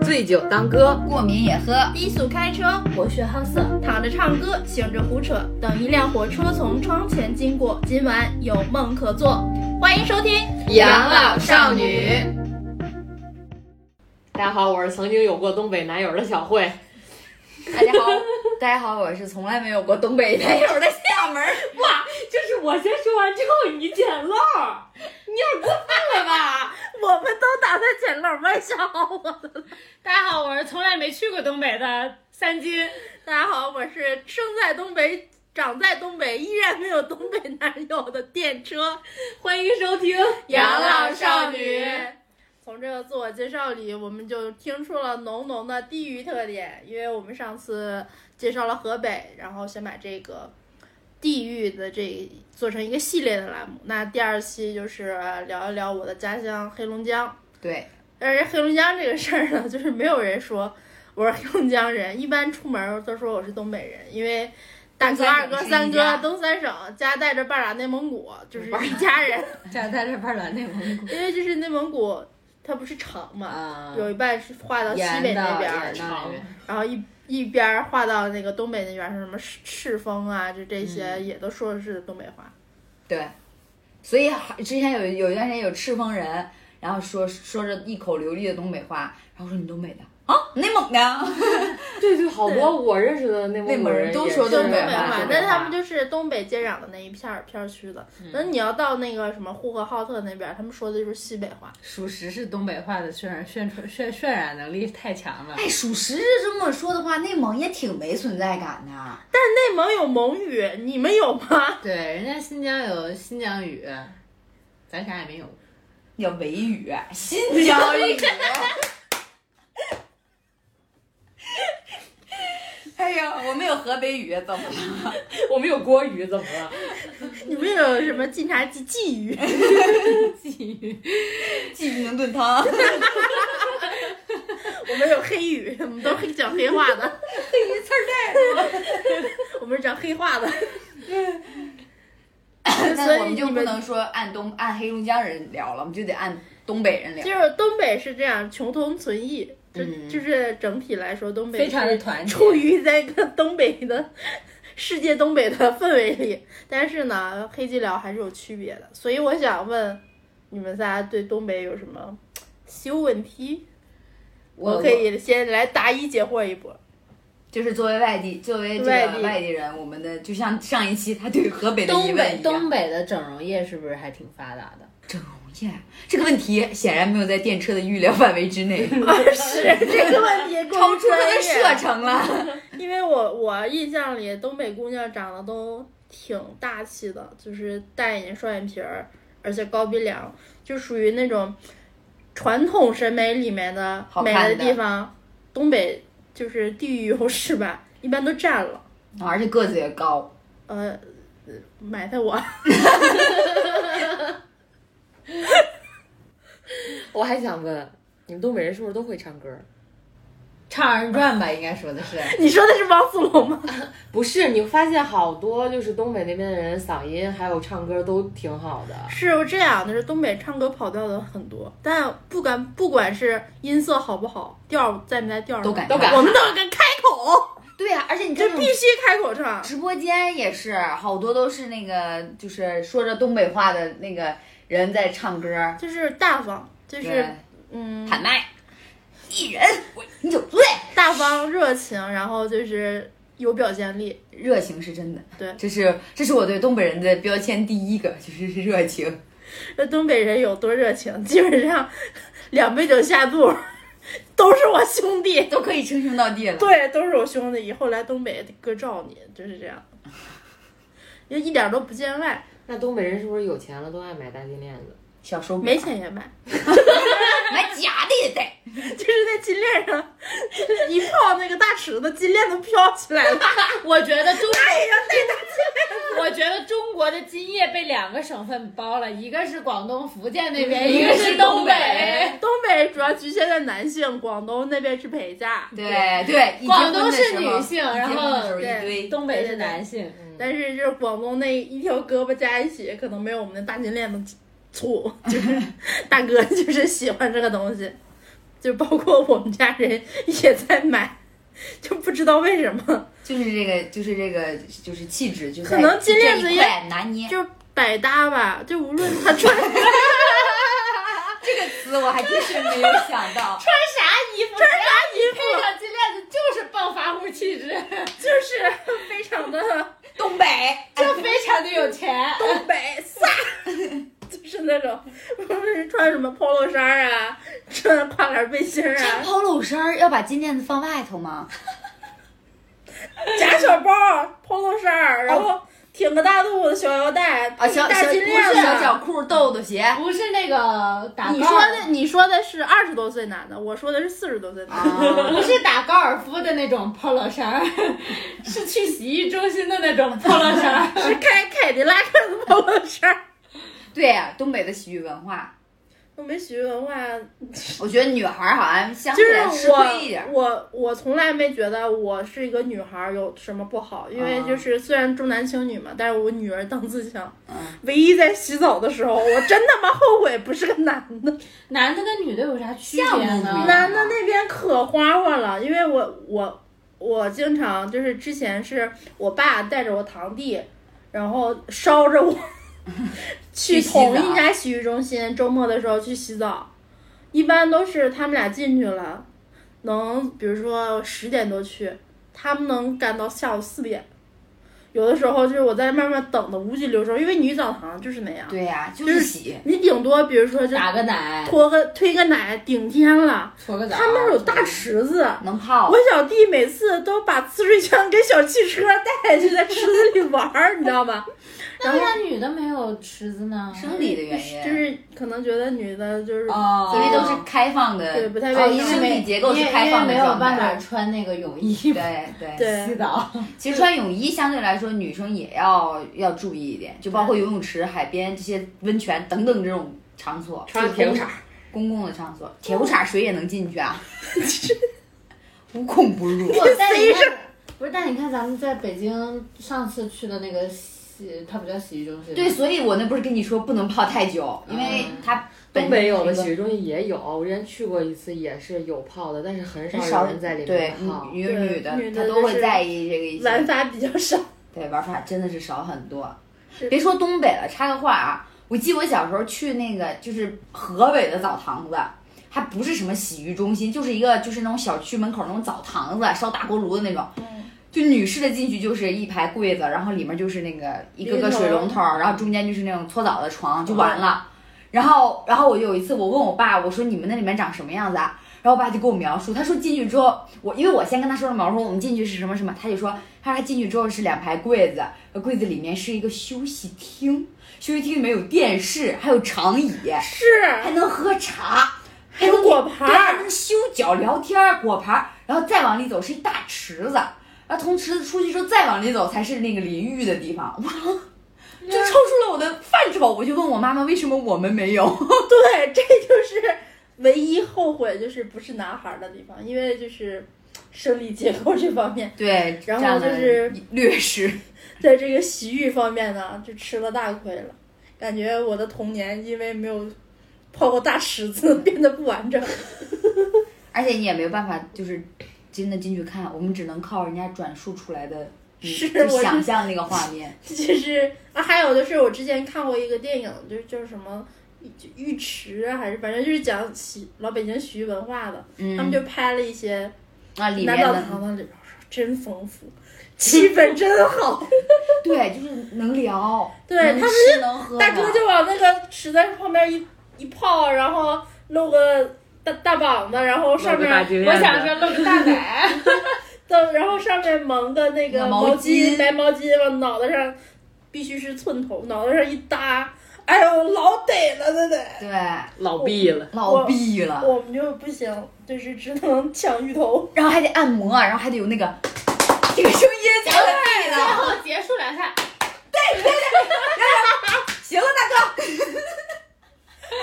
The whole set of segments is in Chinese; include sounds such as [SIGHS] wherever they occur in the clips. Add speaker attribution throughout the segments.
Speaker 1: 醉酒当歌，
Speaker 2: 过敏也喝。
Speaker 3: 低速开车，博学好色，躺着唱歌，醒着胡扯。等一辆火车从窗前经过，今晚有梦可做。欢迎收听《
Speaker 1: 养老少女》。大家好，我是曾经有过东北男友的小慧。
Speaker 2: 大家好，大家好，我是从来没有过东北男友的厦门。
Speaker 1: 哇，就是我先说完之后你捡漏，你有点过分了吧？
Speaker 3: [LAUGHS]
Speaker 2: 我们都打算捡漏，玩笑我的。
Speaker 4: 大家好，我是从来没去过东北的三金。
Speaker 3: 大家好，我是生在东北、长在东北、依然没有东北男友的电车。
Speaker 1: 欢迎收听《
Speaker 3: 养老少女》。从这个自我介绍里，我们就听出了浓浓的地域特点，因为我们上次介绍了河北，然后先把这个地域的这做成一个系列的栏目。那第二期就是聊一聊我的家乡黑龙江。
Speaker 2: 对，
Speaker 3: 但是黑龙江这个事儿呢，就是没有人说我是黑龙江人，一般出门都说我是东北人，因为大哥、
Speaker 2: 东三省
Speaker 3: 二哥、
Speaker 2: 是一
Speaker 3: 三
Speaker 2: 家
Speaker 3: 哥，东三省夹带着半拉内蒙古，就是一家人。
Speaker 2: 站在这边儿内蒙古
Speaker 3: 因为就是内蒙古，它不是长嘛，
Speaker 2: 啊
Speaker 3: 有一半是划到西
Speaker 2: 沿
Speaker 3: 北那
Speaker 2: 到
Speaker 3: 边
Speaker 2: 沿
Speaker 3: 儿，
Speaker 2: 到那边
Speaker 3: 然后一一边儿划到那个东北那边儿，什么赤赤峰啊，就这些也都说是东北话。
Speaker 2: 对，所以还之前有有一段时间有赤峰人，然后说说着一口流利的东北话，然后说你东北的啊，内蒙的，
Speaker 1: 对对，好多我认识的内
Speaker 2: 内蒙
Speaker 1: 蒙古
Speaker 2: 人
Speaker 1: 人
Speaker 2: 都
Speaker 1: 也
Speaker 2: 说
Speaker 1: 是
Speaker 3: 就
Speaker 2: 东
Speaker 3: 是
Speaker 2: 北
Speaker 3: 北
Speaker 2: 话
Speaker 3: 话，
Speaker 2: 东
Speaker 3: 那他们就是东北接壤的那一片儿片儿区的。那、你要到那个什么呼和浩特那边儿，他们说的就是西北话。
Speaker 4: 属实是东北话的渲染、宣传、渲渲染
Speaker 1: [LAUGHS]
Speaker 4: 能力太强了。
Speaker 2: 哎，属实是这么说的话，内蒙也挺没存在感的。
Speaker 3: 内蒙有蒙语，你们有吗？ [LAUGHS]
Speaker 4: 对，人家新疆有新疆语，咱啥也没有。
Speaker 2: 叫维语，新疆语。哎呀，我们有河北语，怎么了？
Speaker 1: [LAUGHS] 我们有国语怎么了？
Speaker 3: 你们有什么晋察冀冀语？
Speaker 2: 鸡鸣炖
Speaker 4: [LAUGHS]
Speaker 2: 汤，
Speaker 3: 我们有黑语，我们都黑讲 [LAUGHS] 黑话的，
Speaker 2: 一刺儿
Speaker 3: 我们是讲黑 [LAUGHS] 话的。
Speaker 2: 带。
Speaker 3: 所
Speaker 2: 那
Speaker 3: 以
Speaker 2: 我们就
Speaker 3: 你
Speaker 2: 不
Speaker 3: 们
Speaker 2: 能说按东按黑龙江人聊了，我们就得按东北人聊
Speaker 3: 就。是东北是这样，穷通存异，就、
Speaker 2: 嗯
Speaker 3: 就是整体来说，东北
Speaker 4: 非常
Speaker 3: 是
Speaker 4: 地团结
Speaker 3: 处于在一个东北的世界东北的氛围里，但是呢，黑吉辽还是有区别的。所以我想问你们仨对东北有什么修问题？我可以先来答疑解惑一
Speaker 2: [LAUGHS]
Speaker 3: 波。
Speaker 2: 就是作为外地，作为这
Speaker 3: 外
Speaker 2: 个
Speaker 3: 地
Speaker 2: 外地人，我们的就像上一期他对河北的疑
Speaker 4: 东
Speaker 2: 问
Speaker 4: 北
Speaker 2: 一
Speaker 4: 东
Speaker 2: 样。
Speaker 4: 北的整容业是不是还挺发达的？
Speaker 2: 整容业这个问题显然没有在电车的预料范围之
Speaker 4: [LAUGHS]
Speaker 2: 内，
Speaker 3: 是这
Speaker 2: [LAUGHS]
Speaker 3: 个问题
Speaker 2: 超出他的射
Speaker 3: 专业，
Speaker 2: 程了。
Speaker 4: [LAUGHS]
Speaker 3: 因为我我印象里东北姑娘长得都挺大气的，就是大眼睛、双眼皮儿，而且高鼻梁，就属于那种传统审美里面的
Speaker 2: 好
Speaker 3: 美
Speaker 2: 看的
Speaker 3: 的地方。东北就是地域优势吧，一般都占了。
Speaker 2: 而且个子也高，
Speaker 3: 呃，呃埋汰我， [LAUGHS]
Speaker 1: 我还想问，你们东北人是不是都会唱歌？
Speaker 4: 唱二人转
Speaker 2: [LAUGHS]
Speaker 4: 吧，应该说的是。
Speaker 3: 你说的是汪苏泷吗？ [LAUGHS]
Speaker 1: 不是，你会发现好多就是东北那边的人嗓音还有唱歌都挺好的。
Speaker 3: 是这样的，是东北唱歌跑调的很多，但不敢不管是音色好不好，调儿在不在调儿上
Speaker 2: 都敢
Speaker 1: 都敢
Speaker 3: 我们都敢开
Speaker 2: [LAUGHS]
Speaker 3: 口，
Speaker 2: 对啊呀、而且你这
Speaker 3: 这
Speaker 2: 种
Speaker 3: 必须开口唱。
Speaker 2: 直播间也是，好多都是那个就是说着东北话的那个人在唱歌，
Speaker 3: 就是大方，就
Speaker 2: 就是
Speaker 3: 嗯，
Speaker 2: 喊麦，一人我你酒醉，
Speaker 3: 大方热情，然后就是有表现力。
Speaker 2: 热情是真的。
Speaker 3: 对
Speaker 2: 这是这是我对东北人的标签第一个，就是热情。
Speaker 3: 这东北人有多热情，基本上两杯酒下肚，都是我兄弟。
Speaker 2: 都可以称兄道弟了。
Speaker 3: 对，都是我兄弟。以后来东北哥罩你，就是这样。就一点都不见外，
Speaker 1: 那东北人是不是有钱了都爱买大金链子？
Speaker 2: 小手
Speaker 3: 没钱也买， [LAUGHS]
Speaker 2: 买假的也得。
Speaker 3: 就是在金链上一泡那个大尺子，金链都飘起来了。
Speaker 4: [LAUGHS] 我觉得中，
Speaker 3: 哎
Speaker 4: 我觉得中国的金业被两个省份包了，一个是广东、福建那
Speaker 3: 嗯
Speaker 4: 边，一个是东北。
Speaker 3: 东北主要局限在男性，广东那边是陪嫁。
Speaker 2: 对对，一
Speaker 4: 广
Speaker 2: 结
Speaker 4: 东
Speaker 2: 婚的时
Speaker 4: 是
Speaker 2: 候
Speaker 4: 女性
Speaker 2: 一
Speaker 4: 然
Speaker 2: 结婚的时候
Speaker 4: 后
Speaker 2: 一堆。
Speaker 4: 东北是男性。
Speaker 3: 但是就是广东那一条胳膊加一起，可能没有我 [LAUGHS] 们的大金链子粗，就是大哥就是喜欢这个东西。就包括我们家人也在买，就不知道为什么，
Speaker 2: 就是这个，就是这个，就是气质，就在
Speaker 3: 可能金链子
Speaker 2: 这一
Speaker 3: 也
Speaker 2: 块拿捏。
Speaker 3: 就是百搭吧，就无论他穿穿啥
Speaker 2: 这个词我还真是没有想
Speaker 3: [LAUGHS]
Speaker 2: 到，
Speaker 4: 衣服，穿
Speaker 3: 衣服，
Speaker 4: 配上金链子就是暴发户气
Speaker 3: [LAUGHS]
Speaker 4: 质，
Speaker 3: 就是非常的
Speaker 2: 东北
Speaker 4: 就非常的有钱。
Speaker 3: 东北飒， [LAUGHS] 就是那种无论是穿什么 polo 衫儿啊，穿跨栏背心儿
Speaker 2: 穿
Speaker 3: 啊，
Speaker 2: polo 衫儿要把金链子放外头吗？
Speaker 3: 假小包儿 polo 衫儿，然后挺个大肚子小腰带，
Speaker 2: 哦啊，小小
Speaker 3: 一大
Speaker 2: 不
Speaker 3: 金链
Speaker 2: 是
Speaker 3: 子，啊
Speaker 2: 小脚啊裤、豆豆鞋。
Speaker 4: 不是那个打
Speaker 3: 你
Speaker 4: 高
Speaker 3: 说
Speaker 4: 尔
Speaker 3: 的你说的是二十多岁男的，我说的是四十多岁男的。
Speaker 2: 啊
Speaker 4: 不是打高尔夫的那种 polo 衫儿，
Speaker 3: [LAUGHS]
Speaker 4: 是去洗浴中心的那种 polo 衫
Speaker 3: [LAUGHS]
Speaker 4: 儿。
Speaker 3: [LAUGHS] 是开凯迪拉克的 polo 衫儿。
Speaker 2: 对呀、东北的洗浴文化，
Speaker 3: 我没洗浴文化，
Speaker 2: 我觉得女孩儿好像相
Speaker 3: 就
Speaker 2: 对来吃
Speaker 3: 是
Speaker 2: 亏一点儿
Speaker 3: 我。我我从来没觉得我是一个女孩儿有什么不好，因
Speaker 2: 哦
Speaker 3: 为就是虽然重男轻女嘛，但是我女儿当自强。
Speaker 2: 嗯
Speaker 3: 唯一在洗澡的时候，我真他妈后悔不是个男的，
Speaker 4: 男的跟女的有啥区别
Speaker 2: 像不一
Speaker 4: 呢
Speaker 2: 样？
Speaker 3: 男的那边可花花了，因为我我我经常就是之前是我爸带着我堂弟，然后
Speaker 2: [LAUGHS]
Speaker 3: 捎着我去
Speaker 2: 去洗
Speaker 3: 同
Speaker 2: 澡
Speaker 3: 一家洗浴中心，周末的时候去洗澡，一般都是他们俩进去了，能比如说十点多去，他们能干到下午四点。有的时候就是我在慢慢等的无尽流手，因为女澡堂就是那样，
Speaker 2: 对呀、就
Speaker 3: 就是
Speaker 2: 是洗。
Speaker 3: 你顶多比如说就
Speaker 4: 打个奶，
Speaker 3: 拖个推个奶顶天了，
Speaker 4: 搓个澡。
Speaker 3: 他们有大池子。
Speaker 2: 能泡
Speaker 3: 我，小弟每次都把呲水枪跟小汽车带去在池子里玩儿，你知
Speaker 2: [LAUGHS]
Speaker 3: 道吧？
Speaker 4: 那为啥女的没有池子呢？
Speaker 2: 生理的原因，
Speaker 3: 就是可能觉得女的就是
Speaker 4: 哦，
Speaker 2: 所以都是开放的，
Speaker 3: 对不太
Speaker 2: 哦
Speaker 3: 卫生
Speaker 2: 身体结构是开放的
Speaker 4: 因为没有
Speaker 2: 状
Speaker 4: 办
Speaker 2: 态。
Speaker 4: 法穿那个泳衣洗
Speaker 2: 对对，
Speaker 3: 对
Speaker 4: 澡。
Speaker 2: 其实穿泳衣相对来说，女生也要要注意一点，就包括游泳池、海边这些温泉等等这种场所，
Speaker 1: 穿铁裤衩儿，
Speaker 2: 公共的场所，铁裤衩谁也能进去啊， [LAUGHS] 无孔不入。
Speaker 4: 不，但你看，不是，但你看咱们在北京上次去的那个洗，它不叫洗浴中心吗，
Speaker 2: 对，所以我那不是跟你说不能泡太久，因为它本
Speaker 1: 东北有的
Speaker 2: 身是
Speaker 1: 洗
Speaker 2: 一
Speaker 1: 浴中心也有，我之前去过一次，也是有泡的，但是很
Speaker 2: 个很
Speaker 1: 少
Speaker 2: 少
Speaker 1: 有人在里
Speaker 2: 对嗯
Speaker 1: 面泡。
Speaker 2: 女
Speaker 3: 对
Speaker 2: 女的
Speaker 3: 女的
Speaker 2: 她都
Speaker 3: 就
Speaker 2: 会
Speaker 3: 是
Speaker 2: 在意这个一些。
Speaker 3: 玩法比较少。
Speaker 2: 对，玩法真的是少很多
Speaker 3: 是。
Speaker 2: 别说东北了，插个话啊，我记得我小时候去那个就是河北的澡堂子，还不是什么洗浴中心，就是一个就是那种小区门口那种澡堂子，烧大锅炉的那种。就女士的进去就是一排柜子，然后里面就是那个一个个水龙头，然后中间就是那种搓澡的床，就完了。然后，然后我有一次我问我爸，我说你们那里面长什么样子啊？然后我爸就给我描述，他说进去之后，我因为我先跟他说了嘛，我说我们进去是什么什么，他就说，他说他进去之后是两排柜子，柜子里面是一个休息厅，休息厅里面有电视，还有长椅，
Speaker 3: 是，哦
Speaker 2: 还能喝茶，还
Speaker 3: 有
Speaker 2: 能
Speaker 3: 果盘儿
Speaker 2: 对还能修脚聊天儿果盘儿，然后再往里走是一大池子，然后从池子出去之后再往里走才是那个淋浴的地方， [LAUGHS] 哇，就超出了我的范畴，我就问我妈妈为什么我们没有， [LAUGHS]
Speaker 3: 对，这就是唯一后悔就是不是男孩儿的地方，因为就是生理结构这方面，
Speaker 2: 对，
Speaker 3: 然后就是
Speaker 2: 占了劣势，
Speaker 3: 在这个洗浴方面呢，就吃了大亏了。感觉我的童年因为没有泡过大池子，变得不完整。
Speaker 2: 而且你也没有办法就是真的进去看，我们只能靠人家转述出来的。嗯
Speaker 3: 是
Speaker 2: 就
Speaker 3: 我就
Speaker 2: 想象那个画面，
Speaker 3: 就是啊，还有就是我之前看过一个电影，就是就是什么浴浴池啊，还是反正就是讲洗老北京洗浴文化的， [LAUGHS] 他们
Speaker 2: 嗯，
Speaker 3: 就拍了一些
Speaker 2: 啊，里面
Speaker 3: 南澡
Speaker 2: 的
Speaker 3: 堂子里边儿，说真丰富，气氛真好。
Speaker 2: 对，就是能聊，
Speaker 3: 对
Speaker 2: 能
Speaker 3: 他们
Speaker 2: 吃能喝的，
Speaker 3: 大哥就往那个池子旁边一一泡，然后露个大大膀子，然后上
Speaker 1: 露个大
Speaker 3: 面
Speaker 1: 金
Speaker 4: 我
Speaker 1: 链
Speaker 4: 想
Speaker 1: 子
Speaker 4: 说露个大奶，
Speaker 3: 的，然后上面蒙个那个
Speaker 2: 那
Speaker 3: 毛
Speaker 2: 毛巾
Speaker 3: 白毛巾往脑袋上，必须是寸头，脑袋上一搭，哎呦老得了，那得。
Speaker 2: 对，
Speaker 1: 老毕了，
Speaker 2: 老毕了，
Speaker 3: 我们就不行，就是只能抢芋头。
Speaker 2: 然后还得按摩，啊然后还得有
Speaker 3: [LAUGHS]
Speaker 2: 那个这个声音才能对
Speaker 4: 然
Speaker 2: 的。
Speaker 4: 后结束两下，
Speaker 2: 行了，大哥，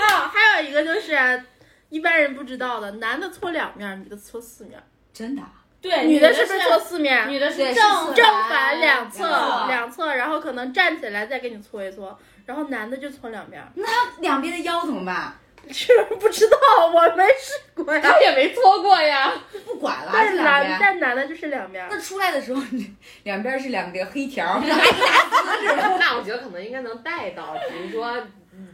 Speaker 3: 啊，还有一个就是一般人不知道的，男的搓两面，女的搓四面，
Speaker 2: [LAUGHS] 真的啊
Speaker 4: 对，
Speaker 3: 女
Speaker 4: 哎的
Speaker 3: 的是不是搓
Speaker 4: 是
Speaker 3: 四啊哦面？
Speaker 4: 女的是
Speaker 2: 对是
Speaker 4: 正
Speaker 2: 四
Speaker 3: 正反两侧，
Speaker 2: 两侧
Speaker 3: 两侧，然后可 [LAUGHS] 能站起来再给你搓一搓，然后男的就搓两面，
Speaker 2: 两边的腰怎么办？啊
Speaker 3: 是不知道，我没试过呀。
Speaker 4: 他也没搓过呀。
Speaker 2: 不管了，
Speaker 3: 但
Speaker 2: 这
Speaker 3: 是
Speaker 2: 两
Speaker 3: 男
Speaker 2: 边。
Speaker 3: 但男的就是两边儿，
Speaker 2: 那出来的时候， [LAUGHS] 两边是两个黑条儿。[LAUGHS]
Speaker 1: [LAUGHS] 那我觉得可能应该能带到，比如说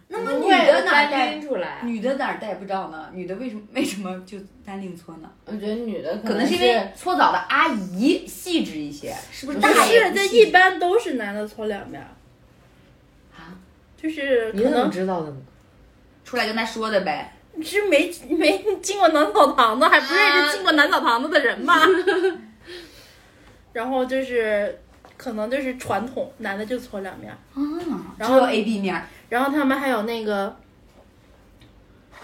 Speaker 2: 那么
Speaker 1: 不
Speaker 2: 女
Speaker 1: 会
Speaker 2: 的哪儿
Speaker 1: 单
Speaker 2: 带？
Speaker 1: 拎出来，
Speaker 2: 女的哪儿带不着呢？女的为什么为什么就单另搓呢？
Speaker 4: 我觉得女的
Speaker 2: 可能是因为搓澡的阿姨细致一些，是不是
Speaker 3: 不
Speaker 2: 大
Speaker 3: 是
Speaker 2: 爷不
Speaker 3: 这
Speaker 2: 细致？
Speaker 3: 一般都是男的搓两边儿，
Speaker 2: 啊，
Speaker 3: 就是
Speaker 1: 你
Speaker 3: 可
Speaker 1: 怎么
Speaker 3: 能
Speaker 1: 知道的呢？
Speaker 2: 出来跟他说的呗。
Speaker 3: 是没没进过男澡堂子，还不认识进过男澡堂子的人吧？然后就是可能就是传统，男的就搓两面儿，
Speaker 2: 啊，
Speaker 3: 然后
Speaker 2: 只有 A B 面儿
Speaker 3: 然后他们还有那个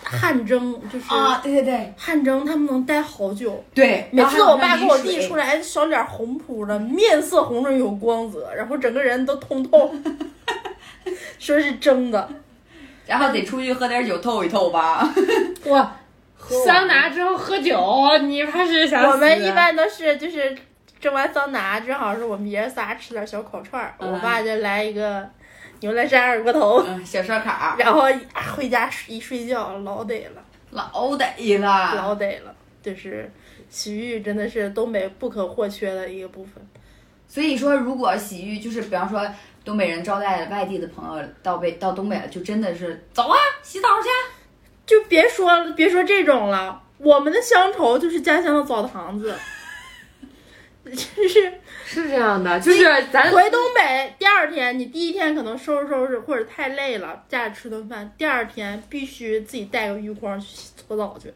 Speaker 3: 汗蒸，就是
Speaker 2: 啊，对对对
Speaker 3: 汗蒸，他们能待好久。
Speaker 2: 对。
Speaker 3: 每次我爸跟我弟
Speaker 2: 弟
Speaker 3: 出，来，小脸红扑的，面色红润有光泽，然后整个人都通透，说是蒸的。
Speaker 2: 然后得出去喝点酒透一透 [LAUGHS] 吧。
Speaker 4: 哇，
Speaker 1: 完
Speaker 4: 桑拿之后喝酒，你怕是想死
Speaker 3: 我们一般都是就是蒸完桑拿，正好是我们爷儿仨吃点小烤串儿，
Speaker 2: 嗯
Speaker 3: 我爸就来一个牛栏山二锅头， [LAUGHS]
Speaker 2: 嗯，小烧烤，
Speaker 3: 然后一回家一睡觉老得了，
Speaker 2: 老得
Speaker 4: 啊
Speaker 2: 了。
Speaker 3: 老得了，就是洗浴真的是东北不可或缺的一个部分。
Speaker 2: 所以说，如果洗浴就是，比方说东北人招待外地的朋友到北到东北了，就真的是走啊，洗澡去。
Speaker 3: 就别说了别说这种了，我们的乡愁就是家乡的澡堂子， [LAUGHS] 就是。
Speaker 1: 是这样的，就是咱
Speaker 3: 回东北第二天，你第一天可能收拾收拾或者太累了，家里吃顿饭。第二天必须自己带个浴筐去搓澡去，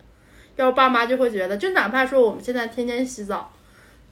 Speaker 3: 要不爸妈就会觉得，就哪怕说我们现在天天洗澡，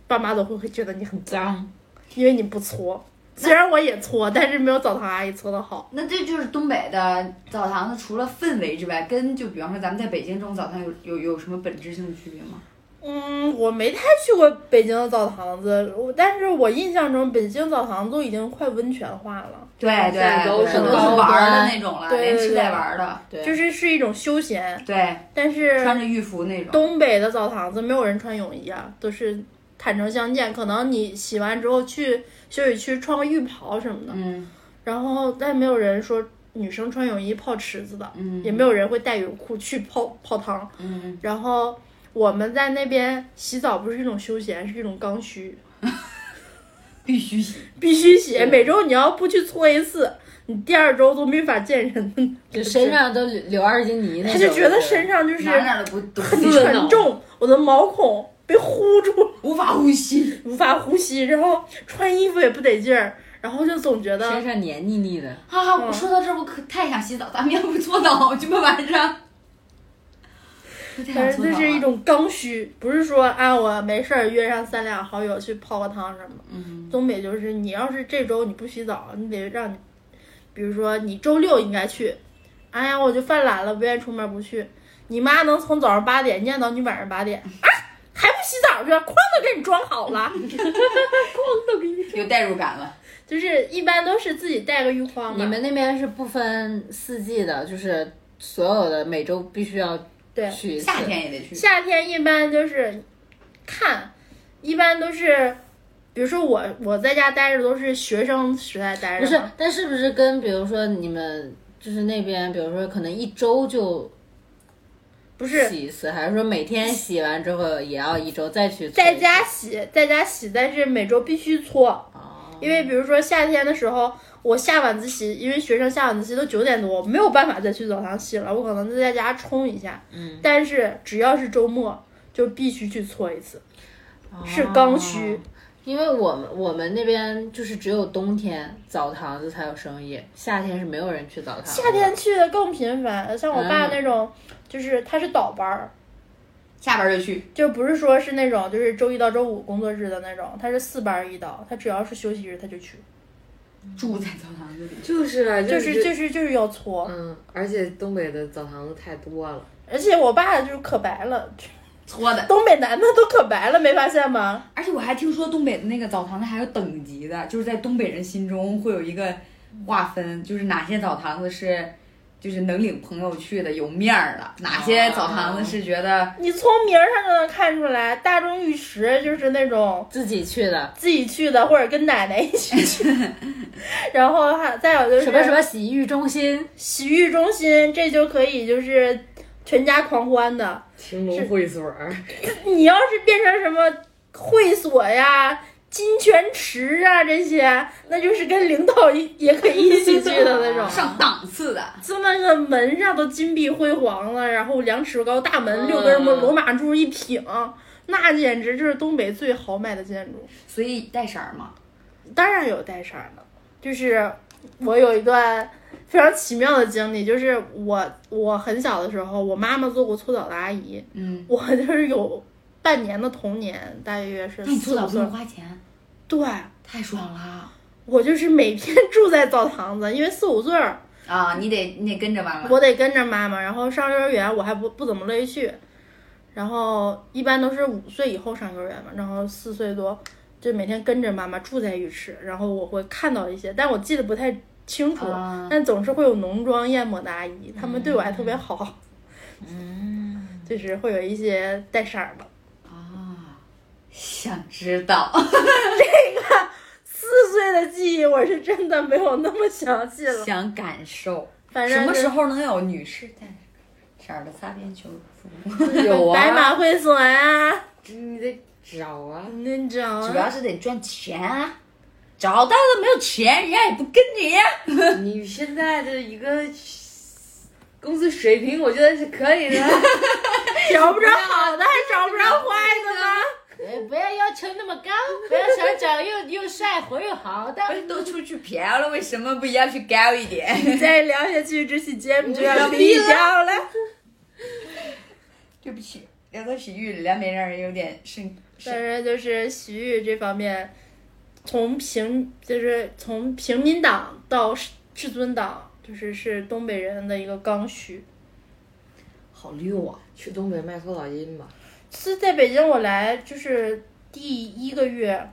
Speaker 3: 爸妈都会会觉得你很脏，
Speaker 4: 脏，
Speaker 3: 因为你不搓。虽然我也搓，但是没有澡堂阿姨搓的好。
Speaker 2: 那这就是东北的澡堂子，除了氛围之外，跟就比方说咱们在北京这种澡堂有有有什么本质性的区别吗？
Speaker 3: 嗯，我没太去过北京的澡堂子，我但是我印象中北京澡堂都已经快温泉化了，
Speaker 2: 对
Speaker 1: 现在都
Speaker 2: 对，
Speaker 1: 是
Speaker 2: 很多
Speaker 4: 高
Speaker 2: 是
Speaker 4: 端
Speaker 2: 玩儿的那种了，
Speaker 3: 对对
Speaker 2: 连吃
Speaker 3: 对
Speaker 2: 带玩儿的，
Speaker 4: 对
Speaker 3: 就是是一种休闲。
Speaker 2: 对，
Speaker 3: 但是
Speaker 2: 穿着浴服那种。
Speaker 3: 东北的澡堂子没有人穿泳衣啊，都是坦诚相见。可能你洗完之后去休息区穿个浴袍什么的，
Speaker 2: 嗯
Speaker 3: 然后但没有人说女生穿泳衣泡池子的，
Speaker 2: 嗯
Speaker 3: 也没有人会带泳裤去泡泡汤。
Speaker 2: 嗯，
Speaker 3: 然后我们在那边洗澡不是一种休闲，是一种刚需，
Speaker 2: 必须洗。
Speaker 3: 必须洗。
Speaker 1: 对
Speaker 3: 每周你要不去搓一次，你第二周都没法见
Speaker 2: [LAUGHS]
Speaker 3: 人。
Speaker 4: 就身上都流流二斤泥那
Speaker 3: 他
Speaker 4: 种。
Speaker 3: 就觉得身上就是
Speaker 2: 哪儿哪儿都不 [LAUGHS] 都不
Speaker 3: 很
Speaker 2: 洗
Speaker 1: 热闹
Speaker 3: 沉重，我的毛孔被呼住了。
Speaker 2: 无法呼吸。
Speaker 3: 无法呼吸，然后穿衣服也不得劲儿，然后就总觉
Speaker 4: 身
Speaker 3: 得
Speaker 4: 上黏腻腻的。
Speaker 2: [LAUGHS] 哈、哈，我说到这儿，我可太想洗澡，咱们要不搓澡？今天晚上。 [LAUGHS] 我太
Speaker 3: 反
Speaker 2: 想搓
Speaker 3: 正
Speaker 2: 澡
Speaker 3: 这
Speaker 2: 了
Speaker 3: 是一种刚需，不是说啊我没事儿约上三两好友去泡个汤什么的。
Speaker 2: 嗯
Speaker 3: 东北就是你要是这周你不洗澡，你得让你，比如说你周六应该去，哎呀我就犯懒了，不愿意出门不去。你妈能从早上八点念叨你晚上八点啊，还不洗澡去，筐都给你装好了，
Speaker 2: 有代入感了。
Speaker 3: [LAUGHS] 就是一般都是自己带个浴筐嘛。
Speaker 4: 你们那边是不分四季的，就是所有的每周必须要
Speaker 3: 对
Speaker 4: 去一次。
Speaker 2: 夏天也得去。
Speaker 3: 夏天一般就是看，一般都是，比如说我我在家待着都是学生时代待着
Speaker 4: 不
Speaker 3: 嘛，
Speaker 4: 是，但是不是跟比如说你们就是那边，比如说可能一周就
Speaker 3: 不是
Speaker 4: 洗一次，还是说每天洗完之后也要一周再去搓一
Speaker 3: 在
Speaker 4: 次？
Speaker 3: 家洗，在家洗，但是每周必须搓，
Speaker 4: 哦，
Speaker 3: 因为比如说夏天的时候，我下晚自习，因为学生下晚自习都九点多，没有办法再去澡堂洗了，我可能就在家冲一下，
Speaker 4: 嗯，
Speaker 3: 但是只要是周末就必须去搓一次，是
Speaker 4: 哦
Speaker 3: 刚需。
Speaker 4: 因为我们我们那边就是只有冬天澡堂子才有生意，夏天是没有人去澡堂子的。
Speaker 3: 夏天去的更频繁，像我爸
Speaker 4: 嗯
Speaker 3: 那种，就是他是倒班儿。
Speaker 2: 下边儿就去。
Speaker 3: 就不是说是那种就是周一到周五工作日的那种，他是四班儿一到，他只要是休息日他就去，
Speaker 2: 住在澡堂子里。
Speaker 1: 就是啊
Speaker 3: 就
Speaker 1: 就是
Speaker 3: 就是就是要搓，
Speaker 1: 嗯，而且东北的澡堂子太多了，
Speaker 3: 而且我爸就是可白了， [LAUGHS]
Speaker 2: 搓的，
Speaker 3: 东北男的都可白了，没发现吗？
Speaker 2: 而且我还听说东北的那个澡堂子还有等级的，就是在东北人心中会有一个划分，就是哪些澡堂子是就是能领朋友去的，有面儿的，哪些澡堂子是觉得
Speaker 3: 你从名儿上就能看出来，大众浴池就是那种
Speaker 4: 自己去的， [LAUGHS]
Speaker 3: 自己去的，或者跟奶奶一起去，然后还再有就是
Speaker 4: 什么什么洗浴中心，
Speaker 3: 洗浴中心，这就可以就是全家狂欢的。
Speaker 1: 青龙会所儿，
Speaker 3: 你要是变成什么会所呀、金泉池啊这些，那就是跟领导一也可以一起去的那种。
Speaker 2: 上档次的，
Speaker 3: 就那个门上都金碧辉煌了，然后两尺高大门，六根
Speaker 1: 嗯
Speaker 3: 罗马柱一挺，那简直就是东北最豪迈的建筑。
Speaker 2: 所以带色儿嘛。
Speaker 3: 当然有带色儿的，就是我有一段非常奇妙的经历，就是我我很小的时候，我妈妈做过搓澡的阿姨，
Speaker 2: 嗯，
Speaker 3: 我就是有半年的童年，大约是
Speaker 2: 那你搓
Speaker 3: 四
Speaker 2: 澡
Speaker 3: 五
Speaker 2: 不
Speaker 3: 岁
Speaker 2: 用，花钱，
Speaker 3: 对
Speaker 2: 太爽了
Speaker 3: 我就是每天住在澡堂子，因为四五岁儿
Speaker 2: 啊！你得你得跟着妈妈。
Speaker 3: 我得跟着妈妈，然后上幼儿园我还不不怎么乐意去，然后一般都是五岁以后上幼儿园嘛，然后四岁多就每天跟着妈妈住在浴池，然后我会看到一些，但我记得不太清楚，
Speaker 2: 啊
Speaker 3: 但总是会有浓妆艳抹的阿姨，她们对我还特别好，
Speaker 2: [LAUGHS]
Speaker 3: 嗯，就是会有一些带色儿的。
Speaker 2: 啊，想知道 [LAUGHS]
Speaker 3: 四岁的记忆我是真的没有那么详细了，
Speaker 2: 想感受，
Speaker 3: 反正
Speaker 2: 什么
Speaker 3: 就是
Speaker 2: 时候能有女士带色儿的擦边球？
Speaker 1: 有啊，
Speaker 3: 白马会所呀、啊，
Speaker 1: 你得找啊。
Speaker 3: 那种
Speaker 2: 主要是得赚钱啊，找到了没有钱，人家也不跟你呀。
Speaker 1: 你现在的一个工资水平，我觉得是可以的。
Speaker 3: 找不着好的，还找不着坏的吗？
Speaker 4: 呃不要要求那么高，不要想找又又帅活又好的。
Speaker 2: 都出去嫖了，为什么不要去高一 [LAUGHS] 点？
Speaker 3: 再聊下去，这期节目就要 [LAUGHS] 低调了。
Speaker 2: [LAUGHS] 对不起，聊到洗浴，难免让人有点生。
Speaker 3: 但是就是洗浴这方面，从平就是从平民党到至尊党，就是是东北人的一个刚需。
Speaker 2: 好溜啊！
Speaker 1: 去东北卖搓澡巾吧，
Speaker 3: 是在北京我来就是第一个月，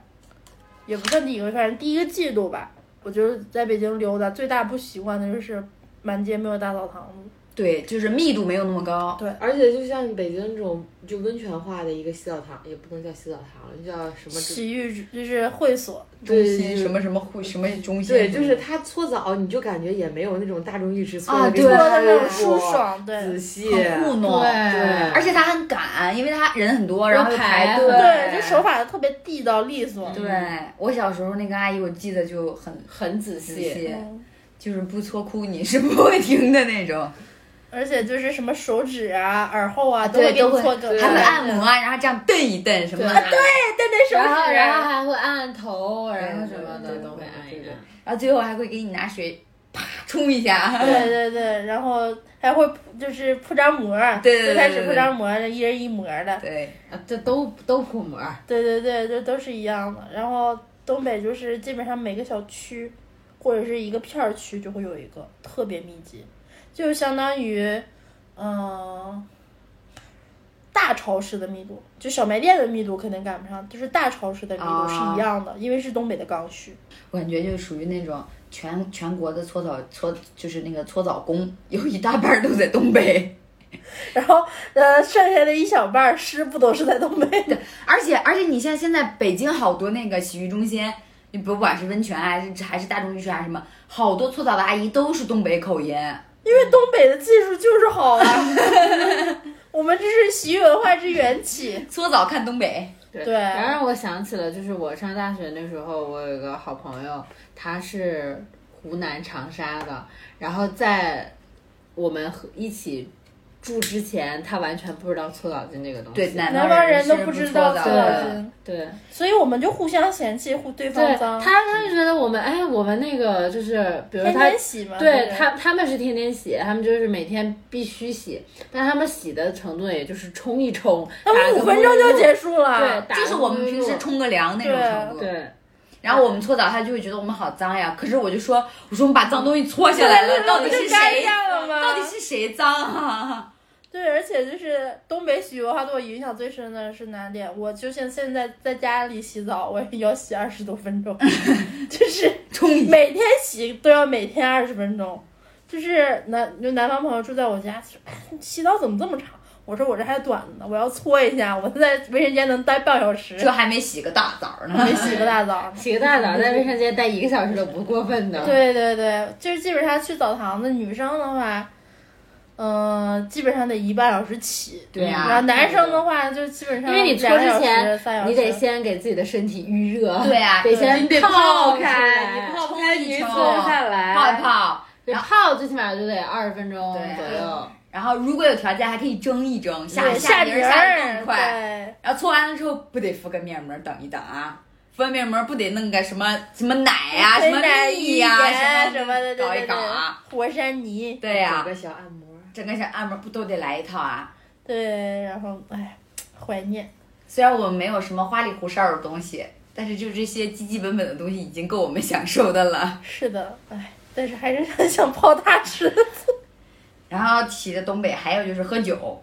Speaker 3: 也不算第一个月，反正第一个季度吧，我就是在北京溜达，最大不习惯的就是满街没有大澡堂子。
Speaker 2: 对，就是密度没有那么高。
Speaker 1: 而且就像北京这种就温泉化的一个洗澡堂，也不能叫洗澡堂了，就叫什么之？
Speaker 3: 洗浴就是会所，
Speaker 2: 中
Speaker 1: 对
Speaker 2: 心什么什么会什么中心？
Speaker 1: 对，就是它搓澡，你就感觉也没有那种大众浴池搓
Speaker 2: 啊
Speaker 1: 的给
Speaker 2: 对
Speaker 1: 你
Speaker 3: 做的那种
Speaker 1: 那种
Speaker 3: 舒爽，对。
Speaker 1: 仔细，
Speaker 2: 很糊弄。
Speaker 1: 对
Speaker 2: 而且他很赶，因为他人很多，然后又排队。
Speaker 4: 排
Speaker 3: 对，就手。法特别地道利索。
Speaker 2: 对我小时候那个阿姨，我记得就很
Speaker 4: 很仔
Speaker 2: 仔
Speaker 4: 细，
Speaker 2: 细，
Speaker 3: 嗯
Speaker 2: 就是不搓哭你是不会停的那种。
Speaker 3: 而且就是什么手指啊、耳后啊，
Speaker 2: 对，
Speaker 3: 会给
Speaker 2: 都
Speaker 3: 你
Speaker 2: 会
Speaker 3: 搓个，
Speaker 2: 还会按摩，啊，然后这样蹬一蹬什么的。
Speaker 4: 对
Speaker 3: 对对，手
Speaker 4: 然后
Speaker 3: 指
Speaker 4: 然后
Speaker 3: 啊，
Speaker 4: 还会按头，然后什么
Speaker 1: 对
Speaker 4: 的
Speaker 1: 对
Speaker 4: 都会按
Speaker 1: 对
Speaker 4: 一
Speaker 1: 对
Speaker 4: 按。
Speaker 2: 然后最后还会给你拿水啪冲一下。
Speaker 3: 对对对，然后还会就是铺张膜，
Speaker 2: 对对对对
Speaker 3: 最开始铺张膜，一人一膜的，
Speaker 2: 对，
Speaker 4: 啊，这都都铺膜，
Speaker 3: 对对对，这都是一样的。然后东北就是基本上每个小区或者是一个片儿区就会有一个，特别密集，就相当于嗯、大超市的密度，就小卖店的密度肯定赶不上，就是大超市的密度是一样的，因为是东北的刚需。
Speaker 2: 我感觉就属于那种全全国的搓澡搓，就是那个搓澡工，有一大半儿都在东北，
Speaker 3: 然后呃，剩下的一小半儿师不都是在东北的？
Speaker 2: 而且而且你像现在北京好多那个洗浴中心。你不管是温泉啊还是还是大众浴池还是啊什么，好多搓澡的阿姨都是东北口音。
Speaker 3: 因为东北的技术就是好啊， [LAUGHS] 我们这是洗浴文化之缘起。
Speaker 2: 搓澡看东北，
Speaker 4: 对
Speaker 3: 对
Speaker 4: 然后让我想起了，就是我上大学那时候，我有一个好朋友，他是湖南长沙的，然后在我们和一起住之前，他完全不知道搓澡巾这个东西。
Speaker 2: 对，南
Speaker 3: 南
Speaker 2: 方
Speaker 3: 方人
Speaker 2: 是
Speaker 3: 都
Speaker 2: 不
Speaker 3: 不知道
Speaker 2: 搓
Speaker 3: 搓
Speaker 2: 澡
Speaker 3: 澡
Speaker 2: 的。
Speaker 3: 巾，
Speaker 4: 对
Speaker 3: 所以我们就互相嫌弃互对
Speaker 4: 对，
Speaker 3: 方
Speaker 4: 他
Speaker 3: 脏，
Speaker 4: 他就觉得我们哎，我们那个就是，比如
Speaker 3: 天
Speaker 4: 他
Speaker 3: 天洗嘛。
Speaker 4: 对
Speaker 3: 不
Speaker 4: 他，他们是天天洗，他们就是每天必须洗，但他们洗的程度也就是冲一冲，
Speaker 3: 那
Speaker 4: 打
Speaker 3: 么
Speaker 4: 个
Speaker 3: 五分钟
Speaker 4: 沐浴
Speaker 3: 就
Speaker 4: 露
Speaker 3: 结束了。
Speaker 4: 对，打
Speaker 2: 就是
Speaker 4: 个
Speaker 2: 我
Speaker 4: 沐
Speaker 2: 们
Speaker 4: 浴
Speaker 2: 平时
Speaker 4: 露
Speaker 2: 冲个凉那种程度。
Speaker 4: 对，
Speaker 2: 然啊后我们搓澡，他就会觉得我们好脏呀。可是我就说，我说我们把脏东西搓下来了，到底是
Speaker 3: 就干
Speaker 2: 谁？
Speaker 3: 掉了吗？
Speaker 2: 到底是谁脏啊？
Speaker 3: 对，而且就是东北洗浴文化对我影响最深的是哪点？我就像现在在家里洗澡，我也要洗二十多分钟， [LAUGHS] 就是
Speaker 2: 冲一
Speaker 3: 每天洗都要每天 [SIGHS] 二十分钟，就是南就南方朋友住在我家，说哎，你洗澡怎么这么长？我说我这还短呢，我要搓一下，我在卫生间能待半小时，
Speaker 2: 这还没洗个大澡呢。
Speaker 3: 没洗个大澡。
Speaker 4: 洗个大澡在卫生间待一个小时都不过分的。
Speaker 3: 对对对，就是基本上去澡堂子，女生的话，嗯、基本上得一半小时起。
Speaker 4: 对
Speaker 2: 呀
Speaker 3: 然后男生的话，就基本上
Speaker 4: 因为你搓
Speaker 3: 两个小
Speaker 4: 之
Speaker 3: 时、
Speaker 4: 前
Speaker 3: 三小时。
Speaker 4: 你得先给自己的身体预热，
Speaker 2: 对啊
Speaker 4: [LAUGHS] 得
Speaker 2: 对
Speaker 4: 先
Speaker 1: 得
Speaker 4: 泡
Speaker 1: 泡
Speaker 4: 出
Speaker 1: 开，
Speaker 4: 来
Speaker 1: 你泡不开
Speaker 2: 冲一
Speaker 1: 你
Speaker 2: 冲
Speaker 1: 搓不下来。
Speaker 4: 啊
Speaker 2: 泡一泡，
Speaker 4: 对泡最起码就得二十分钟左右。
Speaker 2: 然后如果有条件还可以蒸一蒸，下
Speaker 3: 对下
Speaker 2: 泥
Speaker 3: 儿
Speaker 2: 儿下的更快。
Speaker 3: 对，
Speaker 2: 然后搓完了之后不得敷个面膜，等一等啊。敷完面膜不得弄个什么什么奶哎呀、什么
Speaker 3: 奶
Speaker 2: 蜜呀、
Speaker 3: 什
Speaker 2: 什
Speaker 3: 么的，对
Speaker 2: 搞一
Speaker 3: 对
Speaker 2: 搞
Speaker 3: 对
Speaker 2: 啊。
Speaker 3: 火山泥，
Speaker 2: 对呀、
Speaker 1: 整个小按摩。
Speaker 2: 整个小按摩不都得来一套啊？
Speaker 3: 对，然后哎，怀念。
Speaker 2: 虽然我们没有什么花里胡哨的东西，但是就这些基基本本的东西已经够我们 [LAUGHS] 享受的了。
Speaker 3: 是的，哎，但是还是很想 [LAUGHS] 泡大池。
Speaker 2: 然后提的东北还有就是喝酒，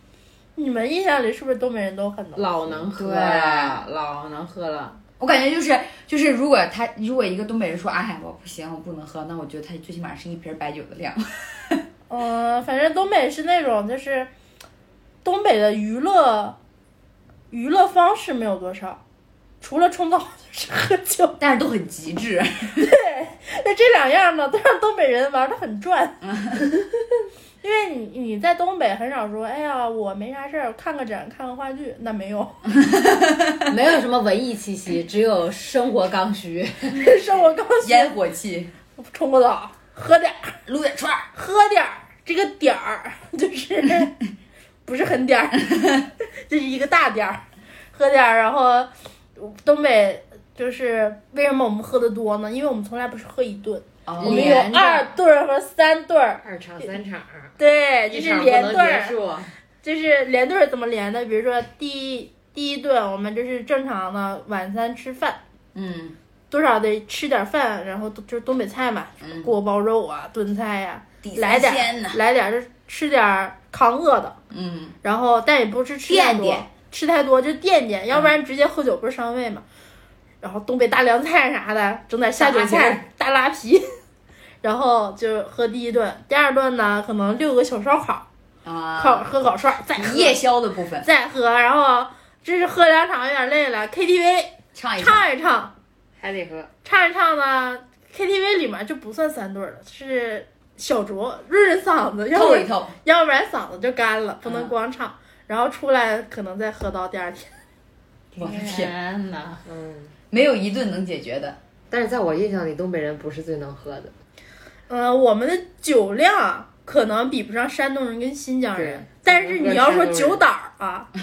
Speaker 3: [LAUGHS] 你们印象里是不是东北人都很能？
Speaker 4: 老能喝
Speaker 2: 对
Speaker 4: 了，老能喝了。
Speaker 2: 我感觉就是就是，如果他如果一个东北人说，哎，我不行，我不能喝，那我觉得他最起码是一瓶白酒的量。 [LAUGHS]
Speaker 3: 嗯、反正东北是那种就是，东北的娱乐娱乐方式没有多少，除了冲澡就是 [LAUGHS] 喝酒。
Speaker 2: 但是都很极致。
Speaker 3: 那这两样呢，都让东北人玩的很转。 [LAUGHS] 因为你你在东北很少说，哎呀，我没啥事儿，看个展，看个话剧，那没有， [LAUGHS]
Speaker 4: 没有什么文艺气息，只有生活刚需。
Speaker 3: 生活刚需，
Speaker 2: 烟火气，
Speaker 3: 冲个澡，喝点儿，
Speaker 2: 撸点串儿，
Speaker 3: 喝点儿，这个点儿 [LAUGHS] 就是
Speaker 1: [LAUGHS]
Speaker 3: 不是很点儿， [LAUGHS] 就是一个大点儿，喝点儿。然后东北就是为什么我们喝的多呢？因为我们从来不是喝一顿，
Speaker 2: 哦
Speaker 3: 我们有
Speaker 4: 连着
Speaker 3: 二顿儿和三顿儿，
Speaker 1: 二场三场，
Speaker 3: 对，就
Speaker 1: 一
Speaker 3: 是
Speaker 1: 场不
Speaker 3: 连
Speaker 1: 能
Speaker 3: 顿
Speaker 1: 结
Speaker 3: 儿。
Speaker 1: 束。
Speaker 3: 就是连队儿怎么连的？比如说第一第一顿，我们就是正常的晚餐吃饭，
Speaker 2: 嗯，
Speaker 3: 多少得吃点饭，然后都就是东北菜嘛，
Speaker 2: 嗯
Speaker 3: 锅包肉啊，炖菜呀、
Speaker 2: 第
Speaker 3: 来
Speaker 2: 三
Speaker 3: 点
Speaker 2: 天呢，
Speaker 3: 来点儿就吃点儿扛饿的，
Speaker 2: 嗯，
Speaker 3: 然后但也不是吃太
Speaker 2: 垫
Speaker 3: 多，
Speaker 2: 垫嗯
Speaker 3: 吃太多就垫垫，要不然直接喝酒不是伤胃嘛。然后东北大凉菜啥的，整点下酒菜、大拉皮， [LAUGHS] 然后就喝第一顿，第二顿呢可能六个小烧烤，烤
Speaker 2: 啊，
Speaker 3: 喝烤串，再喝
Speaker 2: 夜宵的部分
Speaker 3: 再喝，然后这是喝两场有点累了，KTV
Speaker 2: 唱一唱，
Speaker 3: 唱一唱，
Speaker 1: 还得喝，
Speaker 3: 唱一唱呢，KTV 里面就不算三对儿了，是小酌润润嗓子，要不
Speaker 2: 透一
Speaker 3: 然
Speaker 2: 透，
Speaker 3: 要不然嗓子就干了，不能
Speaker 2: 嗯
Speaker 3: 光唱，然后出来可能再喝到第二天。
Speaker 2: 我的天，
Speaker 4: 呐，
Speaker 1: 嗯。
Speaker 2: 没有一顿能解决的，
Speaker 1: 但是在我印象里，东北人不是最能喝的。
Speaker 3: 嗯、我们的酒量可能比不上山东人跟新疆人
Speaker 1: 对，
Speaker 3: 但是你要说
Speaker 1: 我们跟山东人
Speaker 3: 酒胆儿
Speaker 4: [LAUGHS]
Speaker 3: 啊，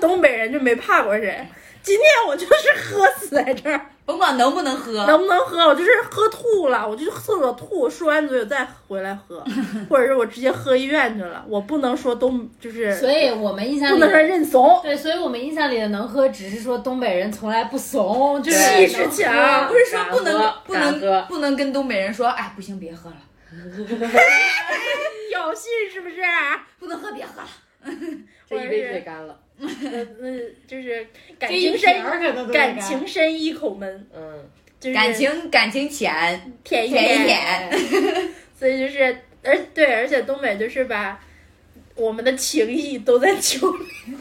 Speaker 3: 东北人就没怕过谁。今天我就是喝死
Speaker 4: [LAUGHS]
Speaker 3: 在这儿。
Speaker 2: 甭管能不能喝，
Speaker 3: 能不能喝？我就是喝吐了，我就去厕所吐，漱完嘴我再回来
Speaker 4: [LAUGHS]
Speaker 3: 喝，或者是我直接喝医院去了。我不能说东，就是
Speaker 4: 所以我们印象
Speaker 3: 不
Speaker 4: 里
Speaker 3: 能说认怂，
Speaker 4: 对，所以我们印象里的能喝，只是说东北人从来不怂，就是
Speaker 3: 气
Speaker 4: 能
Speaker 3: 势
Speaker 4: 喝
Speaker 3: 强
Speaker 2: 啊不是说不
Speaker 1: 敢
Speaker 2: 能
Speaker 1: 喝
Speaker 2: 不
Speaker 1: 敢喝
Speaker 2: 能不能跟东北人说，哎，不行，别喝了，
Speaker 3: 挑衅是不是？啊
Speaker 4: [LAUGHS]
Speaker 2: 不能喝，别喝了。
Speaker 1: 这一杯水干了，
Speaker 3: 那那就是感
Speaker 4: 这一
Speaker 3: 情
Speaker 4: 瓶
Speaker 3: 深，
Speaker 4: 儿可能都得干
Speaker 3: 感情深一口闷，
Speaker 1: 嗯，
Speaker 3: 就是
Speaker 2: 感情感情浅，
Speaker 1: 哎
Speaker 3: 舔一
Speaker 2: 舔一
Speaker 3: 舔。
Speaker 2: 舔，
Speaker 3: 所以就是，而对，而且东北就是把我们的情谊都在酒里，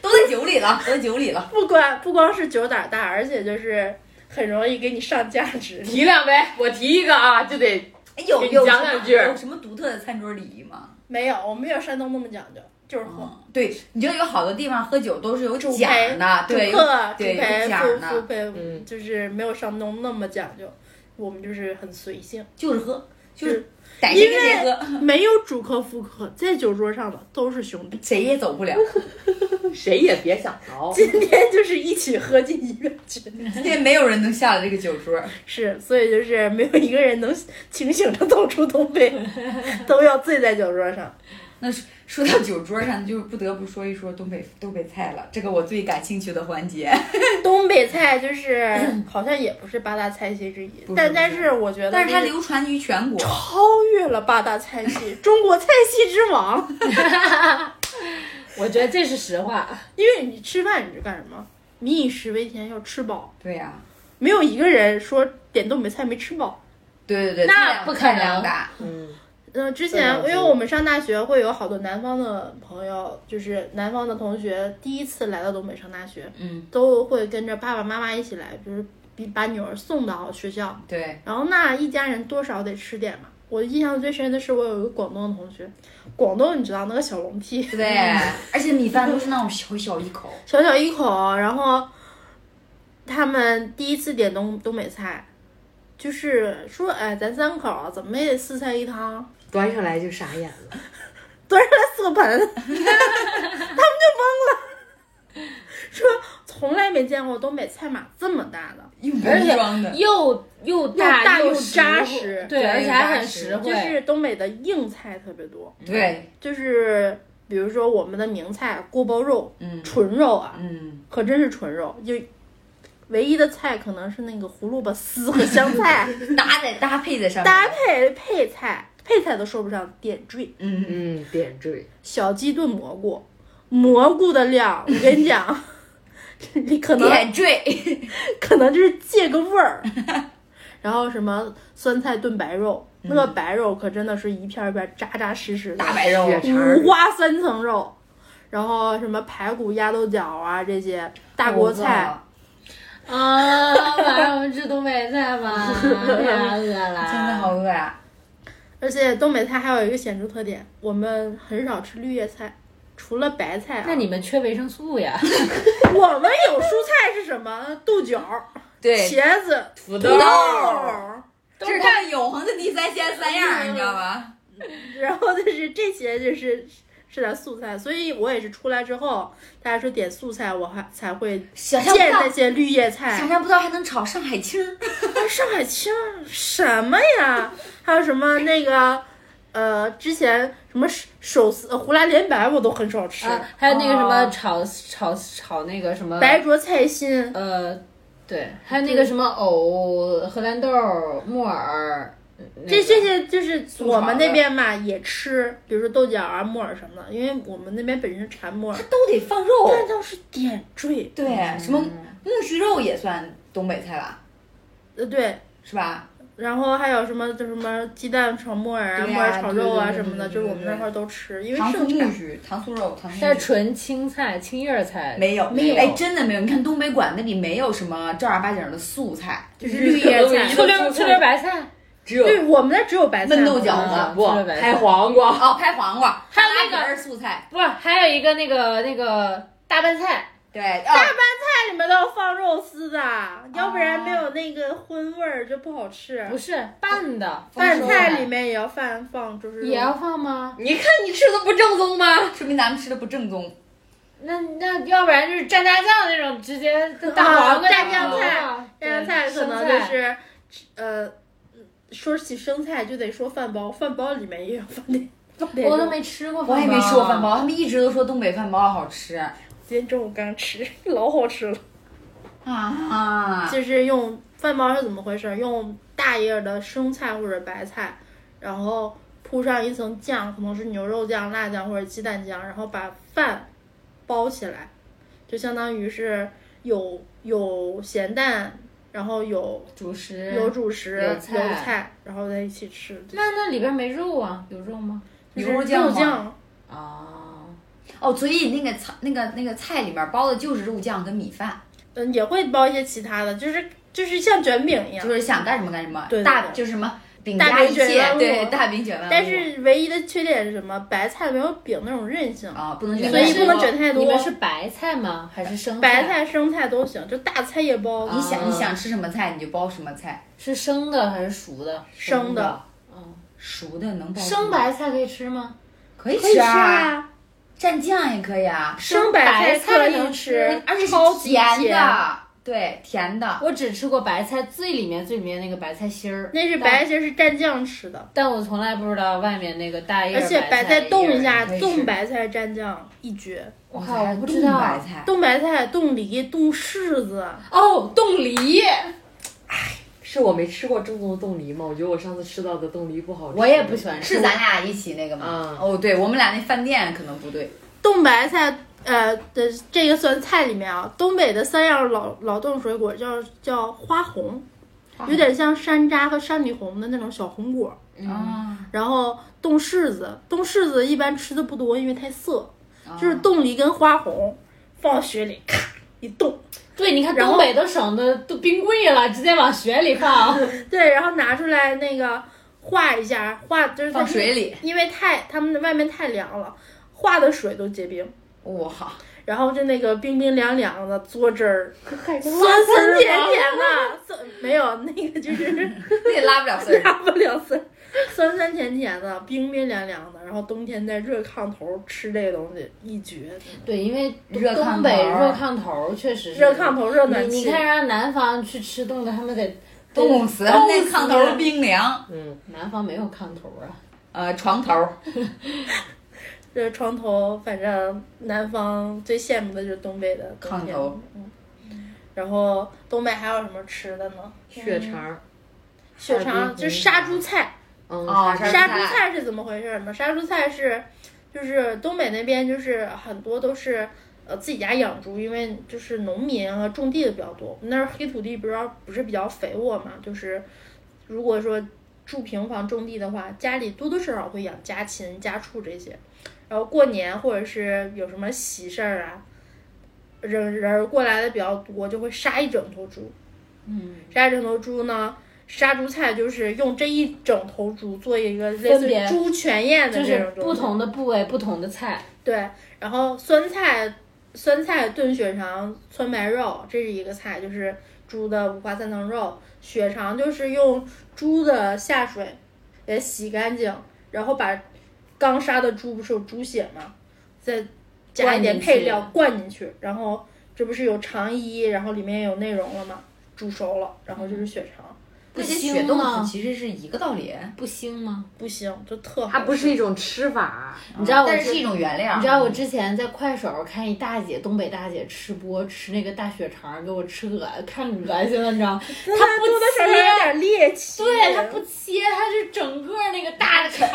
Speaker 2: 都在酒里了，都在酒里了。
Speaker 3: 不光不光是酒胆儿大，而且就是很容易给你上价值。
Speaker 1: 提两杯，我提一个啊，就得
Speaker 2: 哎有
Speaker 1: 给你
Speaker 2: 有
Speaker 1: 讲
Speaker 2: 什么
Speaker 1: 两句
Speaker 2: 有什么独特的餐桌礼仪吗？
Speaker 3: 没有，我没有山东那么讲究，就是喝。
Speaker 2: 嗯，对，你知道有好多地方喝酒都是有
Speaker 3: 主
Speaker 2: 讲
Speaker 3: 陪
Speaker 2: 的，
Speaker 3: 主
Speaker 2: 对，有
Speaker 3: 客、主
Speaker 2: 对
Speaker 3: 陪、
Speaker 2: 有讲
Speaker 3: 副
Speaker 2: 的
Speaker 3: 副陪，
Speaker 1: 嗯
Speaker 3: 就是没有山东那么讲究，我们就是很随性，
Speaker 2: 就是喝，就
Speaker 3: 就是是
Speaker 2: 逮谁跟谁喝，
Speaker 3: 没有主客副客，在酒桌上的都是兄弟。
Speaker 2: 谁也走不
Speaker 1: [LAUGHS]
Speaker 2: 了。
Speaker 1: 谁也别想逃。
Speaker 3: [LAUGHS] 今天就是一起喝进一个局，
Speaker 2: 今天没有人能下了这个酒桌，
Speaker 3: 是，所以就是没有一个人能清醒着走出东北，
Speaker 2: [LAUGHS]
Speaker 3: 都要醉在酒桌上。
Speaker 2: 那说说到酒桌上，就不得不说一说东北东北菜了，这个我最感兴趣的环
Speaker 1: [LAUGHS]
Speaker 2: 节。
Speaker 3: 东北菜就是
Speaker 2: [CLEARS THROAT]
Speaker 3: 好像也不是八大菜系之一
Speaker 2: 不，是
Speaker 3: 但
Speaker 2: 不
Speaker 3: 但
Speaker 2: 是
Speaker 3: 是我觉得，
Speaker 2: 但是它流传于全国，
Speaker 3: 超越了八大菜系，中国菜系之王。
Speaker 4: 我觉得这是实话。
Speaker 3: 因为你吃饭你是干什么？民以食为天，要吃饱。
Speaker 2: 对呀、
Speaker 3: 没有一个人说点东北菜没吃饱。
Speaker 2: 对对对，
Speaker 4: 那
Speaker 2: 这两
Speaker 4: 不
Speaker 2: 个
Speaker 4: 可
Speaker 2: 菜量
Speaker 4: 能
Speaker 2: 大，
Speaker 1: 嗯，
Speaker 3: 嗯、之前
Speaker 2: 啊
Speaker 4: 对
Speaker 3: 因为我们上大学会有好多南方的朋友，就是南方的同学，第一次来到东北上大学，
Speaker 2: 嗯，
Speaker 3: 都会跟着爸爸妈妈一起来，就是比把女儿送到学校，
Speaker 2: 对，
Speaker 3: 然后那一家人多少得吃点嘛。我印象最深的是我有一个广东的同学，广东你知道那个小笼屉，
Speaker 2: [LAUGHS] 对，而且米饭都是那种小小一口，
Speaker 3: 小小一口，然后他们第一次点东东北菜，就是说，哎，咱三口儿怎么也四菜一汤，
Speaker 1: 端上来就傻眼了。
Speaker 3: 端上来四个盆，他 [LAUGHS] 们就懵了，说从来没见过东北菜码这么大的，
Speaker 2: 用
Speaker 4: 而且
Speaker 2: 装的，
Speaker 4: 又又
Speaker 3: 又大
Speaker 4: 大
Speaker 3: 又
Speaker 4: 实
Speaker 3: 扎
Speaker 4: 惠
Speaker 3: 实
Speaker 4: 对，
Speaker 2: 对
Speaker 4: 而且
Speaker 2: 又
Speaker 4: 还
Speaker 2: 扎
Speaker 4: 很
Speaker 2: 实
Speaker 4: 实惠，
Speaker 3: 就是东北的硬菜特别多，
Speaker 2: 对，
Speaker 3: 就是比如说我们的名菜啊锅包肉，
Speaker 2: 嗯
Speaker 3: 纯肉啊，
Speaker 2: 嗯，
Speaker 3: 可真是纯肉，就唯一的菜可能是那个胡萝卜丝和香
Speaker 2: [LAUGHS]
Speaker 3: 菜
Speaker 2: [LAUGHS] 搭在搭配在上面，
Speaker 3: 搭配配菜，配菜都说不上，点缀
Speaker 2: 嗯，嗯，
Speaker 1: 嗯，点缀。
Speaker 3: 小鸡炖蘑菇，蘑菇的料，我跟你讲， [LAUGHS] 你可能
Speaker 2: 点缀，
Speaker 3: 可能就是借个
Speaker 2: [LAUGHS]
Speaker 3: 味儿。然后什么酸菜炖白肉，那个白肉可真的是一片儿一片儿扎扎实实的
Speaker 2: 嗯大，白肉，
Speaker 1: 血肠儿
Speaker 3: 五花三层肉。然后什么排骨、鸭豆角啊这些大锅
Speaker 2: 哎
Speaker 3: 菜，
Speaker 4: 啊，晚上我们吃东北菜 [LAUGHS] 吧，太饿
Speaker 2: 我
Speaker 4: 了，
Speaker 2: 饿了，真的好。饿啊！
Speaker 3: 而且东北菜还有一个显著特点，我们很少吃绿叶菜，除了白菜、啊。
Speaker 4: 那你们缺维生素 [LAUGHS] 呀？
Speaker 3: 我们有蔬菜是什么？豆角、
Speaker 2: 对，
Speaker 3: 茄子、
Speaker 4: 土
Speaker 3: 豆儿，
Speaker 2: 这是他们永恒的第三鲜三样儿，你知道吗？
Speaker 3: 然后就是这些就是是点素菜，所以我也是出来之后，大家说点素菜，我还才会
Speaker 2: 想象不
Speaker 3: 见那
Speaker 2: 到，
Speaker 3: 些绿叶
Speaker 2: 想
Speaker 3: 菜。
Speaker 2: 象不到还能炒上海青儿，
Speaker 3: 上海青什么呀？还有什么那个呃，之前什么手手撕呃胡来莲白，我都很少吃。
Speaker 4: 啊，还有那个什么
Speaker 2: 哦
Speaker 4: 炒炒炒那个什么
Speaker 3: 白灼菜心，
Speaker 4: 呃，对，还有那个什么藕、荷兰豆、木耳，那
Speaker 3: 这
Speaker 4: 个
Speaker 3: 这些就是
Speaker 4: 炒的
Speaker 3: 我们那边嘛也吃，比如说豆角啊、木耳什么的，因为我们那边本身产木耳，
Speaker 2: 都得放肉嗯
Speaker 3: 但都是点缀。
Speaker 2: 对，什么木须肉也算东北菜吧，
Speaker 3: 呃，对，
Speaker 2: 是吧？
Speaker 3: 然后还有什么就什么鸡蛋炒木耳啊、
Speaker 2: 对呀
Speaker 3: 木耳炒肉啊
Speaker 2: 对对对
Speaker 3: 什么
Speaker 2: 对
Speaker 3: 的，
Speaker 2: 对
Speaker 3: 就是我们那块儿都吃，因为
Speaker 2: 糖醋
Speaker 3: 盛
Speaker 2: 木
Speaker 3: 产。
Speaker 2: 须、糖醋肉、糖醋
Speaker 4: 但
Speaker 2: 木
Speaker 4: 是
Speaker 2: 须。
Speaker 4: 纯青菜、青叶菜
Speaker 2: 没有，
Speaker 4: 没有
Speaker 2: 哎，真的没有。你看东北馆那里没有什么正儿八经的素菜，
Speaker 3: 就是绿叶菜
Speaker 4: 醋溜醋溜白菜，
Speaker 2: 只有
Speaker 3: 对，我们那只有白菜。
Speaker 2: 嫩豆角子
Speaker 4: 啊
Speaker 1: 不
Speaker 4: 吃了白，菜
Speaker 1: 拍黄瓜，
Speaker 2: 哦，拍黄瓜，
Speaker 4: 还有那个
Speaker 2: 哈拉皮儿素菜，
Speaker 4: 不是还有一个那个那个大拌菜，
Speaker 2: 对，哦，
Speaker 3: 菜里面都要放肉丝的，要不然没有那个荤味儿就不好吃
Speaker 4: 不。是拌的，
Speaker 3: 饭
Speaker 2: 丰收
Speaker 3: 菜里面也要放放，就是
Speaker 4: 也要放吗？
Speaker 1: 你看你吃的不正宗吗？
Speaker 2: [LAUGHS] 说明咱们吃的不正宗。
Speaker 4: 那那要不然就是蘸大酱那种，直接大
Speaker 3: 啊
Speaker 4: 黄瓜
Speaker 3: 蘸酱
Speaker 4: 大黄
Speaker 3: 菜
Speaker 4: 瓜
Speaker 3: 这样菜可能
Speaker 4: 生
Speaker 3: 就
Speaker 4: 菜
Speaker 3: 是，呃，说起生菜就得说饭包，饭包里面也有放点放点
Speaker 4: 我都
Speaker 3: 肉。
Speaker 4: 没吃过，
Speaker 2: 我也没吃过饭。包，他们一直都说东北饭包好吃
Speaker 3: 今天中午刚吃，老好吃了。
Speaker 2: 啊，
Speaker 3: 就是用饭包是怎么回事？用大叶的生菜或者白菜，然后铺上一层酱，可能是牛肉酱、辣酱或者鸡蛋酱，然后把饭包起来，就相当于是有有咸蛋，然后有
Speaker 4: 主食
Speaker 3: 有主食、
Speaker 4: 有
Speaker 3: 有
Speaker 4: 菜
Speaker 3: 然后在一起吃。
Speaker 4: 那那里边没肉啊？有肉吗？
Speaker 3: 就是
Speaker 2: 牛肉酱
Speaker 3: 肉
Speaker 2: 吗
Speaker 3: 酱，
Speaker 4: 啊，
Speaker 2: 哦，所以那个菜那个那个菜里面包的就是肉酱跟米饭，
Speaker 3: 嗯，也会包一些其他的，就是就是像卷饼一样
Speaker 2: 就。是想干什么干什么，
Speaker 3: 对对
Speaker 2: 大
Speaker 3: 对
Speaker 2: 就是什么饼
Speaker 3: 大
Speaker 2: 加
Speaker 3: 饼
Speaker 2: 一
Speaker 3: 卷
Speaker 2: 切
Speaker 3: 万，物
Speaker 2: 对，大饼卷万物。
Speaker 3: 但是唯一的缺点是什么？白菜没有饼那种韧性，
Speaker 2: 啊，不能卷
Speaker 3: 所
Speaker 2: 太
Speaker 3: 以
Speaker 2: 多，
Speaker 3: 不能卷太多
Speaker 4: 你们是白菜吗？还是生
Speaker 3: 白菜、生菜都行，就大菜叶包。
Speaker 2: 你啊想你想吃什么菜你就包什么菜，
Speaker 4: 是生的还是熟的？
Speaker 3: 生的。
Speaker 4: 嗯，
Speaker 2: 熟的能包什么
Speaker 4: 生白菜可以吃吗？
Speaker 2: 可以
Speaker 3: 可以
Speaker 2: 吃
Speaker 3: 吃
Speaker 2: 啊，
Speaker 3: 啊，
Speaker 2: 蘸酱也可以啊，
Speaker 3: 生白
Speaker 4: 白
Speaker 3: 可
Speaker 4: 菜
Speaker 3: 以
Speaker 4: 能吃
Speaker 2: 而且
Speaker 3: 超
Speaker 2: 是
Speaker 3: 级
Speaker 2: 甜
Speaker 3: 甜
Speaker 2: 的，对，甜的。
Speaker 4: 我只吃过白菜最里面最里面那个白菜心儿，
Speaker 3: 那是白菜其实是蘸酱吃的，
Speaker 4: 但我从来不知道外面那个大叶儿
Speaker 3: 而且
Speaker 4: 白
Speaker 3: 菜冻一
Speaker 4: 叶
Speaker 3: 下
Speaker 4: 儿，
Speaker 2: 可以吃
Speaker 3: 冻白菜蘸酱一绝。
Speaker 4: 我
Speaker 2: 哇
Speaker 4: 靠，
Speaker 2: 还
Speaker 4: 我
Speaker 2: 是
Speaker 4: 不
Speaker 2: 冻
Speaker 4: 知道
Speaker 2: 白菜，
Speaker 3: 冻白菜、冻梨、冻柿子，
Speaker 4: 哦，冻梨，
Speaker 1: 是我没吃过正宗的冻梨吗？我觉得我上次吃到的冻梨不好吃。
Speaker 4: 我也不喜欢吃。
Speaker 2: 是咱俩一起那个吗
Speaker 1: 嗯？
Speaker 2: 哦，对，我们俩那饭店可能不对，
Speaker 3: 冻白菜，呃的这个算菜里面啊，东北的三样老老冻水果叫叫花红，有点像山楂和山里红的那种小红果，
Speaker 2: 啊，
Speaker 3: 然后冻柿子，冻柿子一般吃的不多，因为太涩，就是
Speaker 2: 啊
Speaker 3: 冻了一根花红，放雪里咔一冻，
Speaker 4: 对，你看
Speaker 3: 然后
Speaker 4: 东北都省的都冰柜了，直接往雪里放。
Speaker 3: 对，然后拿出来那个化一下，化就是它
Speaker 2: 放水里，
Speaker 3: 因为太他们外面太凉了，化的水都结冰，
Speaker 2: [LAUGHS] 哇，
Speaker 3: 然后就那个冰冰凉凉的嘬汁儿，
Speaker 1: 改成
Speaker 3: 酸
Speaker 1: 辣丝
Speaker 3: 酸
Speaker 1: 儿
Speaker 3: 甜
Speaker 1: 吧
Speaker 3: 甜的，酸没有那个就是。 [LAUGHS]
Speaker 2: 那也拉不了丝儿。 [LAUGHS]
Speaker 3: 大不了酸酸酸甜甜的，冰冰凉凉的，然后冬天在热炕头吃这东西一绝。
Speaker 4: [LAUGHS] 对，因为
Speaker 2: 热炕头
Speaker 4: 东北热炕头儿确实是
Speaker 3: 热炕头热暖
Speaker 4: 你你
Speaker 3: 气，
Speaker 4: 看人家南方去吃冻的，他们得
Speaker 2: 冻死，那炕头儿冰凉，
Speaker 4: 嗯，南方没有炕头儿啊。
Speaker 2: 呃，床头儿
Speaker 3: 这床头，反正南方最羡慕的就是东北的冬
Speaker 2: 炕
Speaker 3: 天
Speaker 2: 头。
Speaker 3: 嗯，然后东北还有什么吃的呢？
Speaker 1: 血肠儿，
Speaker 3: 血
Speaker 1: 杀猪
Speaker 3: 肠就是杀猪菜，
Speaker 1: 嗯，
Speaker 2: 哦
Speaker 1: 杀
Speaker 2: 猪菜
Speaker 3: 杀猪菜是怎么回事呢？杀猪菜是，就是东北那边就是很多都是。呃，自己家养猪，因为就是农民啊，种地的比较多。我们那儿黑土地不是不是比较肥沃嘛，就是如果说住平房种地的话，家里多多少少会养家禽、家畜这些。然后过年或者是有什么喜事儿啊，人人儿过来的比较多，就会杀一整头猪。嗯，杀一整头猪呢，杀猪菜就是用这一整头猪做一个类似
Speaker 4: 分别
Speaker 3: 于猪全宴的
Speaker 4: 就
Speaker 3: 这
Speaker 4: 是
Speaker 3: 种东西
Speaker 4: 不同的部位、不同的菜，
Speaker 3: 对，然后酸菜、酸菜炖血肠、酸白肉，这是一个菜，就是猪的五花三层肉。血肠就是用猪的下水给洗干净，然后把刚杀的猪不是有猪血嘛，再加一点配料灌进去，然后这不是有肠衣，然后里面有内容了嘛，煮熟了，然后就是血肠，
Speaker 2: 那跟
Speaker 4: 腥
Speaker 2: 血冻
Speaker 4: 吗
Speaker 2: 死其实是一个道理，
Speaker 4: 不腥吗？
Speaker 3: 不行，就特好
Speaker 1: 它不是一种吃法，
Speaker 3: 嗯
Speaker 4: 你知道我
Speaker 2: 啊但是
Speaker 4: 之
Speaker 2: 是一种原料。
Speaker 4: 你知道我之前在快手看一大姐，东北大姐吃播吃那个大血肠，给我吃恶看恶心了，你知道吗？
Speaker 3: 它多多少少有点猎奇，
Speaker 4: 对，它不切，它是整个那个大肠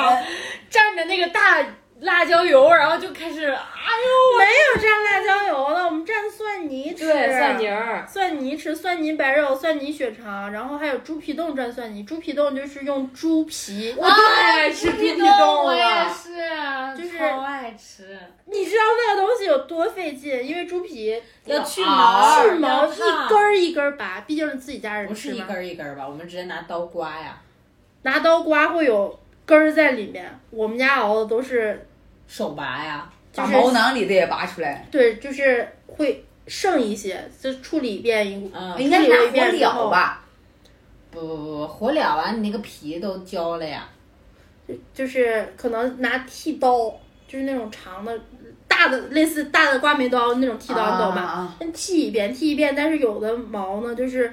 Speaker 4: 蘸着那个大辣椒油，然后就开始，哎
Speaker 3: 没有蘸辣椒油的，我们蘸蒜泥吃。
Speaker 4: 呦，对，蒜泥。儿，
Speaker 3: 蒜泥吃蒜泥白肉、蒜泥血肠，然后还有猪皮冻蘸蒜泥。猪皮冻就是用猪皮，
Speaker 4: 我最爱啊吃皮皮冻
Speaker 1: 我也
Speaker 4: 是
Speaker 3: 就是
Speaker 4: 超爱吃，
Speaker 3: 你知道那个东西有多费劲？因为猪皮
Speaker 4: 要去
Speaker 3: 去
Speaker 4: 毛
Speaker 3: 是毛
Speaker 4: 要
Speaker 3: 一
Speaker 4: 烫
Speaker 3: 根儿一根儿拔，毕竟是自己家人
Speaker 4: 啊不是
Speaker 3: 吃
Speaker 4: 一
Speaker 3: 嘛
Speaker 4: 根，儿一根儿吧？我们直接拿刀刮呀，
Speaker 3: 拿刀刮会有根儿在里面。我们家熬的都是，
Speaker 4: 手拔呀，
Speaker 3: 就
Speaker 2: 把
Speaker 3: 是
Speaker 2: 毛囊里的也拔出来，
Speaker 3: 对，就是会剩一些，就处理一遍一，
Speaker 4: 嗯
Speaker 3: 处
Speaker 2: 应该
Speaker 3: 理
Speaker 2: 哦是拿
Speaker 3: 了一
Speaker 2: 火
Speaker 3: 遍之
Speaker 2: 燎
Speaker 3: 后，
Speaker 2: 吧？
Speaker 4: 不不不，火燎完你那个皮都焦了呀。
Speaker 3: 就是可能拿剃刀，就是那种长的、大的，类似大的刮眉刀那种剃刀，你懂吧？
Speaker 2: 啊
Speaker 3: 先剃一遍，剃一遍，但是有的毛呢就是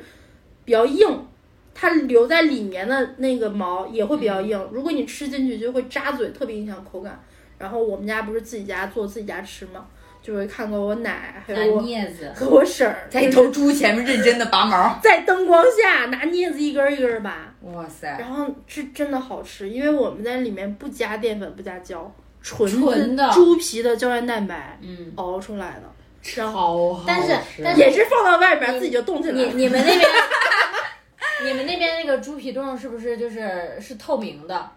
Speaker 3: 比较硬，它留在里面的那个毛也会比较
Speaker 2: 嗯
Speaker 3: 硬，如果你吃进去就会扎嘴，特别影响口感。然后我们家不是自己家做自己家吃嘛，就会看过我奶还
Speaker 4: 拿
Speaker 3: 有我
Speaker 4: 镊子，
Speaker 3: 和我婶儿
Speaker 2: 在一头猪前面认真的拔毛。
Speaker 3: 在灯光下拿镊子一根儿一根儿拔，
Speaker 2: 哇塞，
Speaker 3: 然后是真的好吃，因为我们在里面不加淀粉不加胶，纯
Speaker 4: 纯的
Speaker 3: 猪皮的胶原蛋白
Speaker 4: 嗯，
Speaker 3: 熬出来的，
Speaker 1: 嗯
Speaker 4: 超好但是吃但
Speaker 3: 也是放到外边儿自己就冻起来
Speaker 4: 你
Speaker 3: 了。
Speaker 4: [LAUGHS] 你们那边， [LAUGHS] 你们那边那个猪皮冻是不是就是是透明的？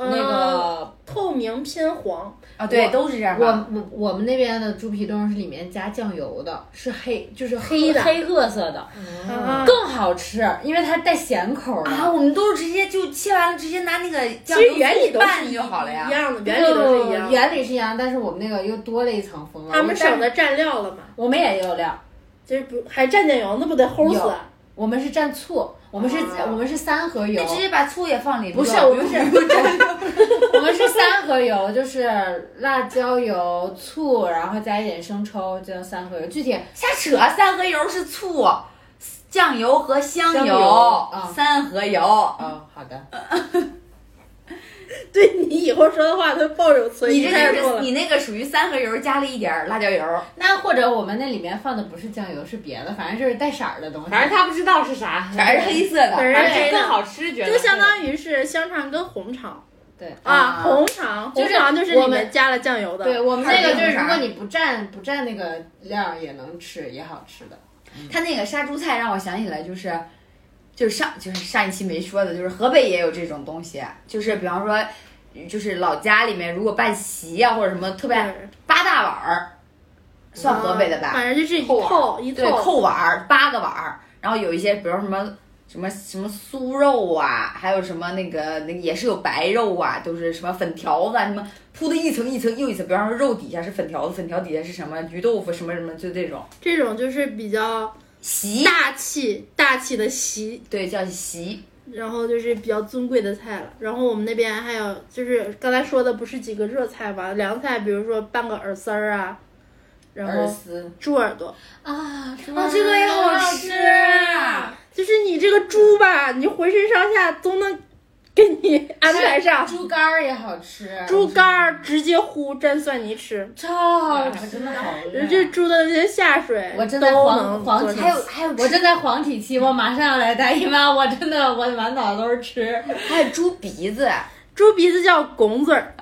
Speaker 3: 嗯
Speaker 4: 那个
Speaker 3: 透明偏黄，
Speaker 2: 啊，对，
Speaker 4: 我
Speaker 2: 都是这样
Speaker 4: 我
Speaker 2: 吧？
Speaker 4: 我我们那边的猪皮冻是里面加酱油的，是黑就是
Speaker 3: 黑的
Speaker 4: 黑褐色的，嗯
Speaker 3: 啊
Speaker 4: 更好吃，因为它带咸口的。
Speaker 2: 啊，我们都是直接就切完了，直接拿那个
Speaker 3: 其
Speaker 2: 酱
Speaker 3: 实
Speaker 2: 油
Speaker 3: 原理都是
Speaker 2: 拌就好了呀
Speaker 3: 一。样的，原理都是一样的。
Speaker 4: 哦原理是一样，但是我们那个又多了一层风味。
Speaker 3: 他们省
Speaker 4: 的，
Speaker 3: 的蘸料了嘛，
Speaker 4: 我们也有料，
Speaker 3: 就是不还蘸酱油，那不得齁死啊？
Speaker 4: 我们是蘸醋，我们是、
Speaker 3: 啊
Speaker 4: 我们是三合油
Speaker 2: 那，直接把醋也放里面
Speaker 4: 不
Speaker 2: 不
Speaker 4: 是
Speaker 2: 用
Speaker 4: 我们是
Speaker 2: 不用蘸
Speaker 3: [LAUGHS]
Speaker 4: 我们是三合油，就是辣椒油、醋，然后加一点生抽，这叫三合油。具体
Speaker 2: 瞎扯，三合油是醋、酱油和香
Speaker 4: 香油啊
Speaker 2: 三合油。
Speaker 4: 哦，好的，
Speaker 3: [LAUGHS] 对你以后说的话都抱有存
Speaker 2: 你
Speaker 3: 疑
Speaker 2: 这
Speaker 3: 态
Speaker 2: 个
Speaker 3: 度
Speaker 2: 就是
Speaker 3: 了。
Speaker 2: 你那个属于三合油加了一点儿辣椒油，
Speaker 4: 那或者我们那里面放的不是酱油，是别的，反正就是带色儿的东西。
Speaker 1: 反正他不知道是啥，
Speaker 2: 反正是黑色的。
Speaker 3: 反
Speaker 1: [LAUGHS]
Speaker 3: 正
Speaker 1: 反正
Speaker 3: 这
Speaker 1: 就更
Speaker 3: 个
Speaker 1: 好吃，觉得
Speaker 3: 就相当于是香肠跟红肠
Speaker 4: 对
Speaker 2: 啊
Speaker 3: 啊，红肠红
Speaker 4: 就是
Speaker 3: 肠就是
Speaker 4: 我
Speaker 3: 里
Speaker 4: 们
Speaker 3: 面加了酱油的，
Speaker 4: 对我们那个就是，
Speaker 2: 还有那种啥
Speaker 4: 如果你不蘸不蘸那个料儿也能吃，也好吃的。
Speaker 2: 它那个杀猪菜让我想起来，就是就是上就是上一期没说的，就是河北也有这种东西，啊就是比方说，就是老家里面如果办席啊或者什么特别
Speaker 3: 对
Speaker 2: 八大碗儿，算河北的吧？
Speaker 3: 反正就是一
Speaker 2: 扣碗
Speaker 3: 扣一
Speaker 2: 对，
Speaker 3: 扣，
Speaker 2: 扣碗儿八个碗儿，然后有一些，比如什么什么什么酥肉啊，还有什么那个那个也是有白肉啊，都是什么粉条子啊，什么铺的一层一层又一层，比方说肉底下是粉条子，粉条底下是什么鱼豆腐什么什么，就这种
Speaker 3: 这种就是比较
Speaker 2: 席，
Speaker 3: 大气大气的席，
Speaker 2: 对，叫席，
Speaker 3: 然后就是比较尊贵的菜了。然后我们那边还有就是刚才说的不是几个热菜吧，凉菜，比如说拌个耳丝儿啊，然
Speaker 2: 耳
Speaker 3: 后
Speaker 2: 丝
Speaker 3: 猪耳朵，
Speaker 4: 啊，
Speaker 2: 啊，这个也好吃啊，
Speaker 3: 就是你这个猪吧，你浑身上下都能给你安排上。
Speaker 4: 啊猪肝儿也好吃，
Speaker 3: 猪肝儿直接烀蘸蒜泥吃，
Speaker 4: 超好吃，真的好
Speaker 3: 这猪的那些下水
Speaker 4: 我正在
Speaker 3: 都
Speaker 4: 黄
Speaker 3: 能
Speaker 4: 黄
Speaker 3: 做
Speaker 4: 体
Speaker 3: 成
Speaker 2: 还有还有
Speaker 4: 我
Speaker 2: 吃
Speaker 4: 正在黄体期，我马上要来大姨妈，我真的我满脑子都是吃。
Speaker 2: 还有猪鼻子啊，
Speaker 3: 猪鼻子叫拱嘴儿，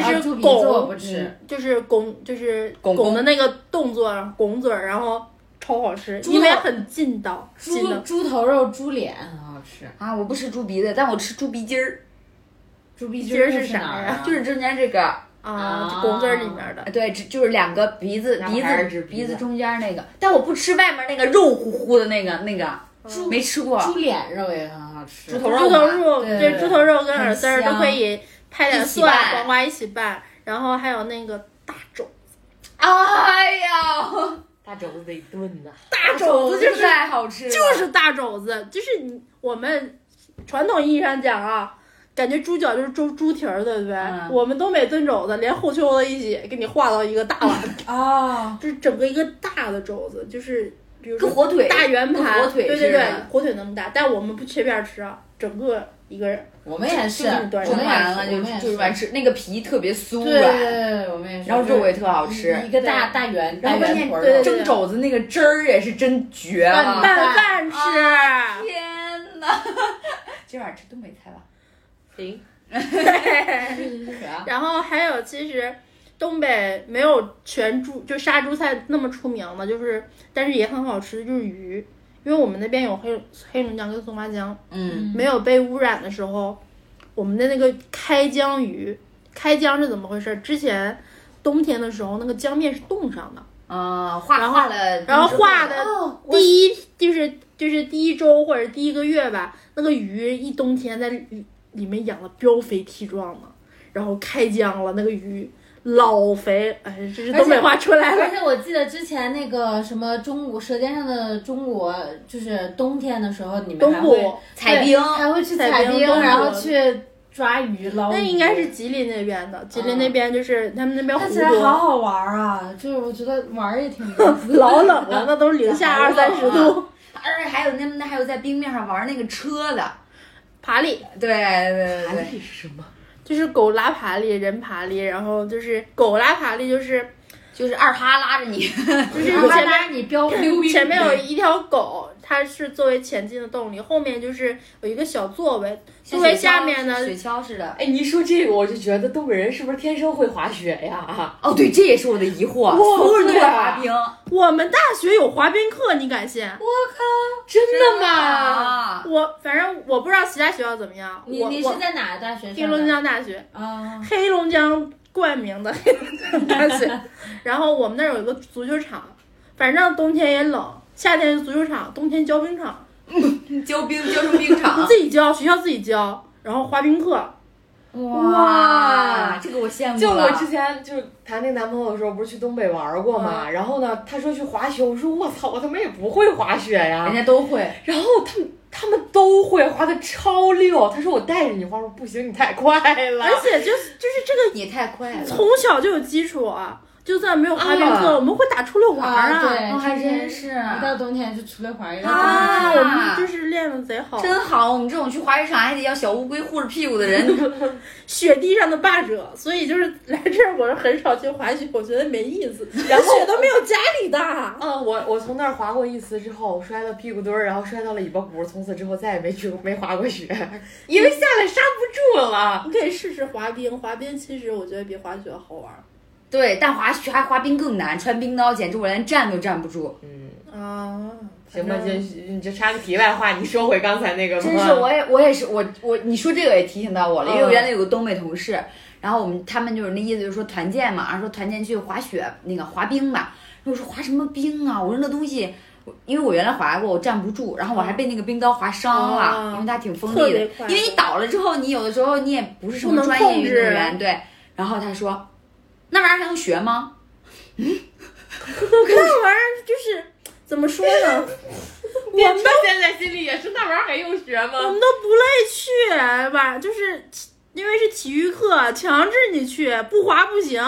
Speaker 2: 啊
Speaker 3: 是
Speaker 4: 猪鼻子
Speaker 3: 拱，
Speaker 4: 我不吃
Speaker 3: 嗯就是拱，就是
Speaker 2: 拱
Speaker 3: 拱
Speaker 2: 拱
Speaker 3: 的那个动作，然后拱嘴儿，然后超好吃，
Speaker 4: 猪
Speaker 3: 因为
Speaker 4: 脑
Speaker 3: 很劲道，劲
Speaker 4: 猪
Speaker 3: 道。
Speaker 4: 猪头肉、猪脸很好吃，
Speaker 2: 啊，我不吃猪鼻子，但我吃猪鼻筋儿，
Speaker 4: 猪鼻
Speaker 3: 筋
Speaker 4: 筋
Speaker 3: 儿
Speaker 4: 是
Speaker 3: 是啥
Speaker 4: 哪儿
Speaker 3: 呀
Speaker 4: 啊？
Speaker 2: 就是中间这个。
Speaker 3: 啊
Speaker 4: 啊，
Speaker 3: 拱嘴儿里面的
Speaker 2: 啊，对，只就是两个鼻子
Speaker 4: 两
Speaker 2: 鼻
Speaker 4: 排儿
Speaker 2: 子
Speaker 4: 指鼻
Speaker 2: 鼻
Speaker 4: 子
Speaker 2: 子中间那个，但我不吃外面那个肉乎乎的那个那个，
Speaker 4: 猪
Speaker 2: 没吃过。
Speaker 4: 猪脸肉也很好吃，
Speaker 2: 猪头
Speaker 3: 猪
Speaker 2: 肉
Speaker 3: 头
Speaker 2: 嘛
Speaker 3: 肉，
Speaker 4: 对
Speaker 3: 对，猪头肉跟
Speaker 4: 很
Speaker 3: 耳丝儿都
Speaker 4: 香
Speaker 3: 可以拍点
Speaker 2: 一起
Speaker 3: 蒜、
Speaker 2: 拌
Speaker 3: 黄瓜一起拌，然后还有那个大肘，
Speaker 2: 哎呀，
Speaker 1: 大肘子得炖呐、
Speaker 3: 大肘
Speaker 2: [LAUGHS] 肘
Speaker 3: 子
Speaker 2: 子
Speaker 3: 就
Speaker 2: 就是太好吃了，
Speaker 3: 就是大肘子，就是你我们传统意义上讲啊，感觉猪脚就是猪猪蹄儿，对不对？
Speaker 2: 嗯
Speaker 3: 我们东北炖肘子，连后秋子一起给你化到一个大
Speaker 2: [LAUGHS]
Speaker 3: 碗，
Speaker 2: 啊，
Speaker 3: 就是整个一个大的肘子，就是比如
Speaker 2: 跟
Speaker 3: 说
Speaker 2: 火腿
Speaker 3: 大圆
Speaker 2: 跟
Speaker 3: 盘，
Speaker 2: 火腿
Speaker 3: 对
Speaker 2: 似
Speaker 3: 对对
Speaker 2: 的，。
Speaker 3: 火腿那么大，但我们不切片儿吃啊，整个一个人。
Speaker 4: 我们也是，
Speaker 3: 就这么端
Speaker 4: 我
Speaker 2: 整
Speaker 4: 们
Speaker 2: 完
Speaker 4: 也
Speaker 2: 了
Speaker 4: 是，我
Speaker 2: 就
Speaker 4: 们也，
Speaker 2: 就是完吃，那个皮特别酥
Speaker 4: 对对
Speaker 2: 软，
Speaker 4: 对，对我们也是。
Speaker 2: 然后肉也特好吃。
Speaker 4: 一个大大圆
Speaker 2: 然
Speaker 4: 大
Speaker 2: 后关
Speaker 4: 圆
Speaker 2: 键
Speaker 4: 坨
Speaker 3: 对对
Speaker 4: 肉，
Speaker 2: 蒸肘子那个汁儿也是真绝
Speaker 4: 拌
Speaker 2: 啊！
Speaker 3: 拌饭吃，
Speaker 2: 天哪， [LAUGHS] 今晚吃东北菜吧。
Speaker 1: 行，
Speaker 3: 然后还有，其实东北没有全猪，就杀猪菜那么出名的，就是但是也很好吃，就是鱼。因为我们那边有黑黑龙江跟松花江，
Speaker 2: 嗯，
Speaker 3: 没有被污染的时候，我们的那个开江鱼，开江是怎么回事？之前冬天的时候，那个江面是冻上的，
Speaker 2: 啊，画
Speaker 3: 然后
Speaker 2: 画了，
Speaker 3: 然后画的
Speaker 4: 哦，我
Speaker 3: 第一就是就是第一周或者第一个月吧，那个鱼一冬天在里里面养的膘肥体壮的，然后开江了，那个鱼老肥，哎，这是
Speaker 4: 而且
Speaker 3: 东北话出
Speaker 4: [LAUGHS]
Speaker 3: 来
Speaker 4: 而
Speaker 3: 了。
Speaker 4: 且我记得之前那个什么中国《舌尖上的中国》，就是冬天的时候，你们
Speaker 3: 东
Speaker 4: 还会
Speaker 3: 部，
Speaker 2: 彩冰，
Speaker 4: 还会去
Speaker 3: 采
Speaker 4: 采
Speaker 3: 冰
Speaker 4: 冰，
Speaker 3: 东
Speaker 4: 然后
Speaker 3: 部
Speaker 4: 去抓鱼捞鱼。
Speaker 3: 那应该是吉林那边的，吉林那边就是他们那边
Speaker 4: 嗯看
Speaker 3: 湖
Speaker 4: 起来好
Speaker 3: [LAUGHS] 多，
Speaker 4: 好玩儿啊！就是我觉得玩儿也挺 [LAUGHS] 有意思的
Speaker 3: 老冷了，那都零
Speaker 4: [LAUGHS]
Speaker 3: 下
Speaker 4: 好
Speaker 3: 二
Speaker 4: 冷
Speaker 3: 三十
Speaker 4: 啊
Speaker 3: 度。
Speaker 2: [LAUGHS] 而且还有那那还有在冰面上玩那个车的，
Speaker 3: 爬犁
Speaker 2: 对对对
Speaker 1: 含
Speaker 2: 对，
Speaker 1: 义是什么？
Speaker 3: 就是狗拉爬犁，人爬犁，然后就是狗拉爬犁，就是
Speaker 2: 就是二哈拉着你，
Speaker 3: 就是
Speaker 4: 然后还
Speaker 3: 前面
Speaker 4: 拉着你飙溜冰，
Speaker 3: 前面有一条狗，它是作为前进的动力，后面就是有一个小座位，座位下面呢，
Speaker 2: 雪橇似的。
Speaker 1: 哎，你一说这个，我就觉得东北人是不是天生会滑雪呀？
Speaker 2: 哦，对，这也是我的疑惑，
Speaker 1: 哇
Speaker 2: 所有人都会
Speaker 1: 对啊
Speaker 2: 滑冰，我
Speaker 3: 我们大学有滑冰课，你敢信？
Speaker 2: 靠，
Speaker 1: 真
Speaker 2: 真的
Speaker 1: 的吗？
Speaker 2: 吗？
Speaker 3: 我反正我不知道其他学校怎么样，
Speaker 4: 你
Speaker 3: 我
Speaker 4: 你
Speaker 3: 我
Speaker 4: 是在哪个大学上的？
Speaker 3: 黑龙江大学，
Speaker 4: 啊，
Speaker 3: 黑龙江冠名的 [LAUGHS] 黑龙江大
Speaker 4: [LAUGHS]
Speaker 3: 学，然后我们那儿有一个足球场，反正冬天也冷，夏天是足球场，冬天浇冰场，
Speaker 2: 浇冰浇成冰场，
Speaker 3: [LAUGHS] 自己浇，学校自己浇，然后滑冰课，
Speaker 2: 哇，这个我羡慕
Speaker 1: 就我
Speaker 2: 了。
Speaker 1: 之前就是谈那个男朋友的时候，不是去东北玩过
Speaker 4: 嗯
Speaker 1: 嘛？然后呢，他说去滑雪，我说我操，我他妈也不会滑雪
Speaker 2: [LAUGHS] 人
Speaker 4: [LAUGHS]
Speaker 1: 呀。
Speaker 2: 家都会，
Speaker 1: 然后他们他们都会滑的超溜，他说我带着你滑，我说不行，你太快了。
Speaker 3: 而且就是就是这个
Speaker 2: 你太快了，
Speaker 3: 从小就有基础啊，就算没有滑冰课，
Speaker 1: 啊
Speaker 3: 我们会打出溜滑儿
Speaker 4: 啊，
Speaker 3: 啊。
Speaker 4: 对，
Speaker 2: 哦还真
Speaker 4: 是
Speaker 2: 是
Speaker 4: 一到冬天就出来滑，一到冬天就出
Speaker 2: 啊
Speaker 4: 来
Speaker 3: 我们就是练的贼好，
Speaker 2: 真好。我们这种去滑雪场还得要小乌龟护着屁股的人，
Speaker 3: 雪地上的霸者，所以就是 [LAUGHS] 来这儿，我是很少去滑雪，我觉得没意思，然后雪都没有家里大。
Speaker 1: 嗯，我我从那儿滑过一次之后，我摔到屁股墩儿，然后摔到了尾巴骨，从此之后再也没去过没滑过雪， [LAUGHS] 因为下来刹不住了。
Speaker 3: 你可以试试滑冰，滑冰其实我觉得比滑雪好玩儿，
Speaker 2: 对，但滑雪还滑冰更难，穿冰刀简直我连站都站不住。
Speaker 1: 嗯，
Speaker 3: 啊，
Speaker 1: 行吧，
Speaker 3: 反
Speaker 1: 就
Speaker 3: 正
Speaker 1: 你就插个题外话，你说回刚才那个吧。
Speaker 2: 真是，我也我也是我我你说这个也提醒到我了，因为我
Speaker 1: 嗯
Speaker 2: 原来有个东北同事，然后我们他们就是那意思就是说团建嘛，然后说团建去滑雪那个滑冰吧，然后我说滑什么冰啊？我说那东西。我因为我原来滑过，我站不住，然后我还被那个冰刀划伤了，
Speaker 3: 嗯哦
Speaker 2: 因为它挺锋
Speaker 3: 特
Speaker 2: 利的
Speaker 3: 别。快
Speaker 2: 因为你倒了之后，你有的时候你也不是什么
Speaker 3: 不能
Speaker 2: 专业
Speaker 3: 控
Speaker 2: 运动
Speaker 3: 制
Speaker 2: 员，对。然后他说：“那玩意儿还能学吗？”
Speaker 3: 那玩意儿就是怎么说 [LAUGHS] 呢？
Speaker 1: [LAUGHS] 我们嗯现在心里也是，那玩意儿还用学
Speaker 3: 我
Speaker 1: 吗？
Speaker 3: 们都不乐意去吧，就是因为是体育课，强制你去，不滑不行，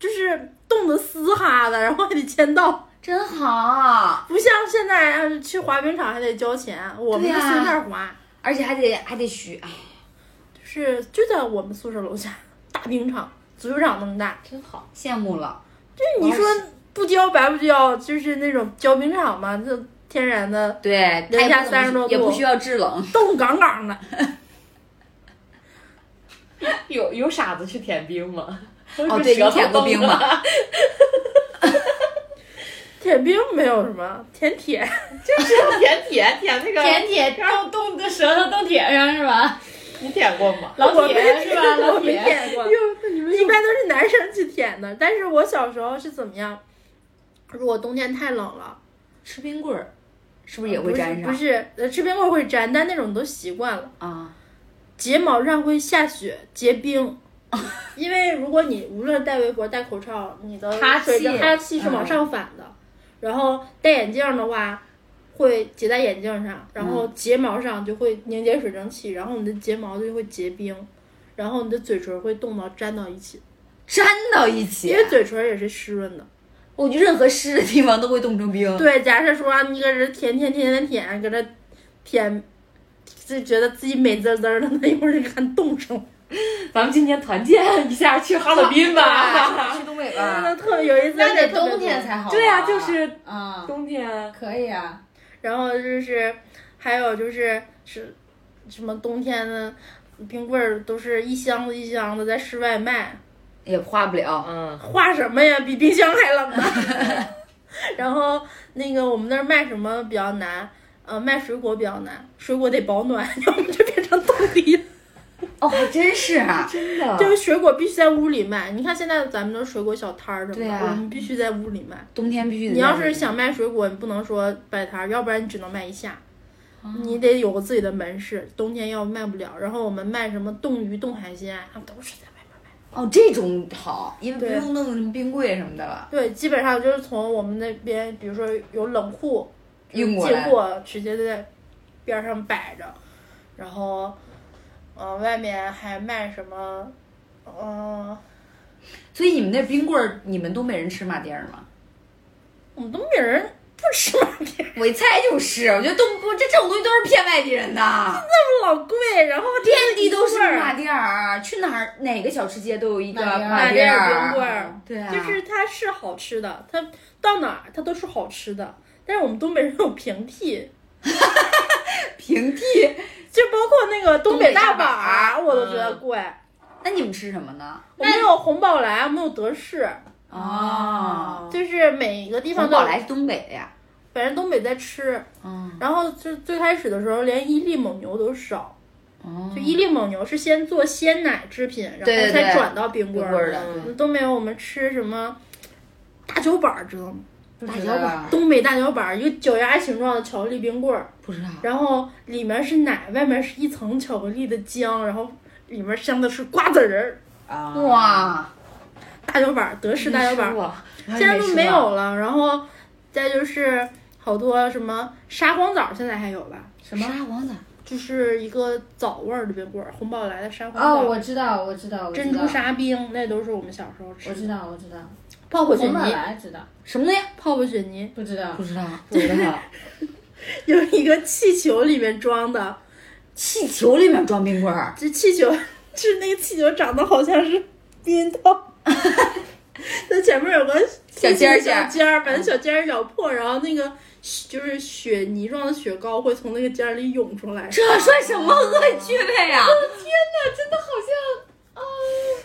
Speaker 3: 就是冻得嘶哈的，然后还得签到，
Speaker 2: 真好，
Speaker 3: 不像现在啊去滑冰场还得交钱，我们
Speaker 2: 对
Speaker 3: 就
Speaker 2: 呀
Speaker 3: 随便滑，
Speaker 2: 而且还得还得学，哎，
Speaker 3: 就是就在我们宿舍楼下大冰场，足球场那么大，
Speaker 1: 真好，
Speaker 2: 羡慕了。
Speaker 3: 就你说不教白不教，就是那种教冰场嘛，就天然的
Speaker 2: 对，它
Speaker 3: 零
Speaker 2: 也
Speaker 3: 下
Speaker 2: 不
Speaker 3: 30多
Speaker 2: 也不
Speaker 3: 度
Speaker 2: 需要制冷。
Speaker 3: 冻杠杠的，
Speaker 1: 有有傻子去舔冰吗？ [LAUGHS]
Speaker 2: 哦，对你舔过冰吗？？
Speaker 3: [LAUGHS] 舔冰没有什么，舔铁。
Speaker 1: 就是 [LAUGHS] 舔舔舔那个
Speaker 4: 舔铁冻冻的舌头冻铁上是吧？
Speaker 1: 你舔过吗？
Speaker 4: 老
Speaker 3: 我没
Speaker 4: 铁是吧？老
Speaker 3: 我没
Speaker 4: 铁，
Speaker 3: 舔过，一般都是男生去舔的。但是我小时候是怎么样？如果冬天太冷了，
Speaker 2: 吃冰棍儿，是不是也会
Speaker 3: 啊不是
Speaker 2: 粘上？
Speaker 3: 不是，呃，吃冰棍儿会粘，但那种都习惯了。
Speaker 2: 啊，
Speaker 3: 睫毛上会下雪结冰，因为如果你无论戴围脖、戴口罩，你的
Speaker 4: 哈
Speaker 3: 水蒸
Speaker 4: 气
Speaker 3: 哈气是往上反的。然后戴眼镜的话，会结在眼镜上，然后睫毛上就会凝结水蒸气，然后你的睫毛就会结冰，然后你的嘴唇会冻到粘到一起，
Speaker 2: 粘到一起
Speaker 3: 因，
Speaker 4: 哎
Speaker 3: 为嘴唇也是湿润的。
Speaker 2: 我觉得任何湿的地方都会冻成冰。
Speaker 3: 对，假设说你搁这舔舔舔舔舔，搁这舔，就觉得自己美滋滋儿的，那一会儿就看冻上了。
Speaker 1: 咱们今天团建一下去哈尔滨
Speaker 3: 啊
Speaker 1: 吧。
Speaker 2: 去东北
Speaker 3: 那
Speaker 2: 吧。
Speaker 3: 特有一次，
Speaker 4: 啊那得冬天。才好。
Speaker 1: 对呀、就是
Speaker 4: 啊，
Speaker 1: 冬天。
Speaker 4: 可以啊。
Speaker 3: 然后就是还有就是是什么冬天的冰棍儿都是一箱子一箱子在室外卖，
Speaker 2: 也化不了。
Speaker 1: 嗯，
Speaker 3: 化什么呀？比冰箱还冷呢。 [LAUGHS] 然后那个我们那儿卖什么比较难？呃，卖水果比较难，水果得保暖， [LAUGHS] 要不就变成冻梨了。
Speaker 2: 哦，还真是 [LAUGHS] 啊。
Speaker 1: 真的。
Speaker 3: 就是水果必须在屋里卖。你看现在咱们的水果小摊儿什么的，
Speaker 2: 对啊
Speaker 3: 我们必须在屋里卖。
Speaker 2: 冬天必须得
Speaker 3: 你
Speaker 2: 这样
Speaker 3: 要
Speaker 2: 子。
Speaker 3: 是想卖水果，你不能说摆摊儿，要不然你只能卖一下。
Speaker 2: 哦
Speaker 3: 你得有个自己的门市，冬天要卖不了。然后我们卖什么冻鱼、冻海鲜，啊，都是在外面卖。
Speaker 2: 哦，这种好，因为不
Speaker 3: 对
Speaker 2: 用弄什么冰柜什么的了，
Speaker 3: 对，基本上就是从我们那边，比如说有冷库
Speaker 2: 运过
Speaker 3: 进
Speaker 2: 来。
Speaker 3: 货，直接在边上摆着。然后，呃，外面还卖什么？嗯、
Speaker 2: 所以你们那冰棍儿，你们东北人吃马迭儿吗？
Speaker 3: 我们东北人不吃马蹄
Speaker 2: 我一猜就是，我觉得东不这这种东西都是骗外地人的，
Speaker 3: 老贵，然后
Speaker 2: 遍地都是
Speaker 3: 冰棍儿
Speaker 2: 马迭儿，去哪儿哪个小吃街都有一个
Speaker 4: 马迭儿
Speaker 2: 马
Speaker 3: 马迭
Speaker 2: 儿
Speaker 3: 儿冰棍儿
Speaker 2: 对啊，
Speaker 3: 就是它是好吃的，它到哪儿它都是好吃的。但是我们东北人有平替，
Speaker 2: 平替。
Speaker 3: 就包括那个东北大
Speaker 2: 东北大嗯板
Speaker 3: 儿，我都觉得贵。
Speaker 2: 那你们吃什么呢？
Speaker 3: 我们有红宝来，我们有德式，
Speaker 2: 哦，
Speaker 3: 就是每一个地方
Speaker 2: 红
Speaker 3: 都有
Speaker 2: 宝，来是东北的呀。
Speaker 3: 反正东北在吃。
Speaker 2: 嗯，
Speaker 3: 然后就最开始的时候，连伊利蒙牛都少，
Speaker 2: 哦
Speaker 3: 就伊利蒙牛是先做鲜奶制品，然
Speaker 2: 对
Speaker 3: 后
Speaker 2: 对对
Speaker 3: 才转到冰
Speaker 2: 冰
Speaker 3: 棍
Speaker 2: 棍
Speaker 3: 儿
Speaker 2: 儿的，
Speaker 1: 嗯
Speaker 3: 东北我们吃什么大脚板儿，知道吗？
Speaker 2: 大脚
Speaker 1: 嗯
Speaker 2: 板
Speaker 3: 东北大脚板儿，一个脚丫形状的巧克力冰棍儿。
Speaker 2: 不知道。
Speaker 3: 然后里面是奶，外面是一层巧克力的浆，然后里面镶的是瓜子仁儿、
Speaker 4: 啊，
Speaker 2: 哇，
Speaker 3: 大脚板儿、德式大脚板儿，
Speaker 1: 吧，
Speaker 3: 现在都没有了。然后再就是好多什么沙皇枣，现在还有吧？
Speaker 2: 什么沙王子？
Speaker 3: 就是一个枣味儿的冰棍儿，红宝来的沙皇枣。
Speaker 4: 哦，我知道，我知道，我知道
Speaker 3: 珍珠沙冰，那都是我们小时候吃
Speaker 4: 我知
Speaker 3: 的。
Speaker 4: 道，我知道，
Speaker 3: 泡泡雪
Speaker 4: 红宝
Speaker 3: 泥，
Speaker 4: 来知道，
Speaker 2: 什么东西？
Speaker 3: 泡泡雪泥 [LAUGHS]
Speaker 4: 不知道
Speaker 2: 不知道。
Speaker 1: 不知道。
Speaker 3: 有一个气球里面装的，
Speaker 2: [LAUGHS] 气球里面装冰棍儿，
Speaker 3: 这气球，就是那个气球长得好像是避孕 [LAUGHS] 套，它前面有个
Speaker 2: 小尖儿尖儿
Speaker 3: 小尖儿，把嗯那小尖儿咬破，然后那个就是雪泥状的雪糕会从那个尖儿里涌出来。
Speaker 2: 这算什么恶趣味呀？啊
Speaker 1: 天哪，真的好像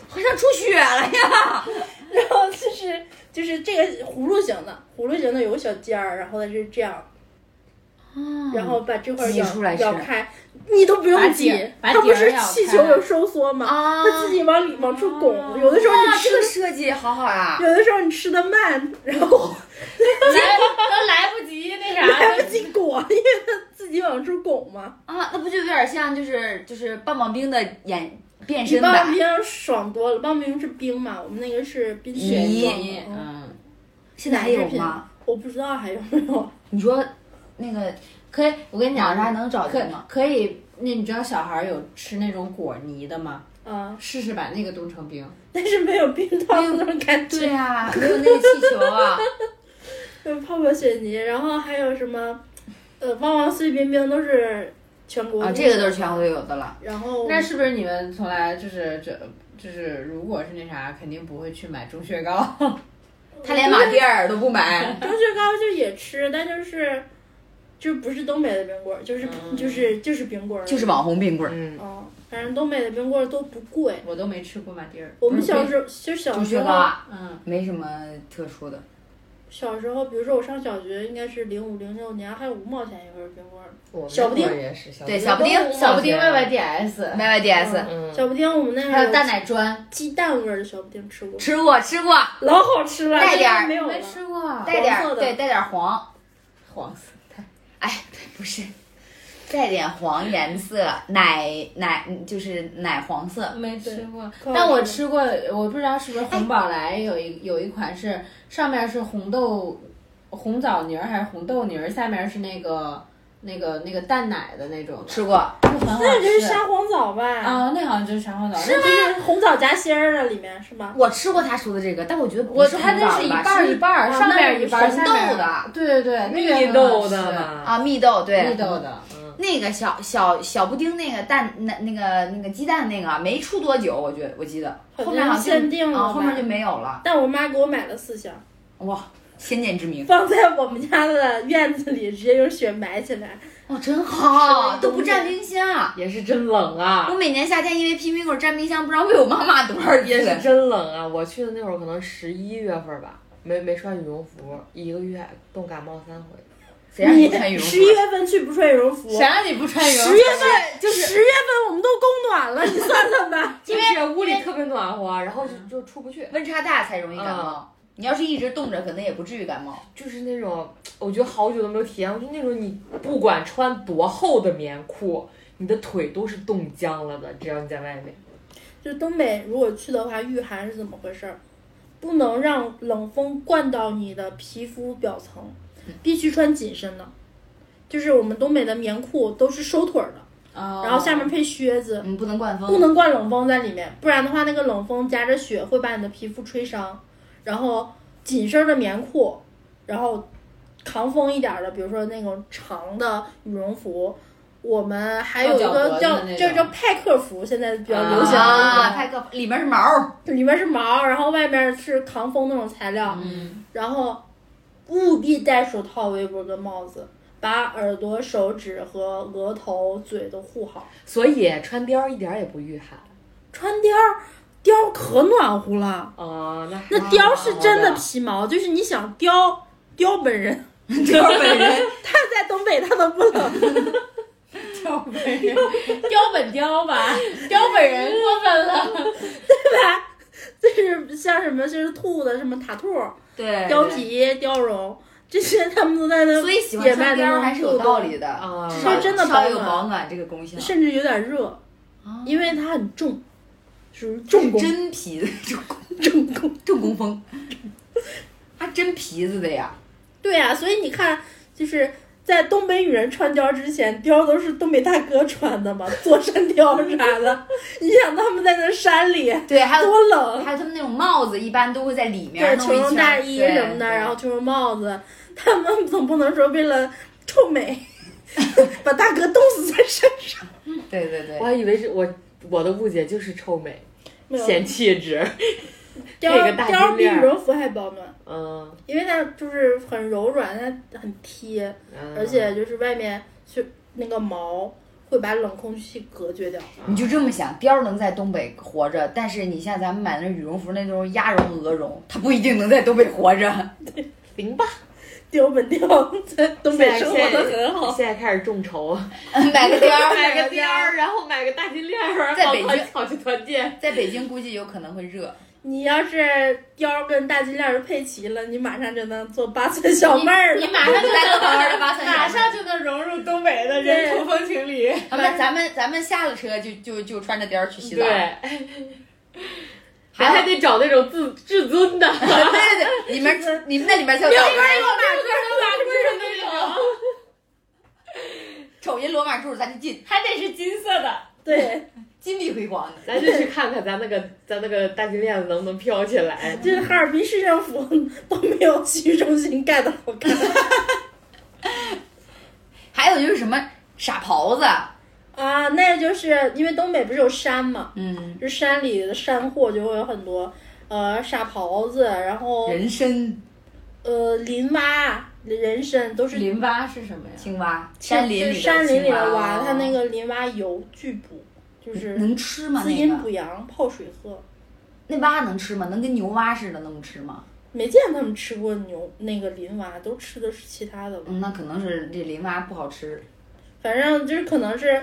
Speaker 2: 好像出血了呀！
Speaker 3: 然后就是这个葫芦形的，葫芦形的有个小尖儿，然后它是这样，然后把这块儿
Speaker 2: 挤
Speaker 3: 咬
Speaker 2: 出来吃
Speaker 3: 咬开，你都不
Speaker 4: 把
Speaker 3: 用
Speaker 4: 底
Speaker 3: 挤
Speaker 4: 儿，把
Speaker 3: 它
Speaker 4: 底
Speaker 3: 不
Speaker 4: 儿
Speaker 3: 是
Speaker 4: 咬
Speaker 3: 气
Speaker 4: 开
Speaker 3: 球有收缩吗？
Speaker 2: 啊
Speaker 3: 它自己往里往出拱，有的时候你
Speaker 2: 哇，
Speaker 3: 吃
Speaker 2: 这个设计好好啊！
Speaker 3: 有的时候你吃的慢，然 [LAUGHS] 后
Speaker 4: [LAUGHS] 来都来不及那
Speaker 3: 来
Speaker 4: 啥
Speaker 3: 不及裹，因为它自己往出
Speaker 2: [LAUGHS]
Speaker 3: 拱嘛。
Speaker 2: 啊，那不就有点像就是就是棒棒冰的演变
Speaker 3: 比
Speaker 2: 身
Speaker 3: 棒
Speaker 2: 版？
Speaker 3: 冰爽多了，棒冰是冰嘛，我们那个是冰淇
Speaker 2: 泥
Speaker 3: 淋
Speaker 2: 泥
Speaker 3: 嘛。嗯
Speaker 4: 嗯，
Speaker 2: 现在还有吗？
Speaker 3: 我不知道还有没有。
Speaker 2: 你说那个
Speaker 4: 可以，我跟你
Speaker 2: 网
Speaker 4: 讲，
Speaker 2: 上还能找
Speaker 4: 可
Speaker 2: 着吗？
Speaker 4: 可以，那你知道小孩儿有吃那种果泥的吗？
Speaker 3: 啊，
Speaker 4: 试试把那个冻成冰，
Speaker 3: 但是没有冰
Speaker 2: 没有
Speaker 3: 糖那种感
Speaker 2: 对
Speaker 3: 觉，
Speaker 2: 呀、没有那个气球 [LAUGHS] 啊，
Speaker 3: 有泡泡雪泥，然后还有什么，呃，旺旺碎冰冰都是全国
Speaker 2: 啊，
Speaker 3: 都
Speaker 2: 这个
Speaker 3: 有
Speaker 2: 都是全国都有的了。
Speaker 3: 然后
Speaker 4: 那是不是你们从来就是这就是如果是那啥，肯定不会去买钟薛 [LAUGHS] 高？
Speaker 2: 他连马迭尔都不
Speaker 4: [LAUGHS]
Speaker 2: 买，
Speaker 3: 钟薛高就也吃，但就是就不是东北的冰棍儿，就是、就是就是冰棍儿，
Speaker 2: 嗯就是网红冰棍儿。
Speaker 1: 嗯，
Speaker 3: 哦，反正东北的冰棍儿都不贵。
Speaker 4: 我都没吃过马迭尔。
Speaker 2: 嗯
Speaker 3: 我们
Speaker 4: 不是
Speaker 3: 小时候就小
Speaker 2: 钟
Speaker 3: 时
Speaker 2: 薛高
Speaker 3: 候
Speaker 2: 啊，
Speaker 4: 嗯，
Speaker 2: 没什么特殊的。
Speaker 3: 小时候，比如说我上小学，应该是零五零六年，还有五毛钱一份儿冰棍儿。
Speaker 1: 嗯我们
Speaker 3: 小布丁
Speaker 1: 那会儿也是小
Speaker 2: 对，
Speaker 1: 布
Speaker 2: 小布丁，
Speaker 4: 小布啊丁
Speaker 1: 丁
Speaker 2: Y
Speaker 4: YYDS，
Speaker 2: Y D S，
Speaker 1: 嗯
Speaker 3: 小布丁我们那
Speaker 4: 还有大
Speaker 3: 儿有
Speaker 4: 奶砖，
Speaker 3: 鸡蛋味儿的小布丁吃过，
Speaker 2: 吃过吃过，
Speaker 3: 老好吃了，
Speaker 2: 带点儿
Speaker 3: 现在没有了。
Speaker 4: 过
Speaker 2: 带点
Speaker 3: 黄
Speaker 2: 儿
Speaker 3: 色的
Speaker 2: 对带点儿黄，
Speaker 4: 黄色的。
Speaker 2: 哎，不是，带点黄颜色，奶奶就是奶黄色。
Speaker 4: 没吃过，
Speaker 3: 对
Speaker 4: 但我吃哎过，我不知道是不是红宝来有一有一款是上面是红豆红枣泥儿还是红豆泥儿，下面是那个那个那个淡奶的那种的，
Speaker 2: 吃过，
Speaker 4: 那很好
Speaker 3: 那就是
Speaker 4: 吃。
Speaker 3: 沙皇枣吧？，
Speaker 4: 啊，那好像就是沙皇枣，
Speaker 3: 是就是红枣夹心儿的里面是吗？
Speaker 2: 我吃过他说的这个，但我觉得不
Speaker 4: 我
Speaker 2: 是
Speaker 4: 它那是哦
Speaker 2: 是
Speaker 4: 一半儿一半儿，
Speaker 3: 啊
Speaker 4: 上
Speaker 2: 那
Speaker 4: 面
Speaker 2: 是
Speaker 4: 一半儿，
Speaker 2: 红
Speaker 4: 下面
Speaker 2: 豆的
Speaker 4: 对对对，那个也
Speaker 1: 绿
Speaker 4: 很好
Speaker 1: 豆的
Speaker 4: 吃
Speaker 1: 嘛，
Speaker 2: 啊蜜豆对
Speaker 4: 绿豆的，
Speaker 2: 那个小小小布丁那个蛋那那个那个鸡蛋那个啊没出多久，我觉得我记得
Speaker 3: 好像
Speaker 2: 后面好像
Speaker 3: 限定了
Speaker 2: 啊，
Speaker 3: 吧
Speaker 2: 后面就没有了。
Speaker 3: 但我妈给我买了四箱，
Speaker 2: 哇，先见之明
Speaker 3: 放在我们家的院子里，直接用雪埋起来。
Speaker 2: 哦，真好，
Speaker 3: 是
Speaker 2: 都不占冰箱。
Speaker 1: 也是真冷啊
Speaker 2: 我，每年夏天因为拼冰棍占冰箱，不知道被我妈骂多
Speaker 3: [LAUGHS]
Speaker 2: 少
Speaker 1: 也是
Speaker 2: 次。
Speaker 1: 真冷啊！我去的那会儿可能十一月份吧，没没穿羽绒服，一个月冻感冒三回。
Speaker 2: 谁让你不穿羽
Speaker 3: 你
Speaker 2: 绒
Speaker 3: 十一
Speaker 2: 服？啊
Speaker 3: 月份去不穿羽绒服？
Speaker 4: 谁让你不穿羽绒
Speaker 3: 十
Speaker 4: 服？
Speaker 3: 月份就是十月份，我们都供暖了，你算算吧。
Speaker 1: 而且屋里特别暖和，啊然后就就出不去，
Speaker 2: 温差大才容易感
Speaker 3: 嗯
Speaker 2: 冒。你要是一直冻着，可能也不至于感冒。
Speaker 1: 就是那种我觉得好久都没有体验过，就那种你不管穿多厚的棉裤，你的腿都是冻僵了的，只要你在外面。
Speaker 3: 就东北如果去的话，御寒是怎么回事儿？不能让冷风灌到你的皮肤表层，
Speaker 4: 嗯
Speaker 3: 必须穿紧身的。就是我们东北的棉裤都是收腿儿的，
Speaker 4: 然
Speaker 3: 然后下面配靴子，
Speaker 2: 你不能灌风，
Speaker 3: 嗯不能灌冷风在里面，不然的话那个冷风夹着雪会把你的皮肤吹伤。然后紧身的棉裤，然后抗风一点儿的，比如说那种长的羽绒服。我们还有一个
Speaker 4: 到脚脖子
Speaker 3: 叫
Speaker 4: 的那
Speaker 3: 叫
Speaker 4: 种
Speaker 3: 叫派克服，现在比较流行的那
Speaker 2: 啊，
Speaker 3: 种
Speaker 2: 太可里面是毛儿，
Speaker 3: 里面是毛，然后外面是抗风那种材料，
Speaker 4: [LAUGHS] 嗯
Speaker 3: 然后务必戴手套、围脖跟帽子，把耳朵、手指和额头、嘴都护好。
Speaker 1: 所以穿貂儿一点儿也不御寒
Speaker 3: 穿貂儿，貂儿可暖和了，
Speaker 1: 啊、那
Speaker 3: 那
Speaker 1: 还
Speaker 3: 貂儿是真的
Speaker 1: 好
Speaker 3: 皮毛，就是你想貂貂本
Speaker 2: [LAUGHS]
Speaker 3: 人，
Speaker 2: 就是本人
Speaker 3: [LAUGHS] 他在东北他都不冷， [LAUGHS]
Speaker 4: 雕本 [LAUGHS] 人，雕本雕 [LAUGHS] 吧，雕本人过分了。
Speaker 3: 就是像什么就是兔子什么塔兔、
Speaker 2: 对
Speaker 3: 貂，皮、貂绒这些，他们都在
Speaker 2: 对
Speaker 3: 那
Speaker 2: 所以喜
Speaker 3: 野
Speaker 2: 欢
Speaker 3: 外
Speaker 2: 穿貂
Speaker 3: 的那
Speaker 2: 儿
Speaker 3: 种
Speaker 2: 还是有
Speaker 3: 互动
Speaker 2: 道理的
Speaker 1: 啊
Speaker 2: 至
Speaker 3: 这
Speaker 2: 少
Speaker 3: 真的
Speaker 2: 稍微有
Speaker 3: 保暖
Speaker 2: 保暖这个功效。
Speaker 3: 甚至有点热，
Speaker 2: 啊
Speaker 3: 因为它很重，属于重工
Speaker 2: 真皮的重
Speaker 3: [LAUGHS]
Speaker 2: 工
Speaker 3: 重工。
Speaker 2: 重工风，
Speaker 3: [LAUGHS]
Speaker 2: 还真皮子的呀。
Speaker 3: 对呀、所以你看，就是在东北女人穿貂之前，貂都是东北大哥穿的 [LAUGHS] 嘛，坐山貂啥 [LAUGHS] 的。你想他们在那山里
Speaker 2: 对，还有
Speaker 3: 多冷，
Speaker 2: 还有他们那种帽子，一般都会在里面
Speaker 3: 对，
Speaker 2: 弄
Speaker 3: 球
Speaker 2: 一
Speaker 3: 绒
Speaker 2: 圈
Speaker 3: 大衣
Speaker 2: 对
Speaker 3: 什么的，
Speaker 2: 对
Speaker 3: 然后球绒帽子，他们总不能说为了臭美。把大哥冻死在山上，
Speaker 2: 对对对
Speaker 1: 我，还以为是我我的误解就是臭美
Speaker 3: 没有
Speaker 1: 显气质，配个
Speaker 3: 貂
Speaker 1: 大
Speaker 3: 貂
Speaker 1: 金
Speaker 3: 比羽
Speaker 1: 链儿
Speaker 3: 绒服还保暖，
Speaker 1: 嗯，
Speaker 3: 因为它就是很柔软，它很贴。
Speaker 1: 嗯
Speaker 3: 而且就是外面是那个毛会把冷空气隔绝掉。 [LAUGHS]
Speaker 2: 你就这么想，膘儿能在东北活着，但是你像咱们买那羽绒服那种鸭绒、鹅绒，它不一定能在东北活着。
Speaker 1: 零八，
Speaker 3: 丢不丢？在东北生活的很好。
Speaker 1: 现在开始众筹，啊
Speaker 2: 买个膘儿，
Speaker 1: 买个貂儿，然后买个大金链儿，
Speaker 2: 在北京
Speaker 1: 好团好去团建。
Speaker 2: 在北京估计有可能会热。
Speaker 3: 你要是貂儿跟大金链儿配齐了，你马上就能做八寸小妹儿
Speaker 5: 你
Speaker 3: 了。
Speaker 5: 马上就
Speaker 2: 来个
Speaker 5: 能
Speaker 2: 高二的八三
Speaker 5: 马上就能融入东北的人土风情里。
Speaker 4: [LAUGHS]
Speaker 2: 啊，那咱们咱们下了车就就就穿着貂儿去洗澡
Speaker 1: 对，， [LAUGHS] 还还得找那种自至尊的，
Speaker 2: 对对对，里面你们那里面才有大
Speaker 1: 边
Speaker 2: 妈
Speaker 1: 有马哥有马哥的那种。
Speaker 2: 瞅人罗马柱，咱就进，
Speaker 5: 还得是金色的，
Speaker 3: 对，
Speaker 2: 金碧辉煌的。
Speaker 1: [LAUGHS] 咱就去看看咱那个咱那个大金链子能不能飘起来。
Speaker 3: 这哈尔滨市政府 [LAUGHS] 都没有洗浴中心盖的好看。
Speaker 2: 还有就是什么傻狍子，
Speaker 3: 啊，那就是因为东北不是有山嘛，
Speaker 2: 嗯，
Speaker 3: 就山里的山货就会有很多，呃，傻狍子，然后
Speaker 2: 人参、
Speaker 3: 呃林蛙、人参都是
Speaker 4: 淋巴是什么呀？
Speaker 2: 青蛙，
Speaker 3: 青
Speaker 2: 山林
Speaker 3: 就
Speaker 2: 里
Speaker 3: 是
Speaker 2: 的
Speaker 3: 山林里
Speaker 2: 青
Speaker 3: 的蛙，
Speaker 2: 蛙，
Speaker 3: 它那个林蛙油巨补，就是
Speaker 2: 能吃吗？
Speaker 3: 滋
Speaker 2: 那
Speaker 3: 阴补
Speaker 2: 个
Speaker 3: 阳，泡水喝。
Speaker 2: 那蛙能吃吗？能跟牛蛙似的那么吃吗？
Speaker 3: 没见他们吃过牛那个林蛙，都吃的是其他的蛙。
Speaker 2: 嗯，那可能是这林蛙不好吃。
Speaker 3: 反正就是可能是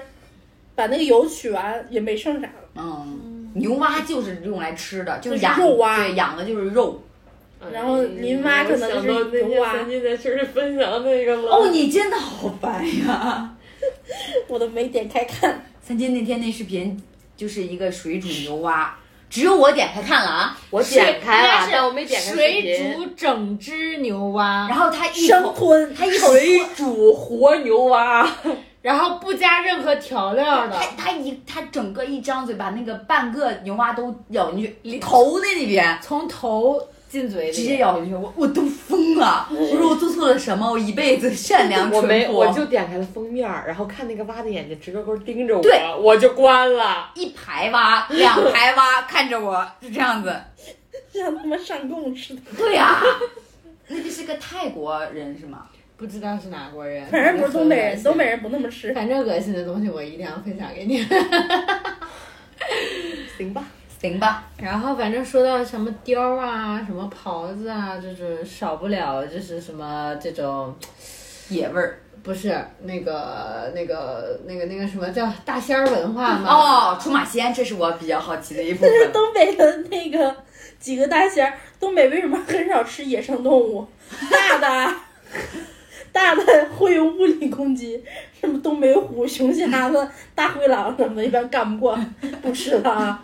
Speaker 3: 把那个油取完，也没剩啥了。
Speaker 2: 嗯，牛蛙就是用来吃的，就是
Speaker 3: 就是
Speaker 2: 养
Speaker 3: 肉蛙
Speaker 2: 对，养的就是肉。
Speaker 3: 然后林蛙可能就是
Speaker 1: 嗯我想到那
Speaker 3: 油
Speaker 1: 天
Speaker 3: 蛙
Speaker 1: 三金在群里分享那个了。
Speaker 2: 哦，你真的好白呀、
Speaker 3: 我都没点开看，
Speaker 2: [LAUGHS] 三金那天那视频就是一个水煮牛 [LAUGHS] 蛙，只有我点开看了啊。
Speaker 1: 我点开
Speaker 5: 应该
Speaker 1: 了，
Speaker 5: 是
Speaker 1: 但我没点开视
Speaker 4: 水
Speaker 1: [LAUGHS] 频。
Speaker 4: 煮整只牛蛙，
Speaker 2: 然后他一
Speaker 3: 生
Speaker 2: 口，
Speaker 3: 吞
Speaker 2: 他一口，
Speaker 1: 水煮活牛蛙，
Speaker 4: 然后不加任何调料的
Speaker 2: 他，他一他整个一张嘴把那个半个牛蛙都咬进去，头在那边。
Speaker 4: 从头进嘴里，
Speaker 2: 直接咬进去，我我都疯了！我说我做错了什么？我一辈子善良
Speaker 1: [LAUGHS] 我
Speaker 2: 淳
Speaker 1: 没，
Speaker 2: 朴。
Speaker 1: 我就点开了封面儿，然后看那个蛙的眼睛直勾勾盯着
Speaker 2: 对
Speaker 1: 我，我就关了。
Speaker 2: 一排 [LAUGHS] 蛙，两排蛙看着我，是这样子。
Speaker 3: 像他妈上供似的。
Speaker 2: 对呀、 [LAUGHS] 那就是个泰国人是吗？
Speaker 4: 不知道是哪国人，
Speaker 3: 反正不是东北人，东北
Speaker 4: 人。
Speaker 3: 人不那么吃。
Speaker 4: 反正恶心的东西我一定要分享给你。
Speaker 1: [LAUGHS]
Speaker 4: [LAUGHS]
Speaker 1: 行吧，
Speaker 2: 行吧，
Speaker 4: 然后反正说到什么貂啊、什么袍子啊，就是少不了就是什么这种，
Speaker 2: 野味儿
Speaker 4: 不是那个那个那个那个什么叫大仙儿文化嘛？
Speaker 2: 哦，出马仙，这是我比较好奇的一
Speaker 3: [LAUGHS]
Speaker 2: 部
Speaker 3: 但是
Speaker 2: 分。
Speaker 3: 东北的那个几个大仙儿，东北为什么很少吃野生动物？大的大的会有物理攻击，什么东北虎、熊瞎子、大灰狼什么的，一般干不过，不吃了啊。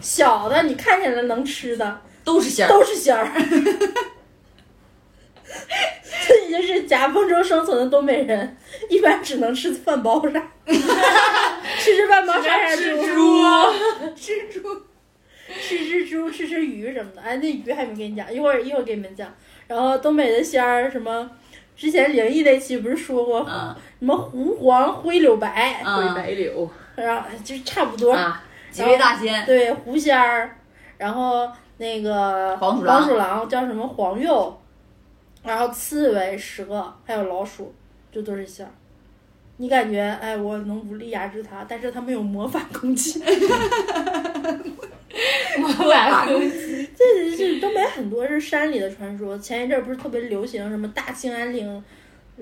Speaker 3: 小的你看起来能吃的
Speaker 2: 都是仙儿，
Speaker 3: 都是仙儿， [LAUGHS] 这已经是夹缝中生存的东北人，一般只能吃饭包啥， [LAUGHS] 吃吃饭包啥啥
Speaker 1: 蜘蛛。
Speaker 2: 蜘蛛。
Speaker 3: 吃吃猪，吃吃鱼什么的。哎，那鱼还没给你讲，一会儿一会儿给你们讲。然后东北的仙儿什么，之前灵异那期不是说过、
Speaker 2: 嗯 [LAUGHS]
Speaker 3: 什么狐黄灰柳白，
Speaker 1: 会
Speaker 2: 嗯
Speaker 1: 白柳，
Speaker 3: 然后就是差不多。
Speaker 2: 啊，几位大仙，
Speaker 3: 对，狐仙儿，然后那个
Speaker 2: 黄鼠狼
Speaker 3: 鼠狼叫什么黄鼬，然后刺猬十个，还有老鼠，这都是仙儿。你感觉哎，我能无力压制它，但是它没有魔法攻击。
Speaker 4: [LAUGHS] 我晚上
Speaker 3: 这这东北很多是山里的传说，前一阵儿不是特别流行什么大兴安岭，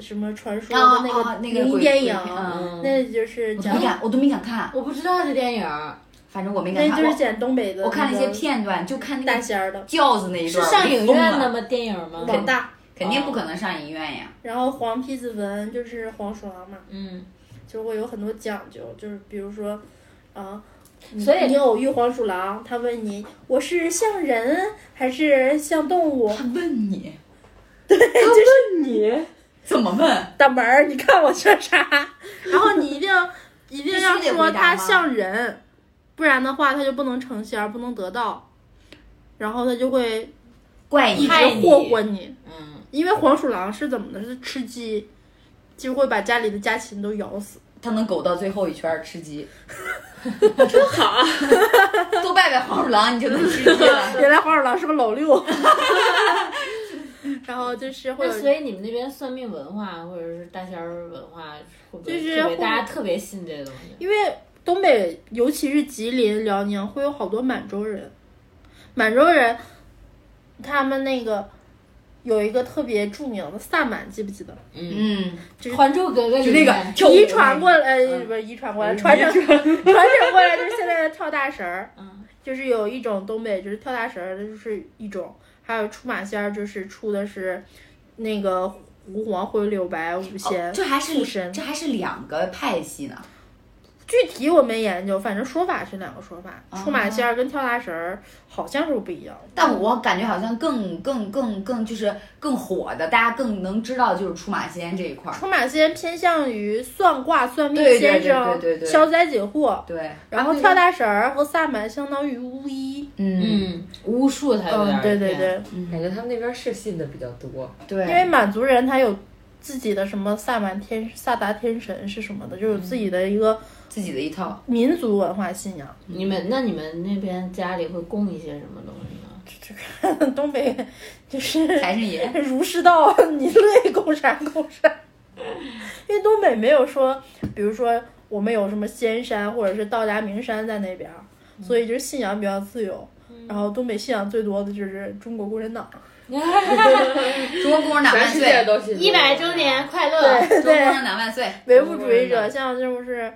Speaker 3: 什么传说
Speaker 2: 啊
Speaker 3: 的那
Speaker 2: 啊
Speaker 3: 个
Speaker 2: 那个
Speaker 3: 灵异
Speaker 2: 鬼
Speaker 3: 电影，
Speaker 2: 鬼片嗯
Speaker 3: 那就是
Speaker 2: 我都没
Speaker 3: 讲，
Speaker 2: 敢，我都没敢看，
Speaker 4: 我不知道这电影儿
Speaker 2: 反正我没敢
Speaker 3: 那
Speaker 2: 看。
Speaker 3: 就是讲东北的、
Speaker 2: 我我看了一些片段，就看那
Speaker 3: 大
Speaker 2: 个嗯
Speaker 3: 仙儿的
Speaker 2: 轿子那一
Speaker 4: 是
Speaker 2: 段，
Speaker 4: 上影
Speaker 2: 我就
Speaker 4: 院
Speaker 2: 疯
Speaker 4: 的
Speaker 2: 了，
Speaker 4: 吗？电影吗？
Speaker 3: 网大，
Speaker 2: 肯定不可能上影院呀。
Speaker 3: 然后黄皮子纹就是黄鼠狼嘛，
Speaker 4: 嗯，
Speaker 3: 就会有很多讲究，就是比如说，啊。你
Speaker 4: 所以
Speaker 3: 你偶遇黄鼠狼，他问你我是像人还是像动物？
Speaker 2: 他问你
Speaker 1: 你
Speaker 2: 怎么问？
Speaker 3: 大门儿，你看我这啥？然后你一定一定要
Speaker 2: 必须得
Speaker 3: 说
Speaker 2: 回答吗
Speaker 3: 它像人，不然的话它就不能成仙儿，不能得道，然后它就会
Speaker 2: 怪
Speaker 3: 一
Speaker 2: 你
Speaker 3: 直
Speaker 4: 害你
Speaker 3: 霍霍你。
Speaker 4: 嗯，
Speaker 3: 因为黄鼠狼是怎么的？是吃鸡，就会把家里的家禽都咬死。
Speaker 2: 他能苟到最后一圈儿吃鸡，
Speaker 1: 真
Speaker 2: [LAUGHS]
Speaker 1: 好，
Speaker 2: 多拜拜黄鼠狼你就能吃鸡了。
Speaker 3: 原来黄鼠狼是个老六。 [LAUGHS] 然后就是会
Speaker 4: 那
Speaker 3: 有
Speaker 4: 所以你们那边算命文化或者是大仙儿文化，会不会
Speaker 3: 就是
Speaker 4: 特
Speaker 3: 会
Speaker 4: 别大家特别信这个东西？
Speaker 3: 因为东北，尤其是吉林、辽宁，会有好多满洲人。满洲人，他们那个有一个特别著名的萨满，记不记得？
Speaker 2: [LAUGHS] 嗯，
Speaker 3: 是
Speaker 4: 《还珠格格》
Speaker 2: 就
Speaker 4: 里
Speaker 2: 那个
Speaker 4: 面
Speaker 2: 跳舞
Speaker 3: 遗
Speaker 2: 那
Speaker 3: 传
Speaker 2: 个
Speaker 3: 过来，呃，不是 [LAUGHS] 遗传过来，传承传承过来就是现在的跳大神 [LAUGHS] 儿。
Speaker 4: 嗯
Speaker 3: 就是有一种东北就是跳大神儿的，就是一种，还有出马仙儿，就是出的是那个狐黄灰柳白五仙、
Speaker 2: 这还是
Speaker 3: 附身
Speaker 2: 这还是两个派系呢。
Speaker 3: 具体我没研究，反正说法是两个说法，
Speaker 2: 啊
Speaker 3: 出马仙儿跟跳大神儿好像是不一样的。
Speaker 2: 但我感觉好像更更更更就是更火的，大家更能知道就是出马仙这一块儿。
Speaker 3: 出马仙偏向于算卦算命
Speaker 2: 对对
Speaker 3: 先
Speaker 2: 对
Speaker 3: 生
Speaker 2: 对对对
Speaker 3: 消灾解惑，
Speaker 2: 对，
Speaker 3: 然后跳大神儿和萨满相当于巫医。
Speaker 2: 嗯
Speaker 4: 嗯，巫术它有点
Speaker 3: 嗯，
Speaker 4: 儿
Speaker 3: 对对
Speaker 4: 偏
Speaker 3: 对，
Speaker 1: 感觉他们那边是信的比较多，
Speaker 2: 对，
Speaker 3: 因为满族人他有自己的什么萨满天萨达天神是什么的，就有
Speaker 2: 嗯
Speaker 3: 自己的一个
Speaker 2: 自己的一套。
Speaker 3: 民族文化信仰。 [LAUGHS]
Speaker 4: 你们那你们那边家里会供一些什么东西吗？
Speaker 3: 东北就是
Speaker 2: 财神
Speaker 3: [LAUGHS]
Speaker 2: 爷，
Speaker 3: 儒释道，你乐意供啥供啥。因为东北没有说，比如说我们有什么仙山或者是道家名山在那边儿，所以就是信仰比较自由。然后东北信仰最多的就是中国共产党，
Speaker 2: 中国共产党
Speaker 1: 全
Speaker 2: 万
Speaker 1: 世界
Speaker 2: 岁！嗯
Speaker 1: 都信。啊
Speaker 4: 一百周年快乐！
Speaker 2: 中国共产党万岁！
Speaker 3: 唯物主义
Speaker 4: 中国共产
Speaker 3: 者，
Speaker 4: 党
Speaker 3: 像就是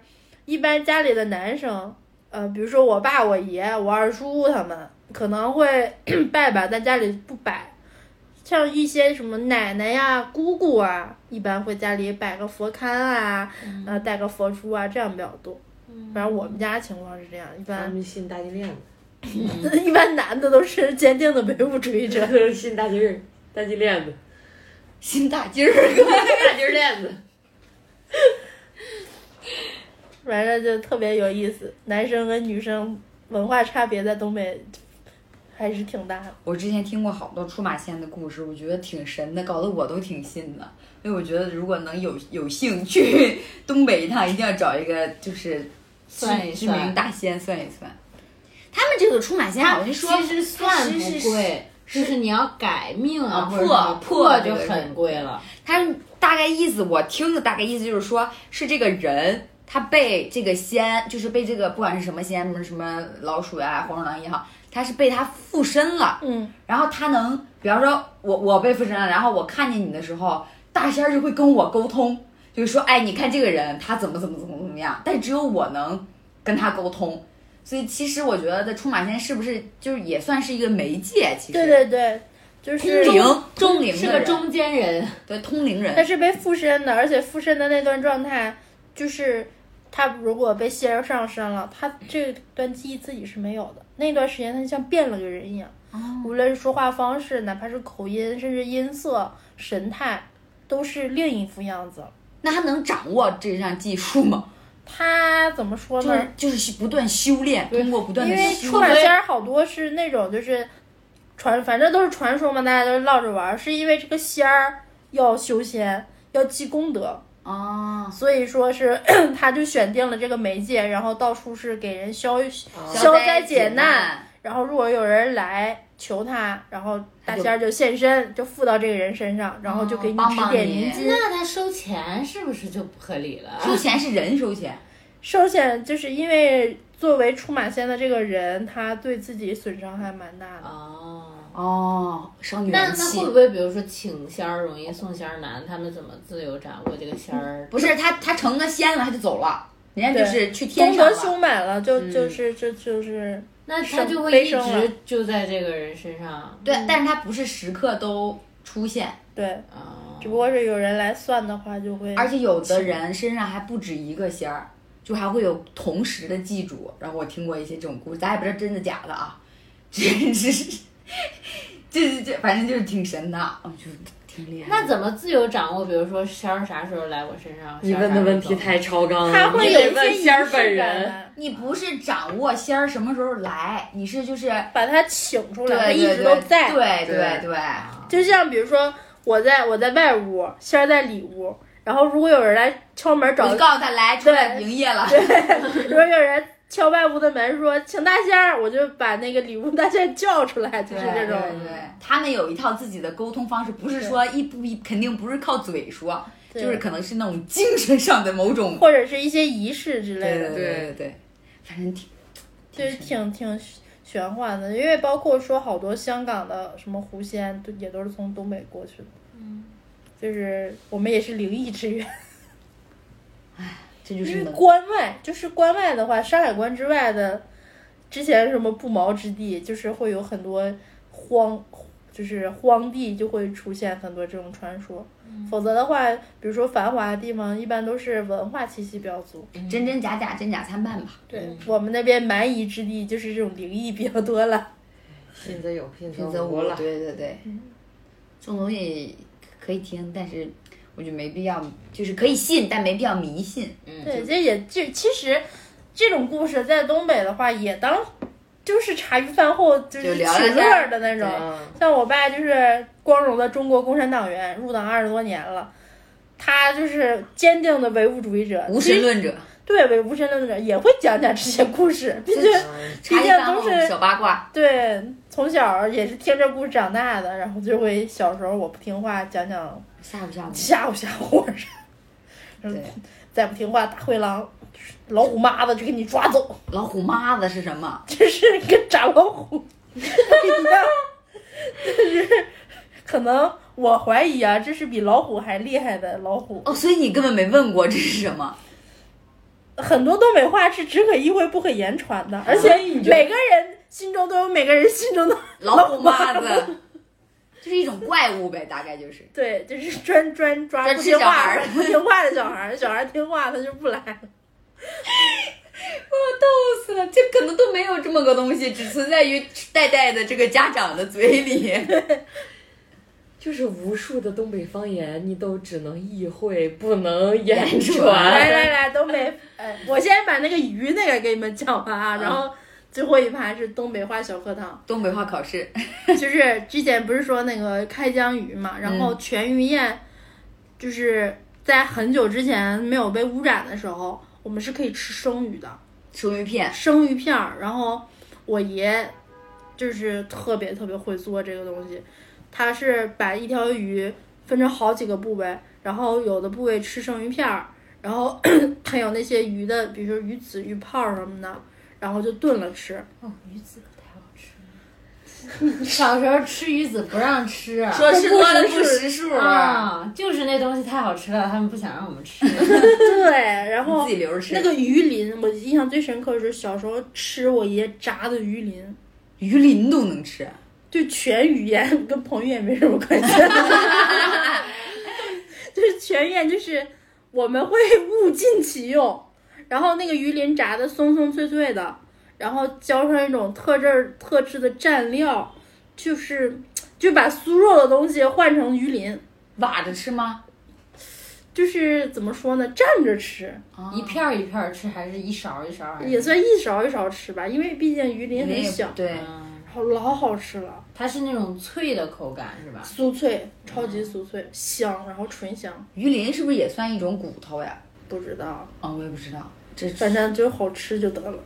Speaker 3: 一般家里的男生，呃，比如说我爸、我爷、我二叔他们可能会 [CLEARS THROAT] 拜吧，但家里不摆。像一些什么奶奶呀、姑姑啊，一般会家里摆个佛龛啊，
Speaker 4: 嗯
Speaker 3: 呃，带个佛珠啊，这样比较多。反正我们家情况是这样，一
Speaker 1: 他
Speaker 3: 般
Speaker 1: 们信大金链子， [LAUGHS]
Speaker 3: [LAUGHS]
Speaker 4: 嗯
Speaker 3: 一般男的都是 [LAUGHS] 坚定的唯物主义者
Speaker 4: [LAUGHS]
Speaker 1: 他。们信大金链，大金链子，
Speaker 2: 新大劲儿，
Speaker 1: 大金链子。
Speaker 3: 反正就特别有意思，男生跟女生文化差别在东北还是挺大的。
Speaker 2: 我之前听过好多出马仙的故事，我觉得挺神的，搞得我都挺信的。所以我觉得，如果能有有幸去 [LAUGHS] 东北一趟，一定要找一个就是知
Speaker 4: 算一
Speaker 2: 知
Speaker 4: 算
Speaker 2: 名大仙算一算。他们这个出马仙啊好像说
Speaker 4: 其实算
Speaker 2: 其实
Speaker 4: 不
Speaker 2: 是
Speaker 4: 贵，就是你要改命啊，
Speaker 2: 啊
Speaker 4: 或者
Speaker 2: 破
Speaker 4: 什么
Speaker 2: 破
Speaker 4: 破
Speaker 2: 这
Speaker 4: 就
Speaker 2: 个是
Speaker 4: 很贵了。
Speaker 2: 他大概意思，我听的大概意思就是说，是这个人他被这个仙，就是被这个不管是什么仙，什么什么老鼠呀、黄鼠狼也好，他是被他附身了。
Speaker 3: 嗯，
Speaker 2: 然后他能，比方说我我被附身了，然后我看见你的时候，大仙儿就会跟我沟通，就是说，哎，你看这个人他怎么怎么怎么怎么样，但只有我能跟他沟通。所以其实我觉得出马仙是不是就是也算是一个媒介？其实
Speaker 3: 对对对，就是
Speaker 2: 通灵通灵
Speaker 4: 是
Speaker 2: 的
Speaker 4: 个
Speaker 2: 人
Speaker 4: 中间人，
Speaker 2: 对通灵人
Speaker 3: 他，是被附身的，而且附身的那段状态，就是他如果被仙儿上身了，他这段记忆自己是没有的。那段时间他像变了个人一样，无论是说话方式，哪怕是口音，甚至音色、神态，都是另一副样子。
Speaker 2: 那他能掌握这项技术吗？
Speaker 3: 他怎么说
Speaker 2: 就
Speaker 3: 呢？
Speaker 2: 是就是不断修炼，通过不断
Speaker 3: 因
Speaker 2: 的
Speaker 3: 为
Speaker 2: 修
Speaker 3: 出马
Speaker 2: 炼。
Speaker 3: 仙儿好多是那种就是传，反正都是传说嘛，大家都唠着玩儿。是因为这个仙儿要修仙，要积功德，
Speaker 2: 哦，
Speaker 3: 所以说是 [CLEARS THROAT] 他就选定了这个媒介，然后到处是给人消消
Speaker 2: 哦消
Speaker 3: 灾
Speaker 2: 解
Speaker 3: 解难。，然后如果有人来求他，然后大仙儿就现身，就附到这个人身上，然后就给你
Speaker 2: 帮
Speaker 3: 指
Speaker 2: 哦帮
Speaker 3: 点
Speaker 2: 你
Speaker 3: 迷津。
Speaker 4: 那他收钱是不是就不合理了？
Speaker 2: 收钱是人收钱，
Speaker 3: 寿险就是因为作为出马仙的这个人，他对自己损伤还蛮大的。
Speaker 4: 哦。
Speaker 2: 哦，伤
Speaker 4: 那
Speaker 2: 元
Speaker 4: 那
Speaker 2: 气
Speaker 4: 会。不会，比如说请仙儿容易送仙儿难，他们怎么自由掌握这个仙儿？
Speaker 2: 嗯不是他，他成了仙了，他就走了，人家
Speaker 3: 对
Speaker 2: 就是去天
Speaker 3: 功
Speaker 2: 上
Speaker 3: 德
Speaker 2: 了。嗯
Speaker 3: 修满了，就、就是这就是
Speaker 4: 那他
Speaker 3: 上
Speaker 4: 就
Speaker 3: 飞
Speaker 4: 会一
Speaker 3: 升了
Speaker 4: 直就在这个人身上。
Speaker 3: 嗯
Speaker 2: 对，但是他不是时刻都出现，
Speaker 3: 对，
Speaker 4: 啊，
Speaker 3: 只不过是有人来算的话，就会
Speaker 2: 而且有的人身上还不止一个仙儿，就还会有同时的祭主。然后我听过一些这种故事，咱也不知道真的假的啊，这是这这反正就是挺神的，我
Speaker 3: 嗯
Speaker 1: [LAUGHS]
Speaker 2: 觉得挺厉害的。
Speaker 4: 那怎么自由掌握？比如说仙儿啥时候来我身上？
Speaker 1: 你问的问题
Speaker 4: 仙儿啥时候走
Speaker 1: 太超纲了，
Speaker 3: 他会
Speaker 1: 你
Speaker 3: 有一
Speaker 1: 得
Speaker 3: 些
Speaker 1: 问
Speaker 3: 仪
Speaker 1: 仙儿本
Speaker 3: 式
Speaker 1: 人。
Speaker 3: 感，
Speaker 2: 你不是掌握仙儿什么时候来，你是就是
Speaker 3: 把他请出
Speaker 2: 对
Speaker 3: 来，他
Speaker 2: 对
Speaker 3: 一直
Speaker 2: 对
Speaker 3: 都在。
Speaker 2: 对对
Speaker 1: 对
Speaker 2: 对，
Speaker 3: 就像比如说我在我在外屋，仙儿在里屋，然后如果有人来敲门
Speaker 2: 我
Speaker 3: 找
Speaker 2: 就，告诉他来出来
Speaker 3: 对
Speaker 2: 营业了，
Speaker 3: 如果有人敲外屋的门说：“请大仙儿！”我就把那个里屋大仙叫出来，就是这种。
Speaker 2: 对对，他们有一套自己的沟通方式，不是
Speaker 3: 对
Speaker 2: 说一不一，肯定不是靠嘴说，
Speaker 3: 对
Speaker 2: 就是可能是那种精神上的某种。
Speaker 3: 或者是一些仪式之类
Speaker 2: 对
Speaker 3: 的，
Speaker 2: 对对，反正挺
Speaker 3: 就是挺挺玄幻的。因为包括说好多香港的什么狐仙，都也都是从东北过去的。嗯，就是我们也是灵异之源。
Speaker 2: 这就
Speaker 3: 因
Speaker 2: 是
Speaker 3: 为
Speaker 2: 能
Speaker 3: 关外就是关外的话，山海关之外的，之前什么不毛之地，就是会有很多荒，就是荒地就会出现很多这种传说。
Speaker 2: 嗯
Speaker 3: 否则的话，比如说繁华的地方，一般都是文化气息比较足。
Speaker 2: 真真假假，真假参半吧。
Speaker 3: 对、我们那边蛮夷之地，就是这种灵异比较多了。
Speaker 1: 骗子有骗
Speaker 2: 选
Speaker 1: 子
Speaker 2: 择
Speaker 1: 无
Speaker 2: 我，
Speaker 1: 了。
Speaker 2: 对对对，
Speaker 3: 嗯
Speaker 2: 这种东西可以听，但是我觉得没必要，就是可以信，但没必要迷信。嗯，
Speaker 3: 对，这也就其实这种故事在东北的话，也当就是茶余饭后就
Speaker 2: 就是聊一
Speaker 3: 取
Speaker 2: 下
Speaker 3: 乐儿的那种。
Speaker 1: 嗯，
Speaker 3: 像我爸就是光荣的中国共产党员，入党二十多年了，他就是坚定的唯物主义者，
Speaker 2: 无
Speaker 3: 其
Speaker 2: 神
Speaker 3: 实
Speaker 2: 论者，
Speaker 3: 对唯无神论者也会讲讲这些故事，毕竟毕
Speaker 2: 茶余
Speaker 3: 竟
Speaker 2: 饭
Speaker 3: 都
Speaker 2: 后
Speaker 3: 是
Speaker 2: 小八卦，
Speaker 3: 对从小也是听着故事长大的，然后就会小时候我不听话讲讲
Speaker 2: 吓不吓我？
Speaker 3: 吓唬吓唬我， [LAUGHS] 然后
Speaker 2: 对，
Speaker 3: 再不听话大灰狼老虎妈子就给你抓走，
Speaker 2: 老虎妈子是什么？
Speaker 3: 就是跟炸老虎一样，就是可能我怀疑啊，这是比老虎还厉害的老虎。
Speaker 2: 哦，所以你根本没问过这是什么？
Speaker 3: 很多东北话是只可意会不可言传的，而且
Speaker 1: 所以你就
Speaker 3: 每个人心中都有每个人心中的
Speaker 2: 老虎妈子， [LAUGHS] 就是一种怪物呗，大概就是。
Speaker 3: 对，就是专专抓
Speaker 2: 专
Speaker 3: 不
Speaker 2: 吃
Speaker 3: 听
Speaker 2: 小孩
Speaker 3: 话
Speaker 2: 儿
Speaker 3: 的、不听话的小孩儿，小孩儿听话他就不来了。
Speaker 2: [LAUGHS] 我逗死了，这可能都没有这么个东西，只存在于代代的这个家长的嘴里。
Speaker 1: 就是无数的东北方言，你都只能意会，不能言
Speaker 2: 传
Speaker 3: 来
Speaker 1: 传。 [LAUGHS]
Speaker 3: 来来，东北， [LAUGHS] 呃，我先把那个鱼那个给你们讲完啊，然后最后一盘是东北话小课堂。
Speaker 2: [LAUGHS] 东北话考试，
Speaker 3: 就是之前不是说那个开江鱼嘛，然
Speaker 2: 嗯
Speaker 3: 后全鱼宴，就是在很久之前没有被污染的时候，我们是可以吃生鱼的，
Speaker 2: 生鱼片，
Speaker 3: 生鱼片儿。然后我爷就是特别特别会做这个东西，他是把一条鱼分成好几个部位，然后有的部位吃生鱼片儿，然后 [COUGHS] 还有那些鱼的，比如说鱼籽、鱼泡儿什么的，然后就炖了吃。
Speaker 4: 哦，鱼子可太好吃了。 [LAUGHS] 小时候吃鱼子不让吃啊
Speaker 2: 说
Speaker 3: 是
Speaker 2: 是
Speaker 3: 多
Speaker 2: 多
Speaker 3: 了
Speaker 2: 了
Speaker 3: 不
Speaker 2: 不
Speaker 3: 识 [LAUGHS]
Speaker 2: 识数，
Speaker 4: 啊，就是那东西太好吃了，他们不想让我们
Speaker 2: [LAUGHS]
Speaker 4: 吃。
Speaker 3: 对，然后
Speaker 2: 自己留着吃。
Speaker 3: 那个鱼鳞，我印象最深刻是小时候吃我爷炸的鱼鳞，
Speaker 2: 鱼鳞都能吃，
Speaker 3: 就全鱼宴，跟彭于晏没什么关系。就是全鱼宴，就是我们会物尽其用，然后那个鱼鳞炸的松松脆脆的，然后浇上一种特制特制的蘸料，就是就把酥肉的东西换成鱼鳞，
Speaker 2: 挖着吃吗？
Speaker 3: 就是怎么说呢，蘸着吃
Speaker 4: [LAUGHS] 一片儿一片儿吃，还是一勺儿一勺儿还是？
Speaker 3: 也算一勺一勺吃吧，因为毕竟鱼鳞
Speaker 2: 那
Speaker 3: 很
Speaker 2: 也
Speaker 3: 小，
Speaker 2: 对，
Speaker 4: 嗯，
Speaker 3: 好老好吃了。
Speaker 4: 它是那种脆的口感是吧？
Speaker 3: 酥脆，超级酥脆，香，然后醇香，
Speaker 2: 鱼鳞是不是也算一种骨头呀？
Speaker 3: 不知道，
Speaker 2: 啊，我也不知道，这
Speaker 3: 反正就是好吃就得了。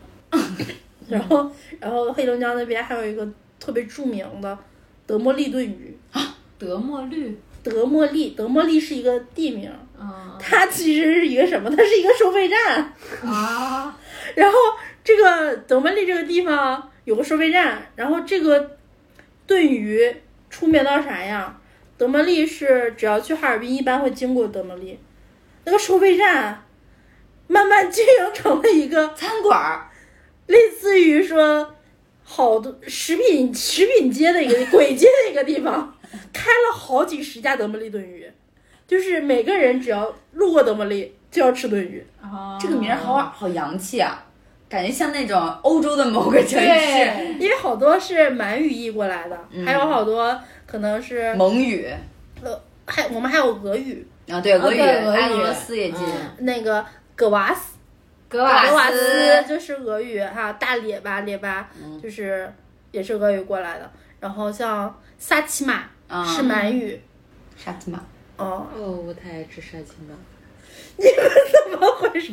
Speaker 3: 然后，然后黑龙江那边还有一个特别著名的德莫利炖鱼，
Speaker 4: 德莫绿，
Speaker 3: 德莫利，德莫利是一个地名，
Speaker 4: 嗯
Speaker 3: 它其实是一个什么？它是一个收费站。
Speaker 4: 啊，
Speaker 3: 然后这个德曼利这个地方有个收费站，然后这个炖鱼出名到啥样？德曼利是只要去哈尔滨，一般会经过德曼利，那个收费站慢慢经营成了一
Speaker 2: [LAUGHS]
Speaker 3: 个
Speaker 2: 餐馆儿
Speaker 3: 类似于说好多食品食品街的一个鬼街的一个地方，开了好几十家德曼利炖鱼，就是每个人只要路过德曼利就要吃炖鱼。
Speaker 4: 啊
Speaker 2: 这个名儿好好洋气啊，感觉像那种欧洲的某个城市。
Speaker 4: 对，
Speaker 3: 因为好多是满语译过来的，
Speaker 2: 嗯
Speaker 3: 还有好多可能是呃
Speaker 2: 蒙语
Speaker 3: 还我们还有俄语
Speaker 2: 啊，对俄语，
Speaker 4: 对俄语
Speaker 2: 埃俄罗斯也进，
Speaker 4: 嗯
Speaker 3: 那个格瓦斯，
Speaker 4: 格
Speaker 2: 瓦
Speaker 3: 格
Speaker 4: 瓦
Speaker 3: 瓦
Speaker 2: 斯
Speaker 3: 斯就是俄语哈，大列巴列巴
Speaker 2: 嗯
Speaker 3: 就是也是俄语过来的，然后像萨其马
Speaker 2: 啊
Speaker 3: 是满语，
Speaker 2: 沙琪玛。
Speaker 3: 哦，
Speaker 1: 哦，我太爱吃沙琪玛。
Speaker 3: 怎么回事？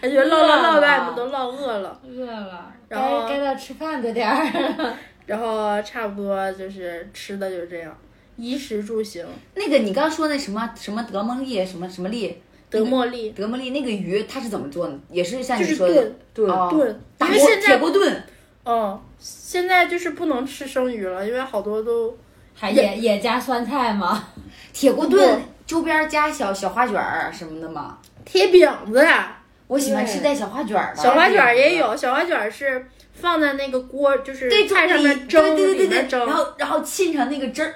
Speaker 3: 感觉唠唠唠外面都唠饿了。
Speaker 4: 哦
Speaker 2: 嗯
Speaker 4: 饿了，
Speaker 3: 然后
Speaker 4: 该该到吃饭的点儿。
Speaker 3: 然后差不多就是吃的就是这样，衣食住行。
Speaker 2: 那个你刚说那什么什么德蒙利啊什么什么利
Speaker 3: 德茉莉
Speaker 2: 德蒙利那个鱼，它是怎么做的？也是像
Speaker 3: 就
Speaker 2: 你
Speaker 3: 是
Speaker 2: 说的
Speaker 3: 炖
Speaker 1: 对
Speaker 2: 哦
Speaker 3: 炖，
Speaker 2: 打
Speaker 3: 因为
Speaker 2: 锅
Speaker 3: 现
Speaker 2: 铁
Speaker 3: 在
Speaker 2: 锅炖，
Speaker 3: 嗯，现在就是不能吃生鱼了，因为好多都
Speaker 4: 还也也加酸菜吗？
Speaker 2: 铁锅
Speaker 3: 炖
Speaker 2: 炖周边加小小花卷儿什么的嘛。
Speaker 3: 贴饼子呀。
Speaker 2: 我喜欢吃带小花卷儿的，
Speaker 3: 小花卷儿也有，小花卷儿是放在那个锅，就是
Speaker 2: 对，
Speaker 3: 菜上面
Speaker 2: 对对
Speaker 3: 蒸，
Speaker 2: 对
Speaker 3: 里
Speaker 2: 对
Speaker 3: 面
Speaker 2: 对，
Speaker 3: 蒸
Speaker 2: 然。后然后沁上那个汁儿，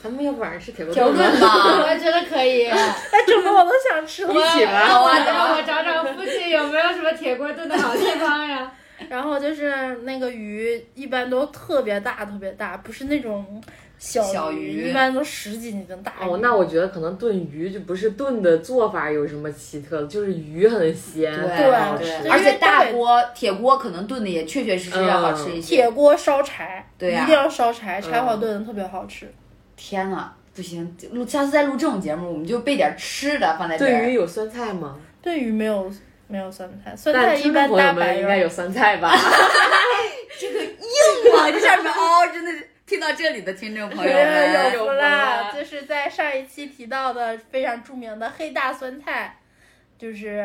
Speaker 1: 咱们要不晚上吃铁锅
Speaker 4: 铁锅
Speaker 1: 炖吧？
Speaker 4: 炖
Speaker 3: [LAUGHS]
Speaker 4: [LAUGHS]
Speaker 2: 吧。
Speaker 5: 我觉得可以。
Speaker 3: [LAUGHS] 哎，整的我都想吃了。
Speaker 1: 一起吧
Speaker 2: 好啊
Speaker 5: 让我找找附近有没有什么铁锅炖的好地方呀？
Speaker 3: [LAUGHS] 然后就是那个鱼，一般都特别大，特别大，不是那种小
Speaker 2: 小鱼
Speaker 3: 一般都十几斤大鱼。
Speaker 1: 哦，那我觉得可能炖鱼就不是炖的做法有什么奇特的，就是鱼很鲜，
Speaker 2: 对
Speaker 1: 很好
Speaker 3: 对
Speaker 1: 吃
Speaker 3: 对。
Speaker 2: 而且大锅铁锅可能炖的也确确实实要好吃一些。
Speaker 3: 铁锅烧柴，
Speaker 2: 对呀
Speaker 3: 一定要烧柴，柴火炖的特别好吃。
Speaker 2: 天呐，不行，录下次再录这种节目，我们就备点吃的放在这
Speaker 1: 炖鱼
Speaker 2: 儿。
Speaker 1: 有酸菜吗？
Speaker 3: 炖鱼没有没有酸菜，酸菜
Speaker 1: 但
Speaker 3: 一
Speaker 1: 听
Speaker 3: 般
Speaker 1: 众朋
Speaker 3: 大
Speaker 1: 友
Speaker 3: 白
Speaker 1: 们应该
Speaker 3: 肉
Speaker 1: 有。酸菜 [LAUGHS] 吧？
Speaker 2: 这个硬啊，这下面哦，真的是听到这里的听众朋友
Speaker 3: 哎
Speaker 2: 们，
Speaker 3: [LAUGHS] 有福
Speaker 1: 有
Speaker 3: 啦！
Speaker 1: 福
Speaker 3: 就是在上一期提到的非常著名的黑大酸菜，就是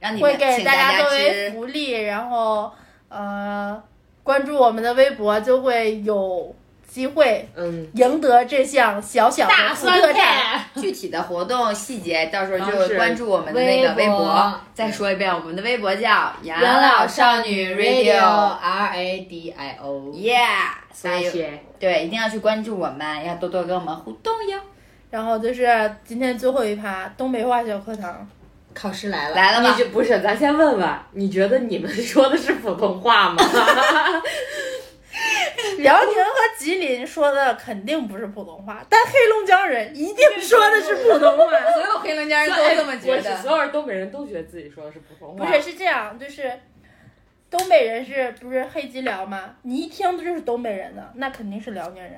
Speaker 2: 让你
Speaker 3: 会
Speaker 2: 们
Speaker 3: 给
Speaker 2: 请
Speaker 3: 大
Speaker 2: 家
Speaker 3: 作为
Speaker 2: 吃。
Speaker 3: 福利，然后呃，关注我们的微博就会有机会
Speaker 1: 嗯，
Speaker 3: 赢得这项小小的
Speaker 5: 大
Speaker 3: 土
Speaker 5: 酸
Speaker 3: 特产。
Speaker 5: 菜，
Speaker 2: 具体的活动细节，到时候
Speaker 1: 方
Speaker 2: 就
Speaker 1: 式
Speaker 2: 关注我们的那个
Speaker 4: 微
Speaker 2: 微
Speaker 4: 博
Speaker 2: 博。再说一遍，我们的微博叫养
Speaker 4: 养老
Speaker 2: 老
Speaker 4: 少
Speaker 2: 少
Speaker 4: 女
Speaker 2: 女
Speaker 4: Radio
Speaker 2: Radio。
Speaker 4: R A D I O，
Speaker 2: Yeah，大家
Speaker 1: 谢
Speaker 2: 有
Speaker 1: 谢。
Speaker 2: 对，一定要去关注我们，要多多跟我们互动哟。
Speaker 3: 然后就是今天最后一趴东北话小课堂，
Speaker 4: 考试来了，
Speaker 2: 来了吧
Speaker 1: 你，就不是，咱先问问，你觉得你们说的是普通话 [LAUGHS] 吗？
Speaker 3: 辽宁和吉林说的肯定不是普通话，但黑龙江人一定说的是普通话。
Speaker 2: 所有黑龙江人都这么觉
Speaker 1: 我是
Speaker 2: 得。
Speaker 1: 所有东北人都觉得自己说的是普通话。
Speaker 3: 不是，是这样，就是东北人是不是黑吉辽嘛？你一听就是东北人的，那肯定是辽宁人。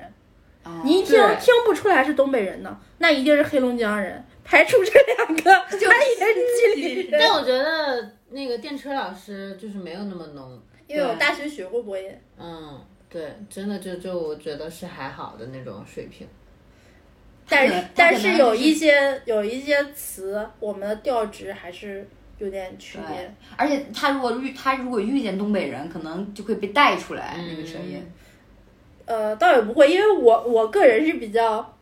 Speaker 2: 啊
Speaker 3: 你一听
Speaker 1: 对
Speaker 3: 听不出来是东北人的，那一定是黑龙江人。排除这两个，他也是吉林人
Speaker 4: 但。我觉得那个电车老师就是没有那么浓，
Speaker 3: 因为我大学学过播音，
Speaker 4: 嗯，对，真的就就我觉得是还好的那种水平。
Speaker 3: [LAUGHS]
Speaker 2: [LAUGHS] 他
Speaker 3: 但
Speaker 2: 可
Speaker 3: 是
Speaker 2: 能
Speaker 3: 但
Speaker 2: 他可
Speaker 3: 是
Speaker 2: 能
Speaker 3: 有
Speaker 2: 是
Speaker 3: 一些有一些词，我们的调值还是有点区
Speaker 2: 对
Speaker 3: 别。，
Speaker 2: 而且他如果遇他如果遇见东北人，可能就会被带出来那个声音。
Speaker 3: 呃，倒也不会，因为我我个人是比较，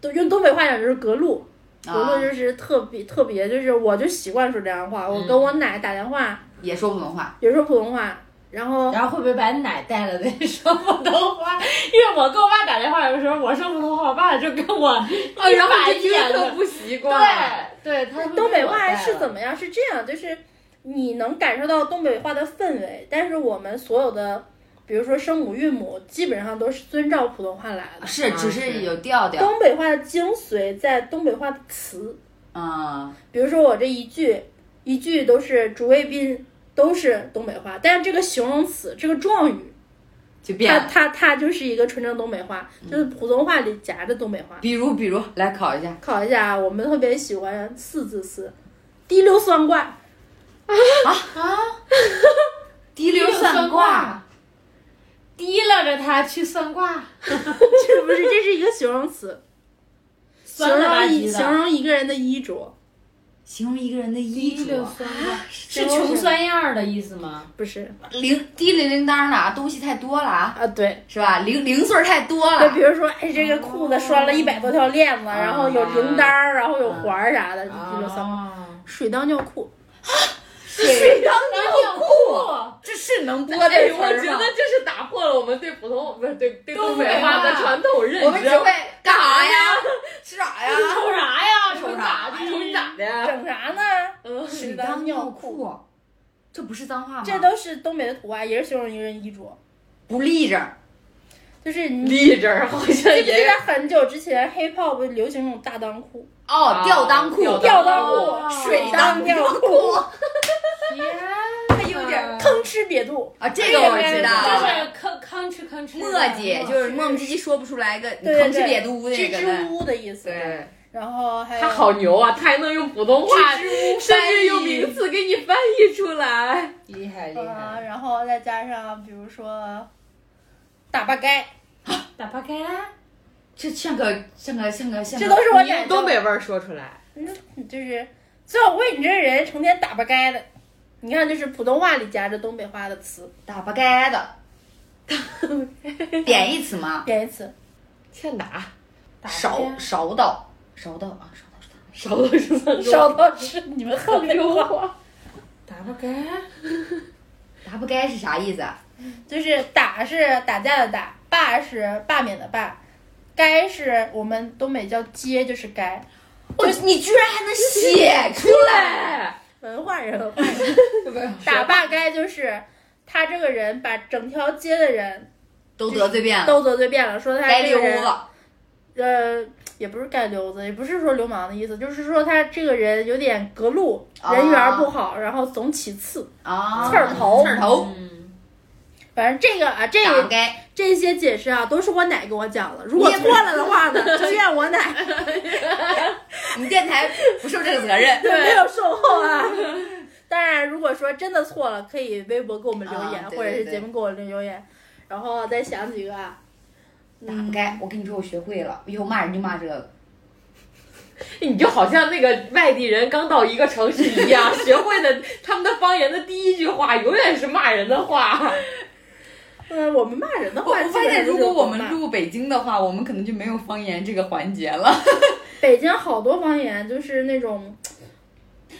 Speaker 3: 都用东北话讲就是隔路，隔
Speaker 2: 啊
Speaker 3: 路就是特别、特别，就是我就习惯说这样的话。我跟我奶打电话
Speaker 2: 也说普通话，
Speaker 3: 也说普通话，然后
Speaker 4: 然后会不会把你奶带了那说普通话？因为我跟我爸打电话，有时候我说普通话，我爸就跟我
Speaker 1: 哦，然后
Speaker 4: 一
Speaker 1: 你听
Speaker 4: 板一眼
Speaker 1: 特
Speaker 4: 的。
Speaker 1: 不习惯。
Speaker 4: 对对，他
Speaker 3: 东北话
Speaker 4: 是
Speaker 3: 是怎么样？是这样，就是你能感受到东北话的氛围，但是我们所有的，比如说声母、韵母，基本上都是遵照普通话来的。
Speaker 2: 是
Speaker 1: 啊
Speaker 2: 只
Speaker 1: 是
Speaker 2: 是有调调。
Speaker 3: 东北话的精髓在东北话的词，
Speaker 2: 嗯，
Speaker 3: 比如说我这一句，一句都是主谓宾，都是东北话，但是这个形容词，这个状语，
Speaker 2: [LAUGHS] 就变
Speaker 3: 它
Speaker 2: 了。
Speaker 3: 它它就是一个纯正东北话，就是普通话里夹着东北话。
Speaker 2: [LAUGHS] 比如比如，来考一下。
Speaker 3: 考一下，啊，我们特别喜欢四字词，滴溜算卦，
Speaker 2: 滴溜算卦，，
Speaker 4: 提溜着他去算卦，
Speaker 3: [LAUGHS] 这不是这是一个形容词。形
Speaker 4: 酸了吧
Speaker 3: 容一
Speaker 4: 唧
Speaker 3: 形
Speaker 4: 的，
Speaker 3: 容一个人的衣着，
Speaker 2: 形容一个人的衣
Speaker 4: 提溜
Speaker 2: 着，啊
Speaker 4: 酸卦是穷酸样儿的意思吗？
Speaker 3: 不是
Speaker 2: 零滴铃铃当的啊，东西太多了啊，
Speaker 3: 啊？对，
Speaker 2: 是吧？零零碎儿太多
Speaker 3: 就
Speaker 2: 了
Speaker 3: 比。如说，哎，这个裤子拴了一百多条链子，然后有铃铛儿，然后有环儿啥的，
Speaker 2: 啊
Speaker 3: 这就算
Speaker 4: 哦，
Speaker 3: 水当尿裤。
Speaker 2: 水当
Speaker 4: 尿裤，
Speaker 2: 这是能播
Speaker 1: 哎，
Speaker 2: 这
Speaker 1: 我
Speaker 2: 词儿
Speaker 1: 觉
Speaker 2: 吗
Speaker 1: 得？这是打破了我们对普通不是对对东北
Speaker 4: 北
Speaker 1: 话的
Speaker 4: 话
Speaker 1: 传统认知。
Speaker 2: 我们只会干啥
Speaker 3: [LAUGHS]
Speaker 2: 呀？吃啥呀？
Speaker 4: 瞅啥呀？瞅
Speaker 2: 啥
Speaker 4: 啥？
Speaker 1: 瞅你咋的呀？
Speaker 3: 啊整啥呢？
Speaker 1: 嗯，
Speaker 3: 呃水
Speaker 2: 尿
Speaker 3: 尿，，啊
Speaker 2: 这不是脏话吗？
Speaker 3: 这都是东北的土话，也是形容一个人衣着。
Speaker 2: 不立正。
Speaker 3: 就是你
Speaker 1: 立正好像
Speaker 3: 记不记
Speaker 1: 也
Speaker 3: 得很久之前黑炮不是流行那种大裆裤、
Speaker 2: 哦，吊裆裤，
Speaker 1: 吊
Speaker 3: 啊吊
Speaker 1: 裆
Speaker 3: 裆
Speaker 1: 裤
Speaker 3: 裤、水
Speaker 2: 哦裆
Speaker 3: 裆尿
Speaker 2: 裤，
Speaker 4: 还
Speaker 2: 有点儿
Speaker 3: 吭哧瘪肚。
Speaker 2: 啊，这个我知
Speaker 4: 就
Speaker 2: 道。
Speaker 4: 是吭吭哧吭哧的，
Speaker 2: 磨叽就是磨磨唧唧说不出来个，你
Speaker 3: 对
Speaker 2: 吭
Speaker 3: 对
Speaker 2: 哧
Speaker 3: 对
Speaker 2: 瘪肚那
Speaker 3: 支
Speaker 2: 个
Speaker 3: 支
Speaker 2: 的。
Speaker 3: 吾吾的意思。
Speaker 2: 对，
Speaker 3: 然后还有
Speaker 1: 他好牛啊，他还能用普通话，甚
Speaker 4: 翻
Speaker 1: 至
Speaker 4: 译
Speaker 1: 用名词给你翻译出来。
Speaker 4: 厉害厉
Speaker 3: 啊，
Speaker 4: 害，
Speaker 3: 然后再加上比如说大巴街，
Speaker 2: 嗯
Speaker 5: 打趴开啊！
Speaker 2: 这像个像个像个像个，
Speaker 3: 这都是我
Speaker 1: 你用
Speaker 3: 感
Speaker 1: 东
Speaker 3: 觉，
Speaker 1: 北味儿说出来，
Speaker 4: [LAUGHS]
Speaker 3: 嗯就是最好问你这人成天大巴街的，你看就是普通话里夹着东北话的词，
Speaker 2: 打不该的。贬义词吗？
Speaker 3: 贬义词。
Speaker 1: 欠打，
Speaker 3: [LAUGHS]
Speaker 2: 勺勺到勺到啊，勺到勺到。
Speaker 1: 少了十三
Speaker 3: 少到是你们横流话，
Speaker 5: 打趴
Speaker 1: [LAUGHS]
Speaker 5: 开啊！
Speaker 2: 打不该是啥意思啊？
Speaker 3: 就是打是打架的打，罢是罢免的罢，该是我们东北叫街，就是该
Speaker 2: 我你居然还能写出来！
Speaker 3: 文化人，文化人打罢该就是他这个人把整条街的人
Speaker 2: [LAUGHS] 都得罪遍了，
Speaker 3: 都得罪遍了，说他
Speaker 2: 该
Speaker 3: 这个
Speaker 2: 溜
Speaker 3: 人
Speaker 2: 了。
Speaker 3: 呃，也不是盖溜子，也不是说流氓的意思，就是说他这个人有点隔路，
Speaker 2: 啊
Speaker 3: 人缘不好，然后总起刺，
Speaker 2: 啊，
Speaker 3: 刺儿头
Speaker 2: 刺儿头，
Speaker 4: 嗯，
Speaker 3: 反正这个啊，这
Speaker 2: 打
Speaker 3: 个
Speaker 2: 该，
Speaker 3: 这些解释啊，都是我奶给我讲的。如果错了的话 [LAUGHS] 呢，就怨我奶，
Speaker 2: 你电台不受这个责任。
Speaker 3: [LAUGHS] 没有售后
Speaker 2: [LAUGHS]
Speaker 3: 啊。当然，如果说真的错了，可以微博给我们留言，
Speaker 2: 啊对
Speaker 3: 或者
Speaker 2: 对
Speaker 3: 是
Speaker 2: 对
Speaker 3: 节目给我留言，然后再想几个啊。
Speaker 2: [LAUGHS] 打不该，我跟你说，我学会了，以后骂人就骂这个。
Speaker 1: 你就好像那个外地人刚到一个城市一样，
Speaker 5: [LAUGHS]
Speaker 1: 学会的他们的方言的第一句话永远是骂人的话。
Speaker 3: 嗯，我们骂人的
Speaker 2: 我
Speaker 3: 话，
Speaker 2: 我发现，
Speaker 3: 基
Speaker 2: 如
Speaker 3: 本上就是
Speaker 2: 果我
Speaker 3: 骂
Speaker 2: 们录北京的话，我们可能就没有方言这个环节了。 [LAUGHS]
Speaker 3: 北京好多方言，就是那种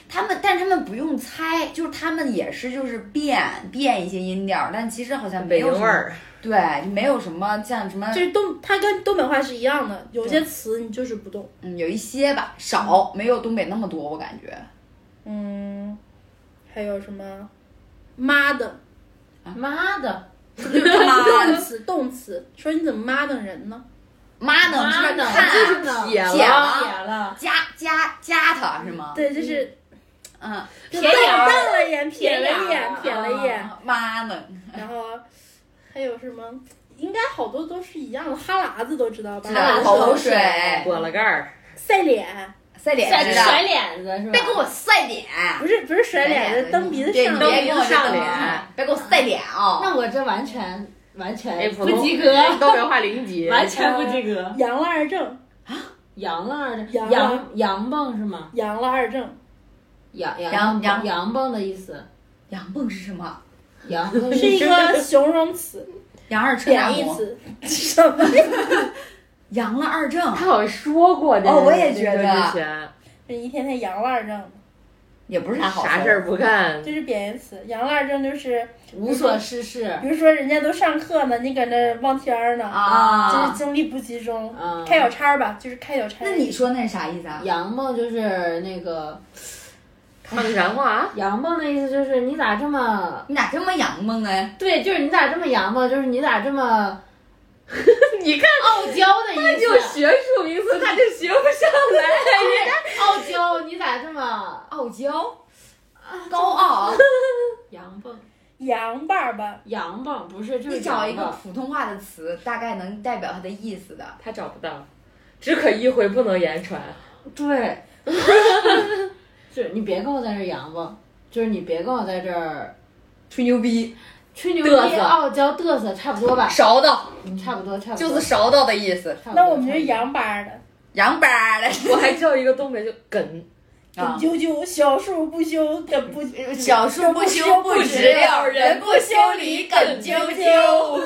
Speaker 2: 他们，但他们不用猜，就是他们也是就是变变一些音调，但其实好像没
Speaker 1: 北
Speaker 2: 有
Speaker 1: 京
Speaker 2: 什
Speaker 1: 味
Speaker 2: 么，
Speaker 1: 儿，
Speaker 2: 对，就没有什么像什么
Speaker 3: 就，是东，它跟东北话是一样的，有些词你就是不动。
Speaker 2: 嗯，有一些吧，少，没有东北那么多，我感觉 [LAUGHS]
Speaker 3: 嗯，还有什么？妈的，
Speaker 5: 妈的，
Speaker 2: 就是他妈
Speaker 3: 动
Speaker 2: 的，
Speaker 3: 词动词，说你怎么妈的人呢？
Speaker 2: 妈的，
Speaker 5: 妈
Speaker 2: 是
Speaker 5: 的，
Speaker 2: 看
Speaker 5: 是撇
Speaker 1: 撇
Speaker 5: 了，
Speaker 2: 撇了，
Speaker 1: 了，
Speaker 5: 了，
Speaker 2: 加加加他是吗？，
Speaker 3: 对，就是
Speaker 2: 嗯，
Speaker 1: 撇
Speaker 3: 瞪
Speaker 1: 眼儿
Speaker 3: 瞪了眼，瞥
Speaker 2: 啊
Speaker 3: 了一
Speaker 1: 眼
Speaker 3: 眼，
Speaker 1: 儿
Speaker 3: 瞥了一眼，
Speaker 2: 妈的，
Speaker 3: 然后还有什么？应该好多都是一样的，哈喇子都知道吧？
Speaker 2: 知道啊口水，
Speaker 1: 裹了盖儿，
Speaker 3: 塞脸，
Speaker 2: 塞脸
Speaker 5: 甩
Speaker 2: 知道。
Speaker 5: 甩脸子是吧？
Speaker 2: 别给我塞脸，
Speaker 3: 不是不是甩脸，是蹬鼻子
Speaker 2: 对
Speaker 3: 上
Speaker 2: 你别
Speaker 3: 脸
Speaker 2: 给。我
Speaker 1: 上
Speaker 2: 这个
Speaker 1: 脸，
Speaker 2: 别给我塞脸啊！
Speaker 5: 那我这完全完全
Speaker 1: 哎，
Speaker 5: 不
Speaker 1: 普通
Speaker 5: 及格，
Speaker 1: [LAUGHS] 东北话零级，
Speaker 5: 完全不及格。
Speaker 3: 阳了二正，
Speaker 5: 羊了二的
Speaker 3: 羊
Speaker 5: 羊羊蹦是吗？
Speaker 3: 阳了二正，
Speaker 5: 羊
Speaker 2: 羊羊
Speaker 5: 羊羊蹦的意思，
Speaker 2: 杨蹦是什么？
Speaker 5: [LAUGHS] 羊蹦
Speaker 3: 是一个形容 [LAUGHS] 词，
Speaker 2: 杨二车大
Speaker 3: 贬义
Speaker 2: 母，
Speaker 3: 词。 [LAUGHS] 什么？ [LAUGHS]
Speaker 2: 阳了二正，
Speaker 1: 他好像说过的。
Speaker 2: 哦我也觉得
Speaker 1: 之前
Speaker 3: 这一天天阳了二正，
Speaker 2: 也不是啥好
Speaker 1: 啥事儿不干，
Speaker 3: 这是贬义词。阳了二正就是，
Speaker 5: 无所事事
Speaker 3: 比如说人家都上课呢，你搁那望天儿呢，就是
Speaker 2: 啊。
Speaker 3: 精力不集中，
Speaker 5: 啊。
Speaker 3: 开小差儿吧，就是开小差。
Speaker 2: 那你说那是啥意思啊？
Speaker 5: 羊蹦就是那个
Speaker 1: 看个啥话？
Speaker 5: 羊蹦的意思就是你咋这么
Speaker 2: 你咋这么阳蹦呢？
Speaker 5: 对，就是你咋这么羊蹦，就是你咋这么
Speaker 1: 你看，
Speaker 2: 哦
Speaker 5: 傲娇的意
Speaker 1: 就
Speaker 5: 思，
Speaker 1: 学术名词，他就学不上
Speaker 5: [LAUGHS]
Speaker 1: 来。
Speaker 5: 傲娇，你咋这么
Speaker 2: 傲娇，高
Speaker 5: [LAUGHS]
Speaker 2: 傲。
Speaker 5: 羊蹦？
Speaker 3: 羊爸爸，
Speaker 5: 羊蹦不是就是
Speaker 2: 你找
Speaker 5: 羊
Speaker 2: 一个
Speaker 5: 蹦
Speaker 2: 普通话的词，大概能代表他的意思的。
Speaker 1: 他找不到，只可意会不能言传。
Speaker 5: 对，就是你别跟我在这儿羊蹦，就是你别跟我在这儿
Speaker 2: 吹牛逼，
Speaker 5: 吹牛
Speaker 1: 嘚
Speaker 5: 逼、啊
Speaker 1: 瑟
Speaker 5: 傲娇、嘚瑟，差不多吧？
Speaker 2: 勺到
Speaker 5: 嗯，差不多，差不多。
Speaker 2: 就是勺到的意思。
Speaker 5: 差不多
Speaker 3: 那我们
Speaker 5: 差
Speaker 3: 就
Speaker 5: 不多
Speaker 3: 羊巴的，
Speaker 2: 羊巴的
Speaker 1: 我还知道一个东北就梗，
Speaker 2: 啊
Speaker 3: 梗啾啾，小树不修，梗不
Speaker 2: [LAUGHS] 小树不修不直溜，人不修理梗啾啾。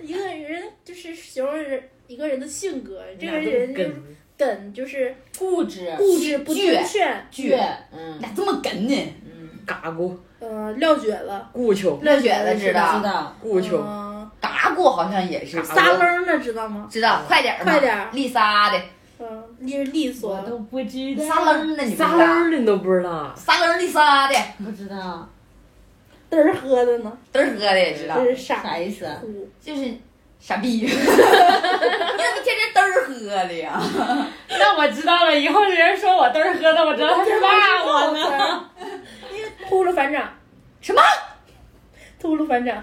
Speaker 3: 一个人就是形容人一个人的性格，这个人
Speaker 1: 哪都
Speaker 3: 就是
Speaker 1: 梗，
Speaker 3: 梗就是
Speaker 5: 固执、
Speaker 3: 固执不听
Speaker 2: 倔
Speaker 3: 劝，
Speaker 5: 倔，嗯
Speaker 2: 咋这么梗呢？
Speaker 5: 嗯，
Speaker 1: 嘎咕
Speaker 3: 呃，撂蹶子，
Speaker 1: 咕球
Speaker 2: 乐雪子知
Speaker 5: 知
Speaker 2: 道，
Speaker 5: 道。
Speaker 1: 咕球，
Speaker 3: 嗯
Speaker 2: 嘎咕好像也是，
Speaker 1: 嘎
Speaker 3: 撒楞儿呢，知道吗？
Speaker 2: 知道，快点儿嘛，
Speaker 3: 快点儿
Speaker 2: 丽莎的
Speaker 3: 嗯，利利索
Speaker 5: 我，都不知道，
Speaker 2: 撒楞儿呢，你不知
Speaker 1: 撒
Speaker 2: 道
Speaker 1: 楞？儿你都不知道，
Speaker 2: 撒楞儿丽莎的，
Speaker 5: 不知道
Speaker 3: 嘚儿喝的呢，
Speaker 2: 嘚儿哥的也知道
Speaker 3: 这，是傻
Speaker 5: 啥意思啊？
Speaker 3: 乎。
Speaker 2: 就是傻 [LAUGHS] 逼。你怎么天天嘚儿喝的呀？
Speaker 5: [LAUGHS] 那我知道了，以后人说我嘚儿喝的，我知道他是骂我呢。 [LAUGHS]
Speaker 3: 呢？秃噜反掌，
Speaker 2: 什么？
Speaker 3: 秃噜反掌，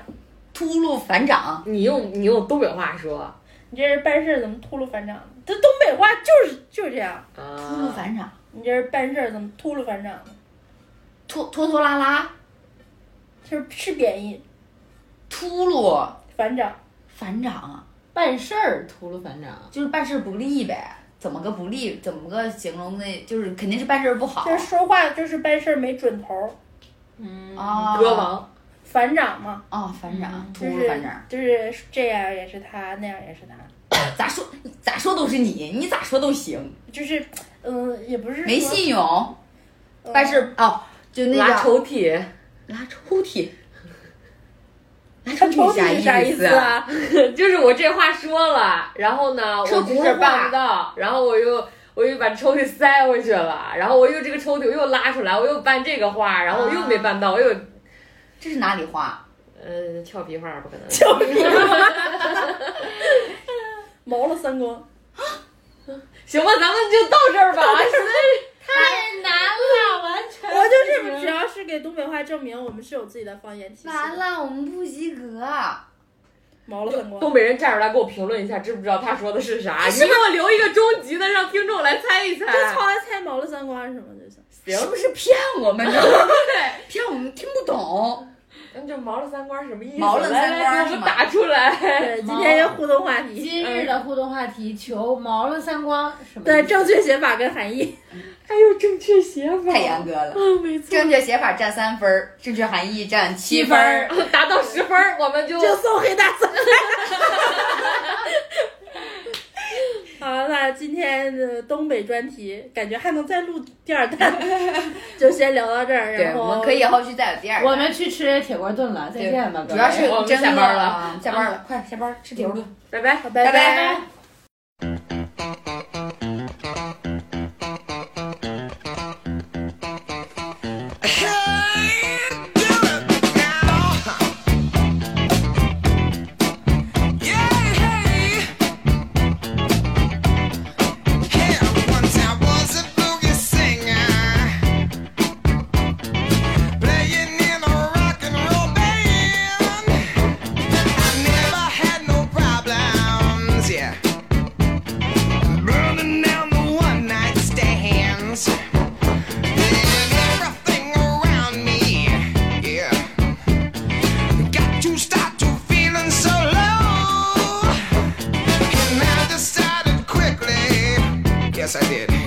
Speaker 2: 秃噜反掌？
Speaker 1: 你用你用东北话说，啊
Speaker 3: 你这人办事怎么秃噜反掌？这东北话就是就是这样，
Speaker 2: 吐吐返场，
Speaker 3: 你这人办事儿怎么秃噜反掌呢？
Speaker 2: 拖拖拖拉拉，
Speaker 3: 就是是贬义，
Speaker 2: 秃噜
Speaker 3: 反掌。
Speaker 2: 反掌啊，
Speaker 4: 办事儿秃噜反掌，
Speaker 2: 就是办事不利呗。怎么个不利？怎么个形容呢？就是肯定是办事不好
Speaker 3: 就是说话就是办事儿没准头儿，
Speaker 4: 嗯
Speaker 2: 啊
Speaker 1: 歌王，
Speaker 3: 反掌嘛，
Speaker 2: 啊，反掌，秃
Speaker 3: 就
Speaker 2: 噜
Speaker 3: 是
Speaker 2: 反掌。
Speaker 3: 就是这样也是他，那样也是他，
Speaker 2: 咋说咋说都是你，你咋说都行，
Speaker 3: 就是嗯、呃也不是
Speaker 2: 没
Speaker 3: 说
Speaker 2: 信用，
Speaker 3: 嗯
Speaker 2: 办事哦，就那
Speaker 1: 拉
Speaker 2: 个
Speaker 1: 抽屉，拉抽屉，
Speaker 3: 他抽
Speaker 1: 啥
Speaker 3: 屉是啥
Speaker 1: 意
Speaker 3: 意
Speaker 1: 思
Speaker 3: 思
Speaker 1: 啊
Speaker 3: 啊？
Speaker 1: [LAUGHS] 就是我这话说了，然后呢，我
Speaker 2: 说
Speaker 1: 这
Speaker 2: 胡
Speaker 1: 事儿办
Speaker 2: 话
Speaker 1: 不到，然后我又。我又把抽屉塞回去了，然后我又这个抽屉我又拉出来，我又办这个话，然后我又没办到，我又
Speaker 2: 这是哪里话？
Speaker 1: 呃俏皮话不可能，
Speaker 3: 毛了三公，
Speaker 1: 行吧，咱们就到这儿吧。 [LAUGHS]
Speaker 5: 太难了，完全
Speaker 3: 我就是只要是给东北话证明我们是有自己的方言体系的。
Speaker 2: 完了，我们不及格，
Speaker 3: 毛了三公，
Speaker 1: 东北人站出来给我评论一下，知不知道他说的是啥？你给我留一个终极的，让听众来猜一猜。
Speaker 3: 就抄来猜毛了三公是什么就行。
Speaker 1: 行
Speaker 2: 是，不是骗我们呢？对，骗我们听不懂。
Speaker 1: 那就毛了三官什么意思？
Speaker 2: 毛了三
Speaker 1: 来
Speaker 2: 官
Speaker 1: 来给
Speaker 2: 是
Speaker 1: 我
Speaker 2: 吗
Speaker 1: 们打出
Speaker 2: 哎
Speaker 1: 来。 [LAUGHS]
Speaker 3: 对，今天这互动话题，嗯
Speaker 5: 今日的互动话题：求毛了三光什么？
Speaker 3: 对，正确写法跟含义。
Speaker 1: 还有正确写法，
Speaker 2: 太严格了。
Speaker 1: 嗯，没错，
Speaker 2: 正确写法占三分儿，正确含义占七分儿。
Speaker 1: [LAUGHS] 达到十分儿，我们就
Speaker 3: 就送给大家。 [LAUGHS] 好，那今天的东北专题，感觉还能再录第二弹，就先聊到这儿。
Speaker 2: 对，
Speaker 3: 然后
Speaker 2: 我们可以以后去再有第二。
Speaker 5: 我们去吃铁锅炖了，再
Speaker 2: 对
Speaker 5: 见吧，各位
Speaker 2: 主要是
Speaker 1: 我们
Speaker 2: 真的
Speaker 1: 下班了，
Speaker 2: 下班了，快下班吃铁锅炖，
Speaker 1: 拜拜。
Speaker 3: 好，
Speaker 2: 拜
Speaker 3: 拜
Speaker 2: 拜。
Speaker 6: Yeah. Burning down the one night stands and everything around me. Yeah. Got to start to feeling so low. And I decided quickly. Yes, I did. Oh, Oh,